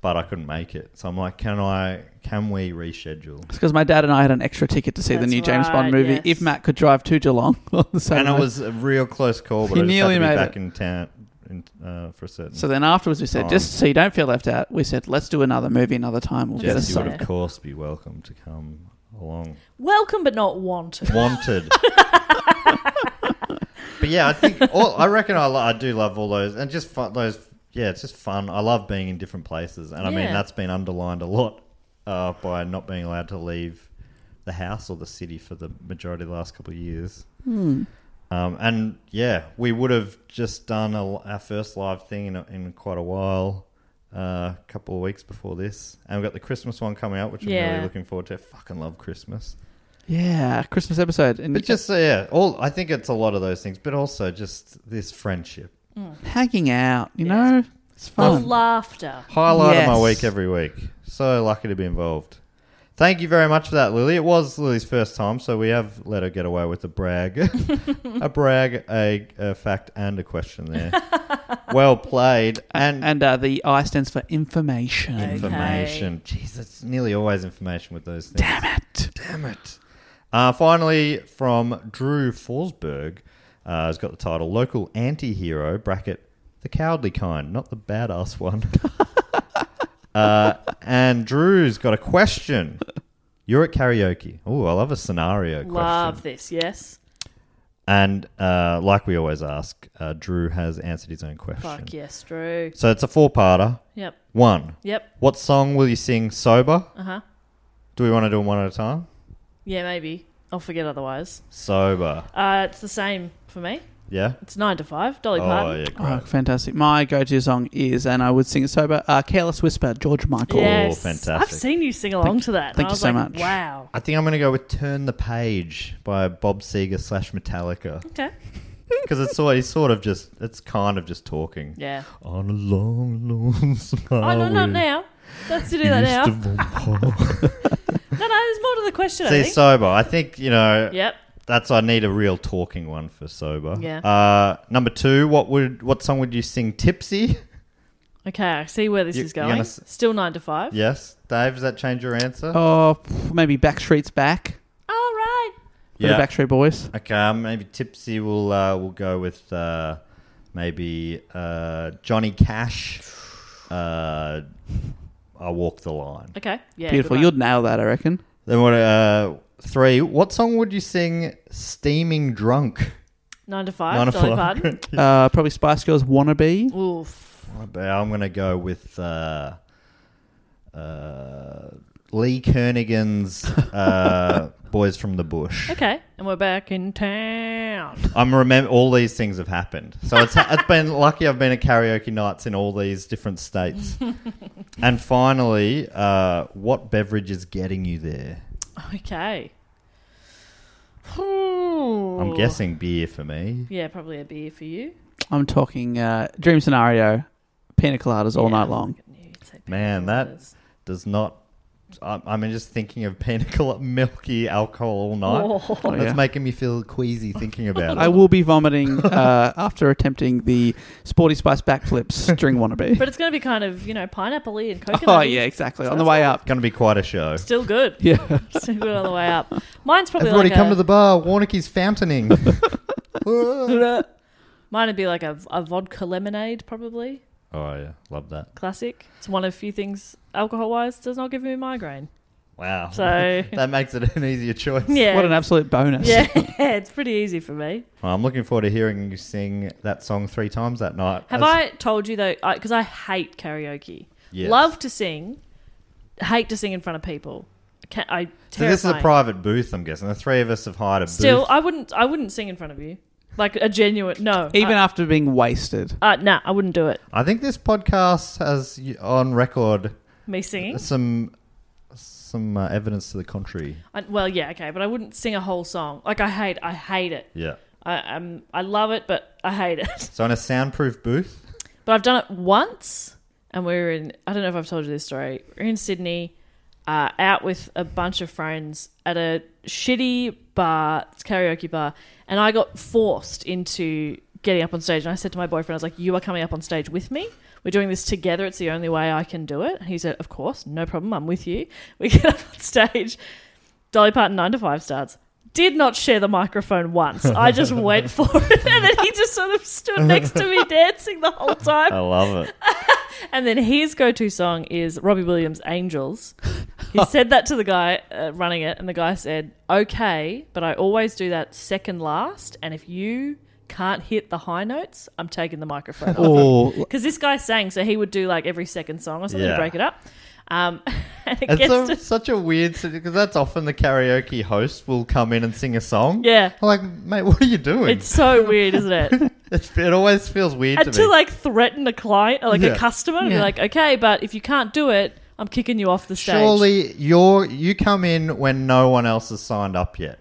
Speaker 4: but I couldn't make it. So I'm like, can I? Can we reschedule?
Speaker 3: It's because my dad and I had an extra ticket to see the
Speaker 2: That's
Speaker 3: new James
Speaker 2: right,
Speaker 3: Bond movie.
Speaker 2: yes.
Speaker 3: If Matt could drive to Geelong on the same
Speaker 4: and it
Speaker 3: night.
Speaker 4: was a real close call, but
Speaker 3: You
Speaker 4: I just had
Speaker 3: nearly
Speaker 4: to be
Speaker 3: made
Speaker 4: back
Speaker 3: it.
Speaker 4: in town in, uh, for a certain.
Speaker 3: So then afterwards, we said,
Speaker 4: Oh.
Speaker 3: just so you don't feel left out, we said, let's do another movie another time. We'll get
Speaker 4: Jess,
Speaker 3: a
Speaker 4: you
Speaker 3: side.
Speaker 4: would of course be welcome to come along.
Speaker 2: Welcome, but not wanted.
Speaker 4: Wanted. but yeah, I think all, I reckon I, lo- I do love all those and just fun, those. Yeah, it's just fun. I love being in different places, and I mean
Speaker 2: Yeah.
Speaker 4: that's been underlined a lot uh, by not being allowed to leave the house or the city for the majority of the last couple of years.
Speaker 2: Hmm.
Speaker 4: Um, and yeah, we would have just done a, our first live thing in, in quite a while, uh, a couple of weeks before this, and we've got the Christmas one coming out, which I'm
Speaker 2: Yeah.
Speaker 4: really looking forward to. I fucking love Christmas.
Speaker 3: Yeah, Christmas episode. And
Speaker 4: But just uh, yeah, all I think it's a lot of those things, but also just this friendship.
Speaker 3: hanging out, you know? It's fun.
Speaker 2: With laughter.
Speaker 4: Highlight of my
Speaker 3: Yes.
Speaker 4: week every week. So lucky to be involved. Thank you very much for that, Lily. It was Lily's first time, so we have let her get away with a brag, a brag, a, a fact, and a question there. well played, and,
Speaker 3: and uh, the I stands for information.
Speaker 4: information. Jeez, it's nearly always information with those things.
Speaker 3: Damn it.
Speaker 4: Damn it. Uh, finally, from Drew Forsberg, uh, has got the title Local Anti Hero, bracket, the cowardly kind, not the badass one. uh, and Drew's got a question. You're at karaoke. Oh, I love a scenario question.
Speaker 2: Love this, yes.
Speaker 4: And uh, like we always ask, uh, Drew has answered his own question.
Speaker 2: Fuck yes, Drew.
Speaker 4: So it's a four parter.
Speaker 2: Yep.
Speaker 4: One,
Speaker 2: Yep.
Speaker 4: what song will you sing sober?
Speaker 2: Uh huh.
Speaker 4: Do we want to do them one at a time?
Speaker 2: Yeah, maybe. I'll forget otherwise.
Speaker 4: Sober.
Speaker 2: Uh, it's the same for me.
Speaker 4: Yeah?
Speaker 2: It's nine to five. Dolly
Speaker 4: Oh,
Speaker 2: Parton.
Speaker 4: yeah,
Speaker 3: Oh,
Speaker 4: great.
Speaker 3: fantastic. My go to song is, and I would sing it sober, uh, Careless Whisper, George Michael.
Speaker 2: Yes.
Speaker 4: fantastic.
Speaker 2: I've seen you sing along to that. and
Speaker 3: thank
Speaker 2: I
Speaker 3: you
Speaker 2: was
Speaker 3: so
Speaker 2: like,
Speaker 3: much.
Speaker 2: Wow.
Speaker 4: I think I'm going to go with "Turn the Page" by Bob Seger slash Metallica
Speaker 2: Okay.
Speaker 4: because it's sort it's sort of just it's kind of just talking
Speaker 2: Yeah.
Speaker 4: on a long, long smile.
Speaker 2: Oh, no, not now. Let's do that now. No, no, there's more to the question, I
Speaker 4: See,
Speaker 2: think.
Speaker 4: sober. I think you know.
Speaker 2: yep.
Speaker 4: That's I need a real talking one for sober.
Speaker 2: Yeah.
Speaker 4: Uh, number two, what would what song would you sing? Tipsy.
Speaker 2: Okay, I see where this
Speaker 4: You-
Speaker 2: is
Speaker 4: you're
Speaker 2: going.
Speaker 4: gonna s-
Speaker 2: Still nine to five.
Speaker 4: Yes, Dave. Does that change your answer?
Speaker 3: Oh, pff, maybe Backstreet's Back.
Speaker 2: All right.
Speaker 3: yeah.
Speaker 4: Yeah.
Speaker 3: the Backstreet Boys.
Speaker 4: Okay, um, maybe Tipsy will uh, will go with uh, maybe uh, Johnny Cash. Uh, I walk the line.
Speaker 2: Okay. Yeah.
Speaker 3: Beautiful.
Speaker 2: good
Speaker 3: You'd
Speaker 2: one.
Speaker 3: nail that, I reckon.
Speaker 4: Then what? Uh, three. What song would you sing? Steaming drunk.
Speaker 2: Nine to five.
Speaker 4: Nine to
Speaker 2: Dolly
Speaker 4: five.
Speaker 2: Parton.
Speaker 3: Uh, probably Spice Girls Wannabe.
Speaker 2: Oof.
Speaker 4: I'm gonna go with uh, uh, Lee Kernighan's uh, "Boys from the Bush."
Speaker 2: Okay. And we're back in town.
Speaker 4: I'm remember all these things have happened, so it's it's been lucky I've been at karaoke nights in all these different states. and finally, uh, what beverage is getting you there?
Speaker 2: Okay.
Speaker 4: I'm guessing beer for me.
Speaker 2: Yeah, probably a beer for you.
Speaker 3: I'm talking uh, dream scenario, pina coladas all
Speaker 2: Yeah,
Speaker 3: night long.
Speaker 2: I knew you'd say
Speaker 4: Man, that-
Speaker 2: painkillers.
Speaker 4: Does not. I- I'm just thinking of pinnacle milky alcohol all night.
Speaker 3: Oh,
Speaker 4: That's
Speaker 3: yeah.
Speaker 4: making me feel queasy thinking about it.
Speaker 3: I will be vomiting uh, after attempting the Sporty Spice backflips during Wannabe.
Speaker 2: But it's going to be kind of, you know, pineapple and coconut.
Speaker 3: oh, yeah, exactly. On the way up.
Speaker 4: Going to be quite a show.
Speaker 2: Still good.
Speaker 3: Yeah.
Speaker 2: Still good on the way up. Mine's probably
Speaker 4: Everybody
Speaker 2: like
Speaker 4: come
Speaker 2: a,
Speaker 4: to the bar. Warnicky's fountaining. oh
Speaker 2: Mine would be like a, a vodka lemonade, probably.
Speaker 4: yeah, love that.
Speaker 2: Classic. It's one of the few things, alcohol wise, does not give me a migraine.
Speaker 4: Wow.
Speaker 2: So-
Speaker 4: that makes it an easier choice.
Speaker 2: Yeah.
Speaker 3: What an absolute bonus.
Speaker 2: Yeah, it's pretty easy for me.
Speaker 4: Well, I'm looking forward to hearing you sing that song three times that night.
Speaker 2: Have
Speaker 4: As-
Speaker 2: I told you though? Because I, hate karaoke.
Speaker 4: Yes.
Speaker 2: Love to sing, hate to sing in front of people. Can, I
Speaker 4: So this is a
Speaker 2: terrifying.
Speaker 4: private booth, I'm guessing. The three of us have hired a
Speaker 2: Still,
Speaker 4: booth.
Speaker 2: I wouldn't. I wouldn't sing in front of you. Like a genuine no.
Speaker 3: Even
Speaker 2: I,
Speaker 3: after being wasted.
Speaker 2: uh, nah, I wouldn't do it.
Speaker 4: I think this podcast has y- on record
Speaker 2: Me singing.
Speaker 4: some some uh, evidence to the contrary.
Speaker 2: I, well, yeah, okay, but I wouldn't sing a whole song. Like I hate. I hate it.
Speaker 4: Yeah.
Speaker 2: I um, I love it, but I hate it.
Speaker 4: So in a soundproof booth,
Speaker 2: But I've done it once, and we were in. I don't know if I've told you this story. We are in Sydney, uh, out with a bunch of friends at a shitty bar, it's a karaoke bar, and I got forced into getting up on stage. And I said to my boyfriend, "I was like, you are coming up on stage with me." We're doing this together. It's the only way I can do it. And he said, Of course, no problem. I'm with you. We get up on stage. Dolly Parton 9 to 5 starts. Did not share the microphone once. I just went for it. And then he just sort of stood next to me dancing the whole
Speaker 4: I
Speaker 2: time.
Speaker 4: love it.
Speaker 2: And then his go to song is Robbie Williams' Angels. He said that to the guy uh, running it, and the guy said, Okay, but I always do that second last. And if you can't hit the high notes, I'm taking the microphone off.
Speaker 3: Oh,
Speaker 2: Because this guy sang, so he would do like every second song or something
Speaker 4: Yeah.
Speaker 2: to break it up. Um, and it
Speaker 4: It's
Speaker 2: gets
Speaker 4: a,
Speaker 2: to
Speaker 4: such a weird because that's often the karaoke host will come in and sing a song.
Speaker 2: Yeah.
Speaker 4: I'm like, mate, what are you doing?
Speaker 2: It's so weird, isn't it?
Speaker 4: It's, it always feels weird
Speaker 2: and
Speaker 4: to me.
Speaker 2: to like threaten a client, or like
Speaker 4: Yeah.
Speaker 2: a customer, and be
Speaker 3: Yeah.
Speaker 2: like, okay, but if you can't do it, I'm kicking you off the stage.
Speaker 4: Surely you're you come in when no one else has signed up yet.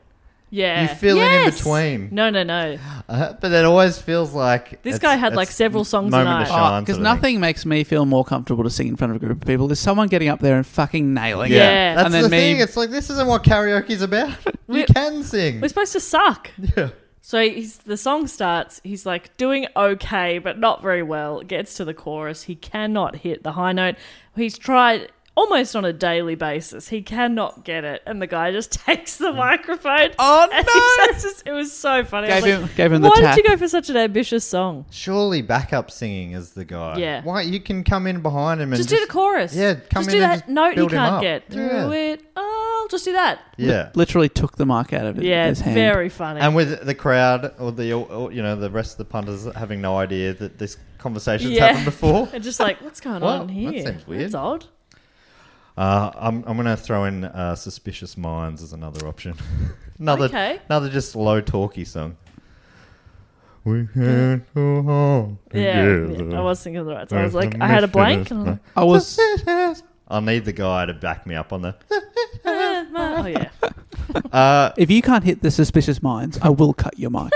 Speaker 2: yeah,
Speaker 4: you fill in in
Speaker 2: Yes.
Speaker 4: between.
Speaker 2: No, no, no.
Speaker 4: Uh, but it always feels like
Speaker 2: This
Speaker 4: it's-
Speaker 2: guy had,
Speaker 4: it's
Speaker 2: like, several songs
Speaker 4: moment
Speaker 2: a
Speaker 4: to shine
Speaker 2: night.
Speaker 3: because
Speaker 4: sort of thing.
Speaker 3: Oh, nothing makes me feel more comfortable to sing in front of a group of people. Is someone getting up there and fucking nailing
Speaker 2: Yeah.
Speaker 3: it?
Speaker 4: That's
Speaker 3: and then
Speaker 4: the
Speaker 3: me-
Speaker 4: thing. It's like this isn't what karaoke's about. you
Speaker 2: We-
Speaker 4: can sing.
Speaker 2: We're supposed to suck.
Speaker 4: Yeah.
Speaker 2: So he's, the song starts. He's like doing okay, but not very well. Gets to the chorus. He cannot hit the high note. He's tried almost on a daily basis. He cannot get it, and the guy just takes
Speaker 4: Mm.
Speaker 2: the microphone.
Speaker 3: Oh,
Speaker 2: and he
Speaker 3: no!
Speaker 2: just- It was so funny. I
Speaker 3: Gave
Speaker 2: was
Speaker 3: him,
Speaker 2: like,
Speaker 3: gave him the
Speaker 2: Why
Speaker 3: tap.
Speaker 2: did you go for such an ambitious song?
Speaker 4: Surely backup singing is the guy.
Speaker 2: Yeah.
Speaker 4: Why you can come in behind him and
Speaker 2: Just, do the chorus.
Speaker 4: Yeah, come
Speaker 2: just
Speaker 4: in
Speaker 2: do
Speaker 4: and
Speaker 2: that
Speaker 4: just
Speaker 2: note you
Speaker 4: build him
Speaker 2: can't
Speaker 4: up.
Speaker 2: get through
Speaker 4: Yeah.
Speaker 2: it. Oh, just do that.
Speaker 4: Yeah.
Speaker 3: Literally took the mic out of it.
Speaker 2: Yeah,
Speaker 3: his hand.
Speaker 2: very funny.
Speaker 4: And with the crowd or the or, you know the rest of the punters having no idea that this conversation's
Speaker 2: Yeah.
Speaker 4: happened before.
Speaker 2: And just like, what's going
Speaker 4: Well,
Speaker 2: on
Speaker 4: that
Speaker 2: here?
Speaker 4: seems weird.
Speaker 2: That's odd.
Speaker 4: Uh, I'm I'm gonna throw in uh, "Suspicious Minds" as another option. another
Speaker 2: Okay.
Speaker 4: another just low talky song. We can go home
Speaker 2: Yeah,
Speaker 4: together.
Speaker 2: yeah, I was thinking of the right. So I was like, I had a blank. And I'm like,
Speaker 3: I was.
Speaker 4: I'll need the guy to back me up on the.
Speaker 2: "Eh, no." oh yeah.
Speaker 4: Uh,
Speaker 3: If you can't hit the suspicious minds, I will cut your mic.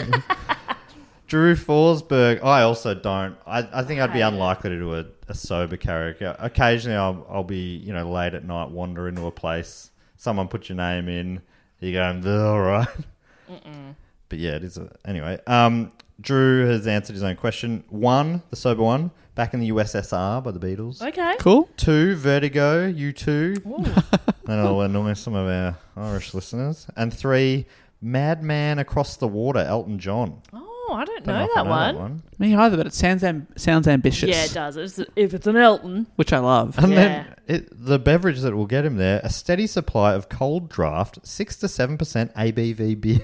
Speaker 4: Drew Forsberg. I also don't. I, I think I'd be
Speaker 2: Okay.
Speaker 4: unlikely to do a, a sober karaoke. Occasionally, I'll, I'll be you know late at night, wander into a place. Someone put your name in. You go, "Bleh, all right. But yeah, it is. A, anyway, um, Drew has answered his own question. One, the sober one, back in the USSR by the Beatles.
Speaker 2: Okay.
Speaker 3: cool.
Speaker 4: Two, Vertigo, U two.
Speaker 2: Ooh.
Speaker 4: That'll annoy some of our Irish listeners. And three, Madman Across the Water, Elton John.
Speaker 2: Oh, I don't,
Speaker 4: Don't
Speaker 2: know,
Speaker 4: if I
Speaker 2: that, one.
Speaker 3: Me either, but it sounds am- sounds ambitious.
Speaker 2: Yeah, it does. It's, if it's an Elton,
Speaker 3: which I love.
Speaker 4: And
Speaker 2: Yeah.
Speaker 4: then it, the beverage that will get him there, a steady supply of cold draft, 6 to 7% ABV beer.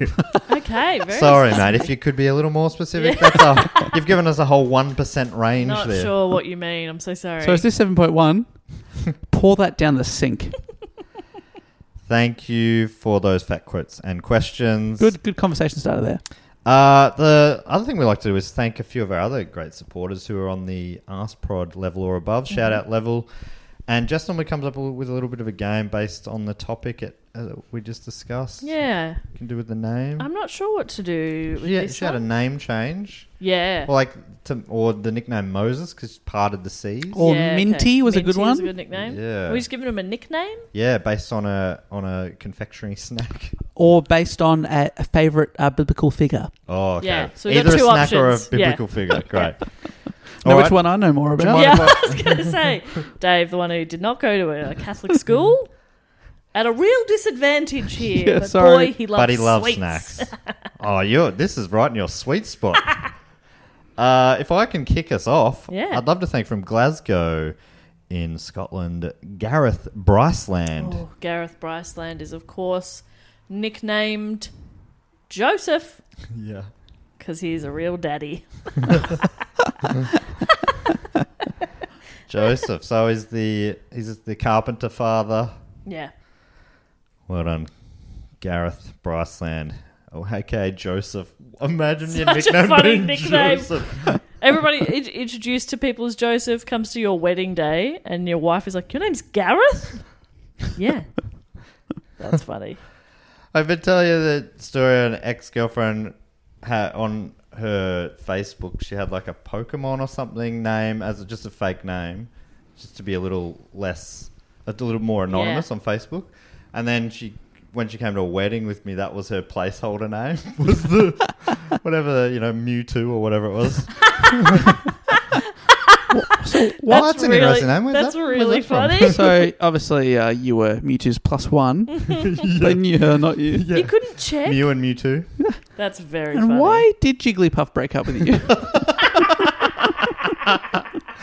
Speaker 2: okay. Very
Speaker 4: Sorry,
Speaker 2: specific.
Speaker 4: mate, if you could be a little more specific. That's a, you've given us a whole 1% range
Speaker 2: Not
Speaker 4: there.
Speaker 2: sure what you mean. I'm so sorry.
Speaker 3: So is this seven point one? Pour that down the sink.
Speaker 4: Thank you for those fact quotes and questions.
Speaker 3: Good good conversation starter there.
Speaker 4: Uh, the other thing we like to do is thank a few of our other great supporters who are on the Ask Prod level or above,
Speaker 2: Mm-hmm.
Speaker 4: shout out level. And just normally comes up with a little bit of a game based on the topic it, uh, we just discussed.
Speaker 2: Yeah,
Speaker 4: Can do with the name.
Speaker 2: I'm not sure what to do with
Speaker 4: yeah,
Speaker 2: this.
Speaker 4: she had a
Speaker 2: one.
Speaker 4: name change.
Speaker 2: yeah.
Speaker 4: Or like, to, or the nickname Moses because parted the seas.
Speaker 3: Or
Speaker 2: Yeah, okay.
Speaker 3: Minty was a good
Speaker 2: Minty Was a
Speaker 3: one.
Speaker 2: good nickname.
Speaker 4: Yeah.
Speaker 2: Are we just giving him a nickname?
Speaker 4: Yeah, based on a on a confectionery snack.
Speaker 3: Or based on a, a favorite uh, biblical figure.
Speaker 4: Oh, okay.
Speaker 2: Yeah, so we got
Speaker 4: Either a
Speaker 2: two
Speaker 4: snack or a
Speaker 2: options. Yeah.
Speaker 4: biblical figure. Great.
Speaker 3: Know
Speaker 4: All
Speaker 3: which
Speaker 4: right.
Speaker 3: one I know more about.
Speaker 4: One
Speaker 2: yeah,
Speaker 4: of
Speaker 2: I was going to say, Dave, the one who did not go to a Catholic school, at a real disadvantage here.
Speaker 3: Yeah,
Speaker 2: but
Speaker 3: sorry.
Speaker 2: boy, he loves
Speaker 4: But he loves
Speaker 2: sweets.
Speaker 4: snacks. oh, you this is right in your sweet spot. uh, if I can kick us off,
Speaker 2: Yeah.
Speaker 4: I'd love to thank from Glasgow in Scotland, Gareth Bryceland.
Speaker 2: Oh, Gareth Bryceland is, of course, nicknamed Joseph
Speaker 4: Yeah.
Speaker 2: because he's a real daddy.
Speaker 4: Joseph. so he's the he's the carpenter father.
Speaker 2: Yeah.
Speaker 4: Well done, Gareth Bryceland. Oh, okay, Joseph. Imagine your
Speaker 2: Such a
Speaker 4: nickname
Speaker 2: funny
Speaker 4: being
Speaker 2: nickname.
Speaker 4: Joseph.
Speaker 2: Everybody in- introduced to people as Joseph comes to your wedding day, and your wife is like, "Your name's Gareth." yeah, that's funny.
Speaker 4: I've been telling you the story of an ex girlfriend had on her Facebook. She had like a Pokemon or something name as a, just a fake name, just to be a little less, a little more anonymous
Speaker 2: Yeah.
Speaker 4: on Facebook. And then she, when she came to a wedding with me, that was her placeholder name. Was the whatever you know Mewtwo or whatever it was. well, that's, an
Speaker 2: really-
Speaker 4: interesting name. Where's
Speaker 2: that's
Speaker 4: that- where's
Speaker 2: really
Speaker 4: that from?
Speaker 2: funny.
Speaker 3: so obviously uh, you were Mewtwo's plus one. They knew her, not you.
Speaker 2: You couldn't check.
Speaker 4: Mew and Mewtwo.
Speaker 2: That's very
Speaker 3: And
Speaker 2: funny.
Speaker 3: why did Jigglypuff break up with you?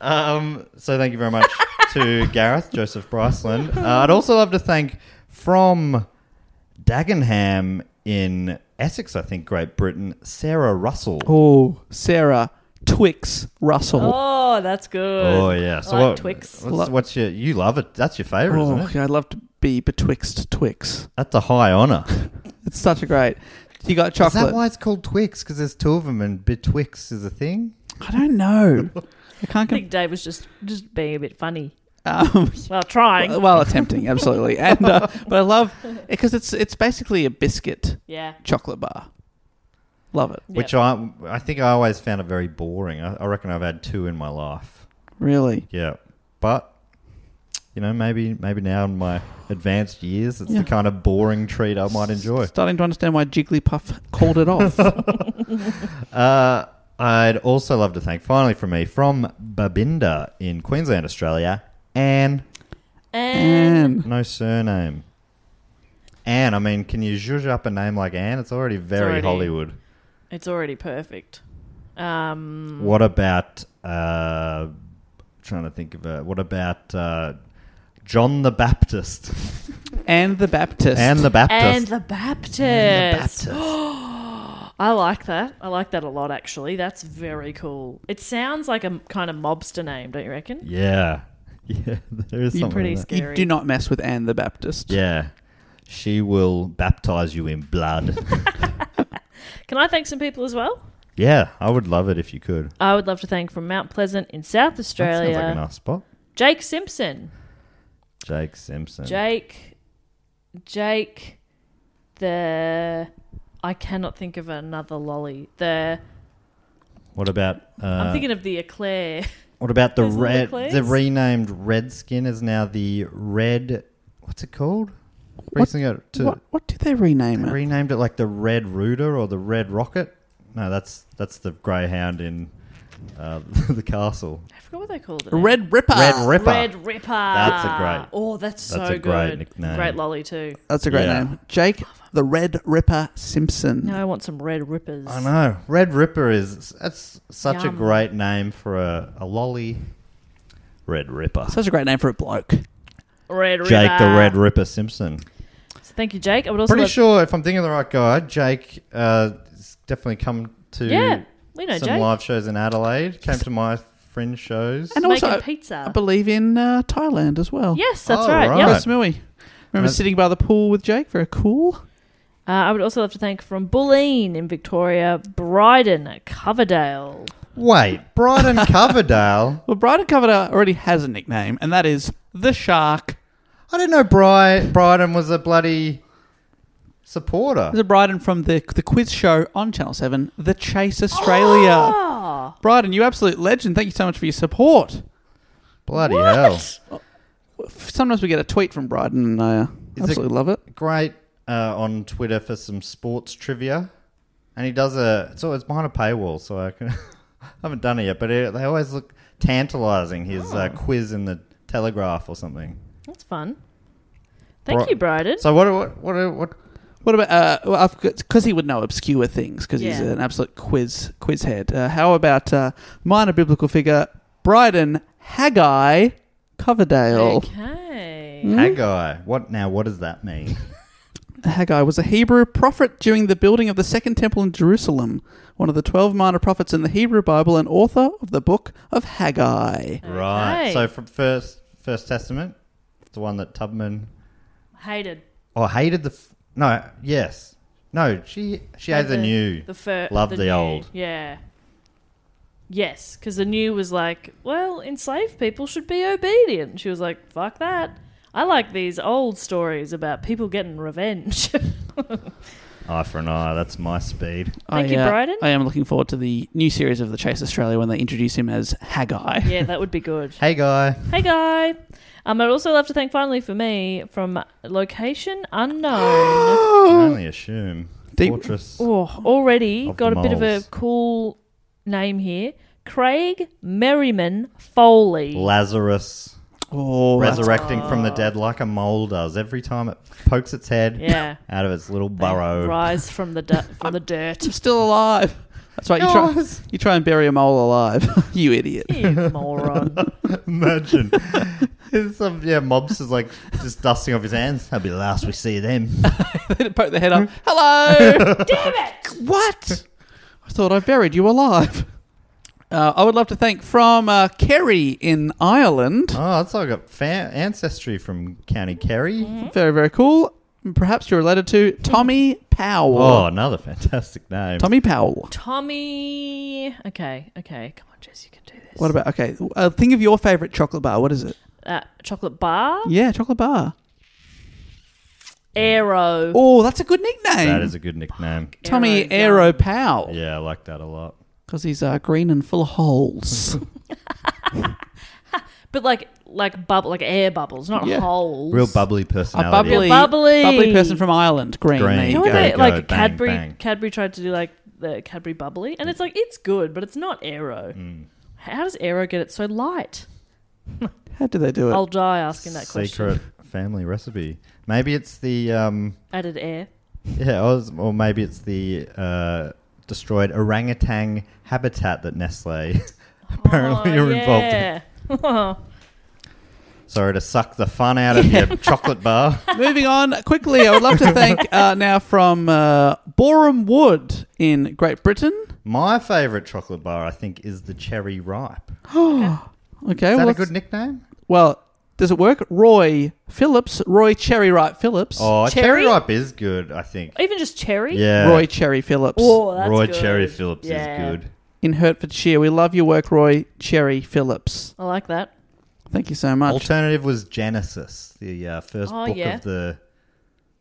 Speaker 4: Um, so thank you very much to Gareth, Joseph Bryceland. Uh, I'd also love to thank from Dagenham in Essex, I think, Great Britain, Sarah Russell.
Speaker 3: oh, Sarah Twix Russell.
Speaker 2: Oh, that's good.
Speaker 4: Oh, yeah. So
Speaker 2: I like
Speaker 4: what,
Speaker 2: Twix.
Speaker 4: What's, what's your? You love it. That's your favorite,
Speaker 3: Oh,
Speaker 4: isn't it?
Speaker 3: I'd love to be betwixt Twix.
Speaker 4: That's a high honor.
Speaker 3: It's such a great. You got
Speaker 4: is
Speaker 3: chocolate.
Speaker 4: that why it's called Twix? Because there's two of them, and Betwix is a thing.
Speaker 3: I don't know. I can't.
Speaker 2: I
Speaker 3: Com-
Speaker 2: think Dave was just just being a bit funny.
Speaker 3: um,
Speaker 2: Well, trying.
Speaker 3: Well, well, attempting absolutely, and uh, but I love because it's it's basically a biscuit
Speaker 2: yeah.
Speaker 3: chocolate bar. Love it,
Speaker 4: Which I, I think I always found it very boring. I, I reckon I've had two in my life.
Speaker 3: really.
Speaker 4: Yeah, but you know, maybe maybe now in my advanced years, it's
Speaker 3: Yeah.
Speaker 4: the kind of boring treat I might enjoy.
Speaker 3: Starting to understand why Jigglypuff called it off.
Speaker 4: Uh, I'd also love to thank, finally, from me, from Babinda in Queensland, Australia, Anne,
Speaker 2: And
Speaker 3: and
Speaker 4: no surname. Anne, I mean, can you zhuzh up a name like Anne? It's already very
Speaker 2: already-
Speaker 4: Hollywood.
Speaker 2: it's already perfect. Um,
Speaker 4: What about uh, trying to think of a what about uh, John the Baptist?
Speaker 3: and the Baptist
Speaker 4: Anne the Baptist.
Speaker 2: and the Baptist. I like that. I like that a lot, actually. That's very cool. It sounds like a kind of mobster name, don't you reckon?
Speaker 4: Yeah. Yeah, there is
Speaker 2: You're
Speaker 4: something.
Speaker 2: pretty
Speaker 4: in that.
Speaker 3: You
Speaker 2: scary.
Speaker 3: do not mess with Anne the Baptist.
Speaker 4: Yeah. She will baptize you in blood.
Speaker 2: Can I thank some people as well?
Speaker 4: yeah, I would love it if you could.
Speaker 2: I would love to thank from Mount Pleasant in South
Speaker 4: That
Speaker 2: Australia,
Speaker 4: sounds like a nice spot.
Speaker 2: Jake Simpson.
Speaker 4: Jake Simpson.
Speaker 2: Jake, Jake, the I cannot think of another lolly. The
Speaker 4: What about uh,
Speaker 2: I'm thinking of the eclair.
Speaker 4: what about the
Speaker 2: those little
Speaker 4: red
Speaker 2: clays?
Speaker 4: the renamed Redskin is now the red what's it called? Recently got to
Speaker 3: What, what did they rename
Speaker 4: they
Speaker 3: it?
Speaker 4: renamed it like the Red Rooter or the Red Rocket. No, that's that's the Greyhound in uh, the castle.
Speaker 2: I forgot what they called it.
Speaker 3: Red Ripper.
Speaker 4: Red Ripper.
Speaker 2: Red Ripper.
Speaker 4: That's a great-
Speaker 2: Oh, that's,
Speaker 4: that's
Speaker 2: so
Speaker 4: a great
Speaker 2: good.
Speaker 4: nickname.
Speaker 2: Great lolly too.
Speaker 3: That's a great
Speaker 4: Yeah.
Speaker 3: name. Jake the Red Ripper Simpson.
Speaker 2: No, I want some red rippers.
Speaker 4: I know. Red Ripper is that's such
Speaker 2: Yum.
Speaker 4: a great name for a, a lolly. Red Ripper.
Speaker 3: Such a great name for a bloke.
Speaker 2: Red Ripper.
Speaker 4: Jake the Red Ripper Simpson.
Speaker 2: So thank you, Jake. I would also
Speaker 4: Pretty
Speaker 2: love-
Speaker 4: sure if I'm thinking of the right guy, Jake uh, has definitely come to
Speaker 2: Yeah, we know
Speaker 4: some
Speaker 2: Jake.
Speaker 4: live shows in Adelaide. Came to my fringe shows.
Speaker 3: And
Speaker 2: Making
Speaker 3: also,
Speaker 2: pizza.
Speaker 3: I believe in uh, Thailand as well.
Speaker 2: Yes, that's
Speaker 4: Oh,
Speaker 2: right.
Speaker 4: right.
Speaker 2: Yep.
Speaker 3: Chris Mui. Remember sitting by the pool with Jake? Very cool.
Speaker 2: Uh, I would also love to thank from Bulleen in Victoria, Bryden at Coverdale.
Speaker 4: Wait, Brighton Coverdale.
Speaker 3: Well, Brighton Coverdale already has a nickname, and that is the Shark.
Speaker 4: I didn't know Bri- Brighton was a bloody supporter.
Speaker 3: There's a Brighton from the the quiz show on Channel Seven, The Chase Australia.
Speaker 2: Ah.
Speaker 3: Brighton, you absolute legend! Thank you so much for your support.
Speaker 4: Bloody hell.
Speaker 3: Sometimes we get a tweet from Brighton, and I uh,
Speaker 4: Is it-
Speaker 3: absolutely love it.
Speaker 4: Great uh, on Twitter for some sports trivia. And he does a. It's, always behind a paywall, so I can. I haven't done it yet, but it, they always look tantalizing. His uh,
Speaker 2: Oh.
Speaker 4: quiz in the Telegraph or something.
Speaker 2: That's fun. Thank
Speaker 4: Bri-
Speaker 2: you, Bryden.
Speaker 4: So what? What? What? what
Speaker 3: What about uh? Well, I've got because he would know obscure things because he's
Speaker 2: Yeah.
Speaker 3: an absolute quiz quiz head. Uh, how about uh, minor biblical figure Brighton Haggai
Speaker 4: Oh.
Speaker 3: Coverdale?
Speaker 2: okay.
Speaker 4: Haggai. What now? What does that mean?
Speaker 3: Haggai was a Hebrew prophet during the building of the Second Temple in Jerusalem, one of the 12 minor prophets in the Hebrew Bible and author of the book of Haggai.
Speaker 4: Right.
Speaker 2: Okay.
Speaker 4: So from first First Testament, the one that Tubman
Speaker 2: Hated.
Speaker 4: oh hated the f- no yes no she she hated the, new
Speaker 2: The fir-
Speaker 4: loved the,
Speaker 2: new.
Speaker 4: old
Speaker 2: Yeah. Yes, because the new was like, well, enslaved people should be obedient. She was like, fuck that. I like these old stories about people getting revenge.
Speaker 4: eye for an eye. That's my speed.
Speaker 2: Thank you,
Speaker 3: I, uh,
Speaker 2: Bryden.
Speaker 3: I am looking forward to the new series of The Chase Australia when they introduce him as Haggai.
Speaker 2: yeah, that would be good.
Speaker 4: Hey guy,
Speaker 2: Hey, guy. Um, I'd also love to thank finally for me from location unknown.
Speaker 4: I can only assume
Speaker 3: Deep-
Speaker 4: fortress.
Speaker 2: oh, already
Speaker 4: Of
Speaker 2: got
Speaker 4: the
Speaker 2: a bit of a
Speaker 4: moles.
Speaker 2: cool name here. Craig Merriman Foley.
Speaker 4: Lazarus
Speaker 3: Oh, that's-
Speaker 4: resurrecting from the dead like a mole does every time it pokes its head
Speaker 2: Yeah.
Speaker 4: out of its little burrow.
Speaker 2: Rise from the du- from the dirt.
Speaker 3: I'm still alive. That's right. You try, you try and bury a mole alive. you idiot.
Speaker 2: You moron.
Speaker 4: Imagine. There's Some, yeah, mobsters like just dusting off his hands. That'll be the last we see of them.
Speaker 3: Poke the head
Speaker 4: Hmm?
Speaker 3: up. Hello. Damn it. What? I thought I buried you alive. Uh, I would love to thank from uh, Kerry in Ireland.
Speaker 4: Oh, that's like a fa- ancestry from County Kerry.
Speaker 3: Very, very cool. Perhaps you're related to Tommy Powell.
Speaker 4: Oh, another fantastic name.
Speaker 3: Tommy Powell.
Speaker 2: Tommy. Okay, okay. Come on, Jess, you can do this.
Speaker 3: What about, okay, uh, think of your favourite chocolate bar. What is it?
Speaker 2: Uh, chocolate bar?
Speaker 3: Yeah, chocolate bar.
Speaker 2: Aero.
Speaker 3: Oh, that's a good nickname.
Speaker 4: That is a good nickname.
Speaker 3: Tommy
Speaker 2: Aero
Speaker 3: Aero Powell.
Speaker 4: Yeah, I like that a lot.
Speaker 3: Because he's uh, green and full of holes.
Speaker 2: But like like bubble like air bubbles, not
Speaker 3: Yeah.
Speaker 2: holes.
Speaker 4: Real bubbly
Speaker 3: a
Speaker 4: personality.
Speaker 3: bubbly,
Speaker 2: Bubbly.
Speaker 3: bubbly person from Ireland. Green.
Speaker 4: Green.
Speaker 3: There you
Speaker 2: You know
Speaker 4: There
Speaker 2: when
Speaker 3: go.
Speaker 2: they
Speaker 4: you
Speaker 2: like
Speaker 4: go, bang,
Speaker 2: Cadbury
Speaker 4: bang.
Speaker 2: Cadbury tried to do like the Cadbury bubbly and it's like it's good, but it's not aero.
Speaker 4: Mm.
Speaker 2: How does aero get it so light?
Speaker 3: How do they do it?
Speaker 2: I'll die asking that question.
Speaker 4: Secret family recipe. Maybe it's the um,
Speaker 2: Added air.
Speaker 4: yeah, or, s- or maybe it's the uh, destroyed orangutan habitat that Nestle apparently are involved in.
Speaker 2: Oh, yeah. involved.
Speaker 4: Sorry to suck the fun out of your chocolate bar.
Speaker 3: Moving on quickly, I would love to thank uh, now from uh, Boreham Wood in Great Britain.
Speaker 4: My favourite chocolate bar, I think, is the cherry ripe. Is
Speaker 3: Okay,
Speaker 4: that
Speaker 3: well,
Speaker 4: a
Speaker 3: that's-
Speaker 4: good nickname?
Speaker 3: well, does it work? Roy Phillips, Roy Cherry Ripe Phillips,
Speaker 4: Oh, cherry?
Speaker 2: Cherry?
Speaker 4: ripe is good. I think.
Speaker 2: Even just cherry?
Speaker 4: Yeah,
Speaker 3: Roy Cherry Phillips
Speaker 2: Oh, that's
Speaker 4: Roy
Speaker 2: good.
Speaker 4: Cherry Phillips
Speaker 2: Yeah.
Speaker 4: is good.
Speaker 3: in Hertfordshire. We love your work, Roy Cherry Phillips.
Speaker 2: I like that.
Speaker 3: Thank you so much.
Speaker 4: Alternative was Genesis, the uh, first
Speaker 2: Oh,
Speaker 4: book
Speaker 2: yeah.
Speaker 4: of the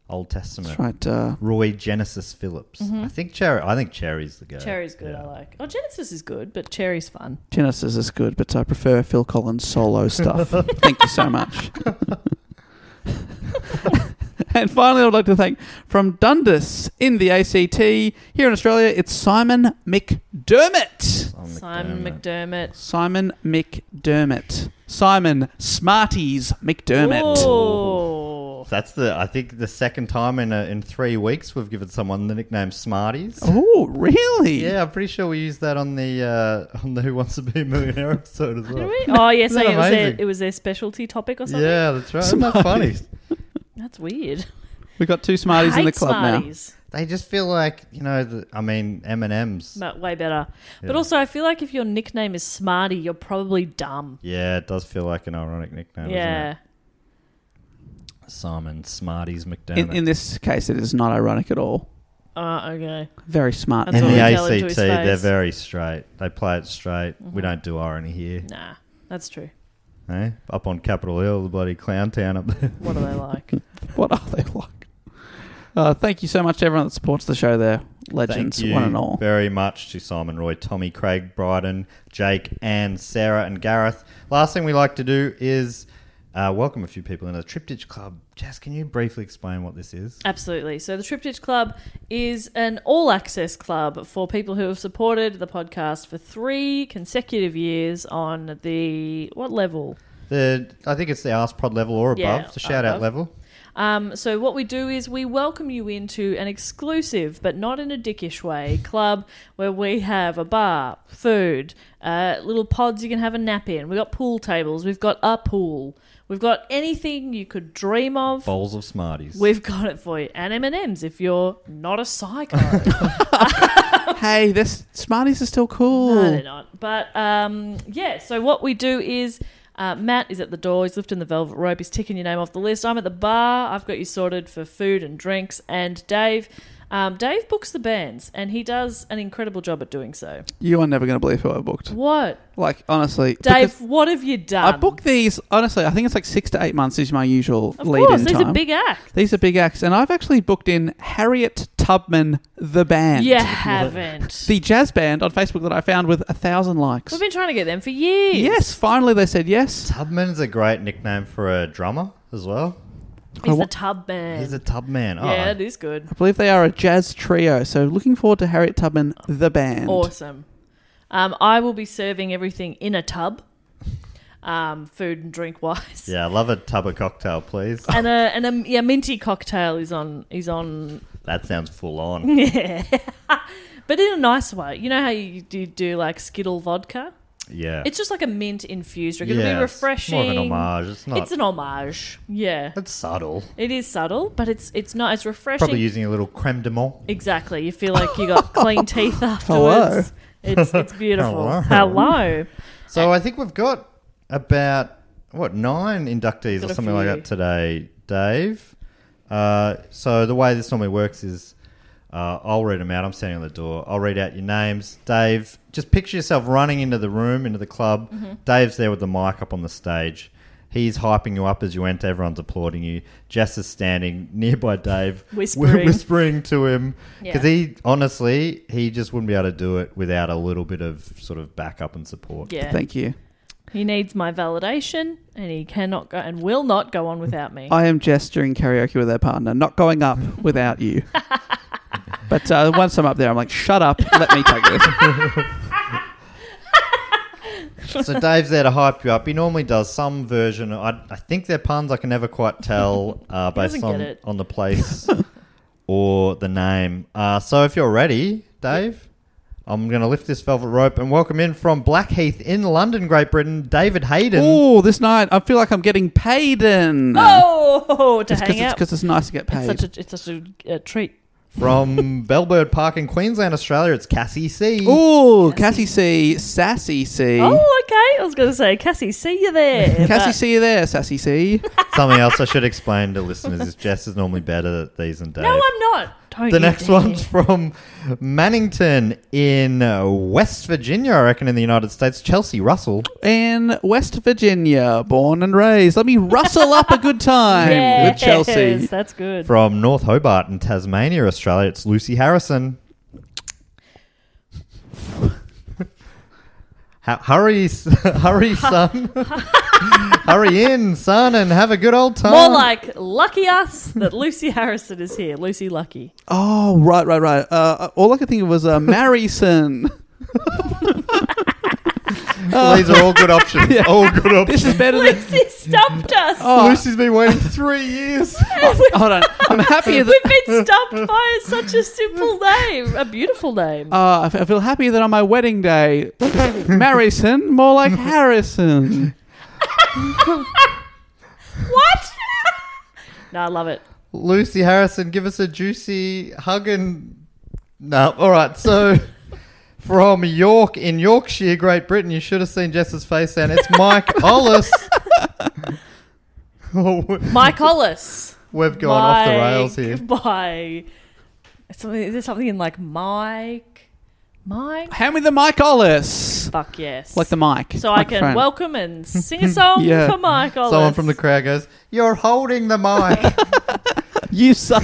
Speaker 4: Old Testament.
Speaker 3: That's right. Uh,
Speaker 4: Roy Genesis Phillips. I think cherry. I think cherry's the go.
Speaker 2: Mm-hmm. Cherry's good,
Speaker 4: Uh, Yeah.
Speaker 2: I like. Oh Genesis is good, but cherry's fun.
Speaker 3: Genesis is good, but I prefer Phil Collins' solo stuff. Thank you so much. And finally, I would like to thank from Dundas in the ACT here in Australia, it's Simon McDermott.
Speaker 2: Simon McDermott.
Speaker 3: Simon McDermott. Simon Smarties McDermott.
Speaker 2: Oh.
Speaker 4: That's the I think the second time in uh in three weeks we've given someone the nickname Smarties.
Speaker 3: Oh, really?
Speaker 4: Yeah, I'm pretty sure we used that on the uh, on the Who Wants to Be a Millionaire episode as well.
Speaker 2: Oh yes,
Speaker 4: Isn't that
Speaker 2: it was their,
Speaker 4: amazing?
Speaker 2: it was their specialty topic or something.
Speaker 4: Yeah, that's right. Isn't that funny?
Speaker 2: That's weird.
Speaker 3: We've got two Smarties
Speaker 2: I
Speaker 3: in the
Speaker 2: hate
Speaker 3: club
Speaker 2: Smarties,
Speaker 4: They just feel like you know. The, I mean, M and M's.
Speaker 2: but way better. But also, I feel like if your nickname is Smarty, you're probably dumb.
Speaker 4: Yeah, it does feel like an ironic nickname.
Speaker 2: yeah.
Speaker 4: Doesn't it? Simon Smarties
Speaker 3: now.
Speaker 4: McDermott.
Speaker 3: In, in this case, it is not ironic at all.
Speaker 2: Uh, okay.
Speaker 3: Very smart.
Speaker 2: That's
Speaker 4: In
Speaker 2: all
Speaker 4: the
Speaker 2: we tell him to
Speaker 4: ACT,
Speaker 2: his
Speaker 4: they're
Speaker 2: face. Mm-hmm.
Speaker 4: very straight. They play it straight. We don't do irony here.
Speaker 2: Nah, that's true.
Speaker 4: eh? Up on Capitol Hill, the bloody clown town up there.
Speaker 2: What are they like?
Speaker 3: What are they like? Uh, thank you so much to everyone that supports the show there. Legends,
Speaker 4: Thank you
Speaker 3: one and all.
Speaker 4: very much to Simon Roy, Tommy, Craig, Bryden, Jake, and Sarah and Gareth. Last thing we like to do is uh, welcome a few people in the Triptych Club. Jess, can you briefly explain what this is?
Speaker 2: Absolutely. So the Triptych Club is an all access club for people who have supported the podcast for three consecutive years on the what level?
Speaker 4: The I think it's the Ask Prod level or above,
Speaker 2: Yeah,
Speaker 4: the shout out
Speaker 2: above.
Speaker 4: level.
Speaker 2: Um, so what we do is we welcome you into an exclusive, but not in a dickish way, club where we have a bar, food, uh, little pods you can have a nap in. We've got pool tables. We've got a pool. We've got anything you could dream of.
Speaker 4: Bowls of Smarties.
Speaker 2: We've got it for you. And M&M's if you're not a psycho.
Speaker 3: hey, this Smarties are still cool.
Speaker 2: No, they're not. But um, yeah, so what we do is uh, Matt is at the door. He's lifting the velvet rope. He's ticking your name off the list. I'm at the bar. I've got you sorted for food and drinks. And Dave, um, Dave books the bands, and he does an incredible job at doing so.
Speaker 3: You are never going to believe who I booked.
Speaker 2: What,
Speaker 3: Like, honestly.
Speaker 2: Dave?
Speaker 3: because
Speaker 2: what have you done?
Speaker 3: I booked these, honestly, I think it's like six to eight months is my usual
Speaker 2: Of
Speaker 3: lead
Speaker 2: course,
Speaker 3: in
Speaker 2: these
Speaker 3: time.
Speaker 2: are big acts.
Speaker 3: These are big acts, and I've actually booked in Harriet Tubman, the band.
Speaker 2: You haven't.
Speaker 3: The jazz band on Facebook that I found with a thousand likes.
Speaker 2: We've been trying to get them for years.
Speaker 3: Yes, finally they said yes.
Speaker 4: Tubman's a great nickname for a drummer as well.
Speaker 2: he's the tub band.
Speaker 4: He's a Tubman. Oh,
Speaker 2: yeah, it is good.
Speaker 3: I believe they are a jazz trio, so looking forward to Harriet Tubman, the band.
Speaker 2: Awesome. Um, I will be serving everything in a tub, um, food and drink wise.
Speaker 4: yeah, I love a tub of cocktail, please.
Speaker 2: And a and a yeah, minty cocktail is on is on,
Speaker 4: that sounds full on.
Speaker 2: but in a nice way. You know how you do, do like Skittle vodka.
Speaker 4: Yeah.
Speaker 2: It's just like a mint infused drink.
Speaker 4: Yeah,
Speaker 2: It'll be
Speaker 4: it's more of
Speaker 2: refreshing.
Speaker 4: an homage. It's not-
Speaker 2: It's an homage. Yeah,
Speaker 4: That's subtle.
Speaker 2: it is subtle, but it's it's not. It's refreshing.
Speaker 4: Probably using a little creme de menthe.
Speaker 2: Exactly. You feel like you got clean teeth
Speaker 3: Hello.
Speaker 2: afterwards. It's it's beautiful.
Speaker 4: Hello.
Speaker 2: Hello.
Speaker 4: So I think we've got about what nine inductees
Speaker 2: Got
Speaker 4: or
Speaker 2: a
Speaker 4: something like
Speaker 2: few.
Speaker 4: that today, Dave. Uh, so the way this normally works is uh, I'll read them out. I'm standing on the door. I'll read out your names, Dave. Just picture yourself running into the room, into the club.
Speaker 2: Mm-hmm.
Speaker 4: Dave's there with the mic up on the stage. He's hyping you up as you enter. Everyone's applauding you. Jess is standing nearby Dave,
Speaker 2: Whispering.
Speaker 4: whispering to him
Speaker 2: Yeah.
Speaker 4: because he honestly he just wouldn't be able to do it without a little bit of sort of backup and support.
Speaker 2: Yeah.
Speaker 3: Thank you.
Speaker 2: He needs my validation, and he cannot go and will not go on without me.
Speaker 3: I am Jess during karaoke with their partner, not going up without you. but uh, once I'm up there, I'm like, shut up, let me take this.
Speaker 4: So Dave's there to hype you up. He normally does some version. I, I think they're puns. I can never quite tell uh, based
Speaker 2: doesn't
Speaker 4: on
Speaker 2: get it.
Speaker 4: on the place or the name. Uh, so if you're ready, Dave, I'm going to lift this velvet rope and welcome in from Blackheath in London, Great Britain, David Hayden.
Speaker 3: Oh, this night, I feel like I'm getting paid in.
Speaker 2: Oh, to
Speaker 3: It's
Speaker 2: hang out.
Speaker 3: because it's nice to get
Speaker 2: It's
Speaker 3: paid.
Speaker 2: such a, it's such a, uh treat.
Speaker 4: From Bellbird Park in Queensland, Australia, it's Cassie C.
Speaker 3: Ooh, Cassie C, Sassy C.
Speaker 2: Oh, okay. I was going to say, Cassie, see you there.
Speaker 3: E. Cassie,
Speaker 2: But
Speaker 3: see you there, Sassy C.
Speaker 4: Something else I should explain to listeners is Jess is normally better at these than Dave.
Speaker 2: No, I'm not. Don't
Speaker 4: The
Speaker 2: you
Speaker 4: next
Speaker 2: dare.
Speaker 4: one's from Mannington in uh, West Virginia, I reckon, in the United States. Chelsea Russell.
Speaker 3: In West Virginia, born and raised. Let me rustle up a good time with
Speaker 2: Yes,
Speaker 3: Chelsea.
Speaker 2: That's good.
Speaker 4: From North Hobart in Tasmania, Australia, it's Lucy Harrison. Hu- Hurry, s- hurry, son. Hurry in, son, and have a good old time.
Speaker 2: More like lucky us that Lucy Harrison is here. Lucy Lucky.
Speaker 3: Oh, right, right, right. Uh, all I could think of was uh, Marison.
Speaker 4: Well, these are all good options. All good options.
Speaker 3: This is better than.
Speaker 2: Lucy stumped us.
Speaker 3: Oh,
Speaker 4: Lucy's been waiting three years.
Speaker 3: Hold on. I'm happier that.
Speaker 2: We've been stumped by such a simple name, a beautiful name.
Speaker 3: Uh, I f- I feel happier that on my wedding day, Marison, more like Harrison.
Speaker 2: what? no, I love it.
Speaker 4: Lucy Harrison, give us a juicy hug and. No, all right. So, from York in Yorkshire, Great Britain, you should have seen Jess's face then. It's Mike Ollis. Oh, we-
Speaker 2: Mike Hollis.
Speaker 4: We've gone off the rails here.
Speaker 2: By something, is there something in like Mike? Mike?
Speaker 3: Hand me the mic, Ollis.
Speaker 2: Fuck yes.
Speaker 3: Like the mic.
Speaker 2: so I can
Speaker 3: Microphone.
Speaker 2: welcome and sing a song
Speaker 3: Yeah.
Speaker 2: for Mike Hollis.
Speaker 4: Someone from the crowd goes, You're holding the mic.
Speaker 3: You suck.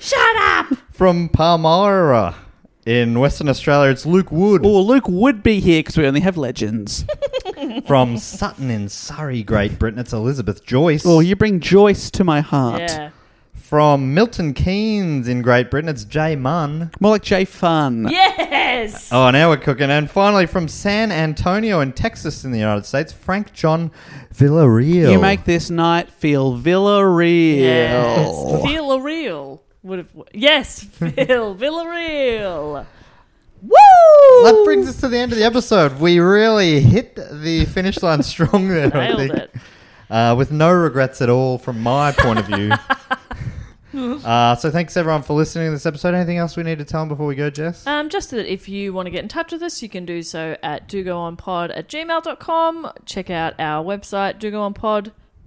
Speaker 2: Shut up!
Speaker 4: from Palmyra in Western Australia, it's Luke Wood.
Speaker 3: Well, Luke would be here because we only have legends.
Speaker 4: From Sutton in Surrey, Great Britain, it's Elizabeth Joyce.
Speaker 3: oh, you bring Joyce to my heart.
Speaker 2: Yeah.
Speaker 4: From Milton Keynes in Great Britain, it's Jay Munn.
Speaker 3: More like Jay Fun.
Speaker 2: Yes!
Speaker 4: Oh, now we're cooking. And finally, from San Antonio in Texas in the United States, Frank John Villarreal.
Speaker 3: You make this night feel Villarreal.
Speaker 2: Yes. Villarreal. Would have, yes, Phil Villarreal.
Speaker 3: Woo!
Speaker 4: That brings us to the end of the episode. We really hit the finish line strong there, I
Speaker 2: Nailed
Speaker 4: think.
Speaker 2: it.
Speaker 4: Uh, with no regrets at all from my point of view. uh, so thanks everyone for listening to this episode. Anything else we need to tell them before we go, Jess?
Speaker 2: Um, just that if you want to get in touch with us, you can do so at dogoonpod at gmail.com. Check out our website,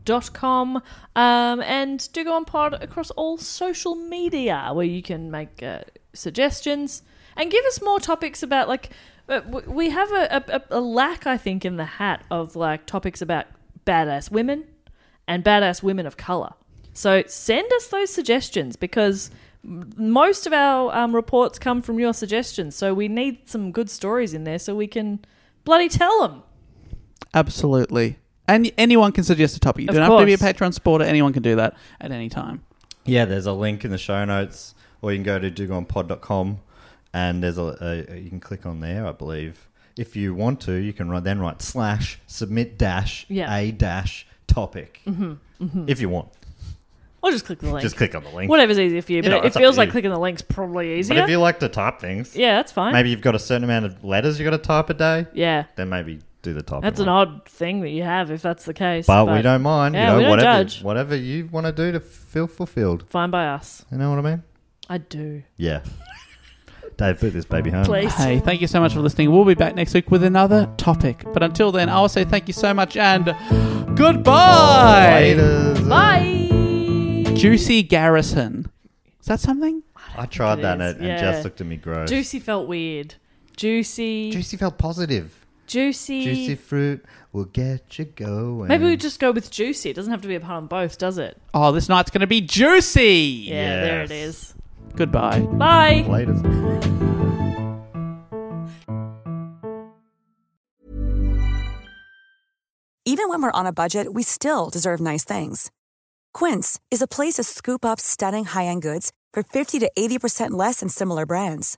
Speaker 2: dogoonpod.com, um, and do go on pod across all social media where you can make uh, suggestions and give us more topics about, like, uh, w- we have a, a, a- a lack, I think, in the hat of, like, topics about badass women and badass women of color. So send us those suggestions because most of our um, reports come from your suggestions, so we need some good stories in there so we can bloody tell them.
Speaker 3: Absolutely. And anyone can suggest a topic. You
Speaker 2: Of
Speaker 3: don't have to be a
Speaker 2: course.
Speaker 3: Patreon supporter. Anyone can do that at any time.
Speaker 4: Yeah, there's a link in the show notes, or you can go to dugonpod.com and there's a, a you can click on there, I believe. If you want to, you can write, then write slash submit dash
Speaker 2: Yeah. Mm-hmm,
Speaker 4: a dash topic if you want.
Speaker 2: Or just click the link.
Speaker 4: Just click on the link.
Speaker 2: Whatever's easier for you, but
Speaker 4: know,
Speaker 2: it
Speaker 4: it's up
Speaker 2: feels
Speaker 4: to
Speaker 2: like
Speaker 4: you.
Speaker 2: clicking the link's probably
Speaker 4: but
Speaker 2: easier.
Speaker 4: if you like to type things,
Speaker 2: yeah, that's fine.
Speaker 4: maybe you've got a certain amount of letters you got to type a day,
Speaker 2: Yeah,
Speaker 4: then maybe do the typing.
Speaker 2: that's an
Speaker 4: one.
Speaker 2: odd thing that you have if that's the case.
Speaker 4: But, we don't mind.
Speaker 2: Yeah,
Speaker 4: you know,
Speaker 2: we don't
Speaker 4: whatever,
Speaker 2: judge.
Speaker 4: whatever you want to do to feel fulfilled.
Speaker 2: Fine by us.
Speaker 4: You know what I mean?
Speaker 2: I do.
Speaker 4: Yeah. Dave, put this baby home.
Speaker 2: Please.
Speaker 3: Hey, thank you so much for listening. We'll be back next week with another topic. But until then, I'll say thank you so much and goodbye.
Speaker 4: Laters.
Speaker 2: Bye.
Speaker 3: Juicy Garrison. Is that something?
Speaker 4: I tried that
Speaker 2: is,
Speaker 4: and, and
Speaker 2: yeah.
Speaker 4: Jess looked at me gross.
Speaker 2: Juicy felt weird. Juicy. Juicy.
Speaker 4: Juicy felt positive. Juicy fruit will get you going.
Speaker 2: Maybe we just go with juicy. It doesn't have to be a pun on both, does it?
Speaker 3: Oh, this night's going to be juicy.
Speaker 2: Yeah, there it
Speaker 4: Yes.
Speaker 2: is.
Speaker 3: Goodbye.
Speaker 2: Bye.
Speaker 4: Laters.
Speaker 8: Even when we're on a budget, we still deserve nice things. Quince is a place to scoop up stunning high end goods for 50 to 80% less than similar brands.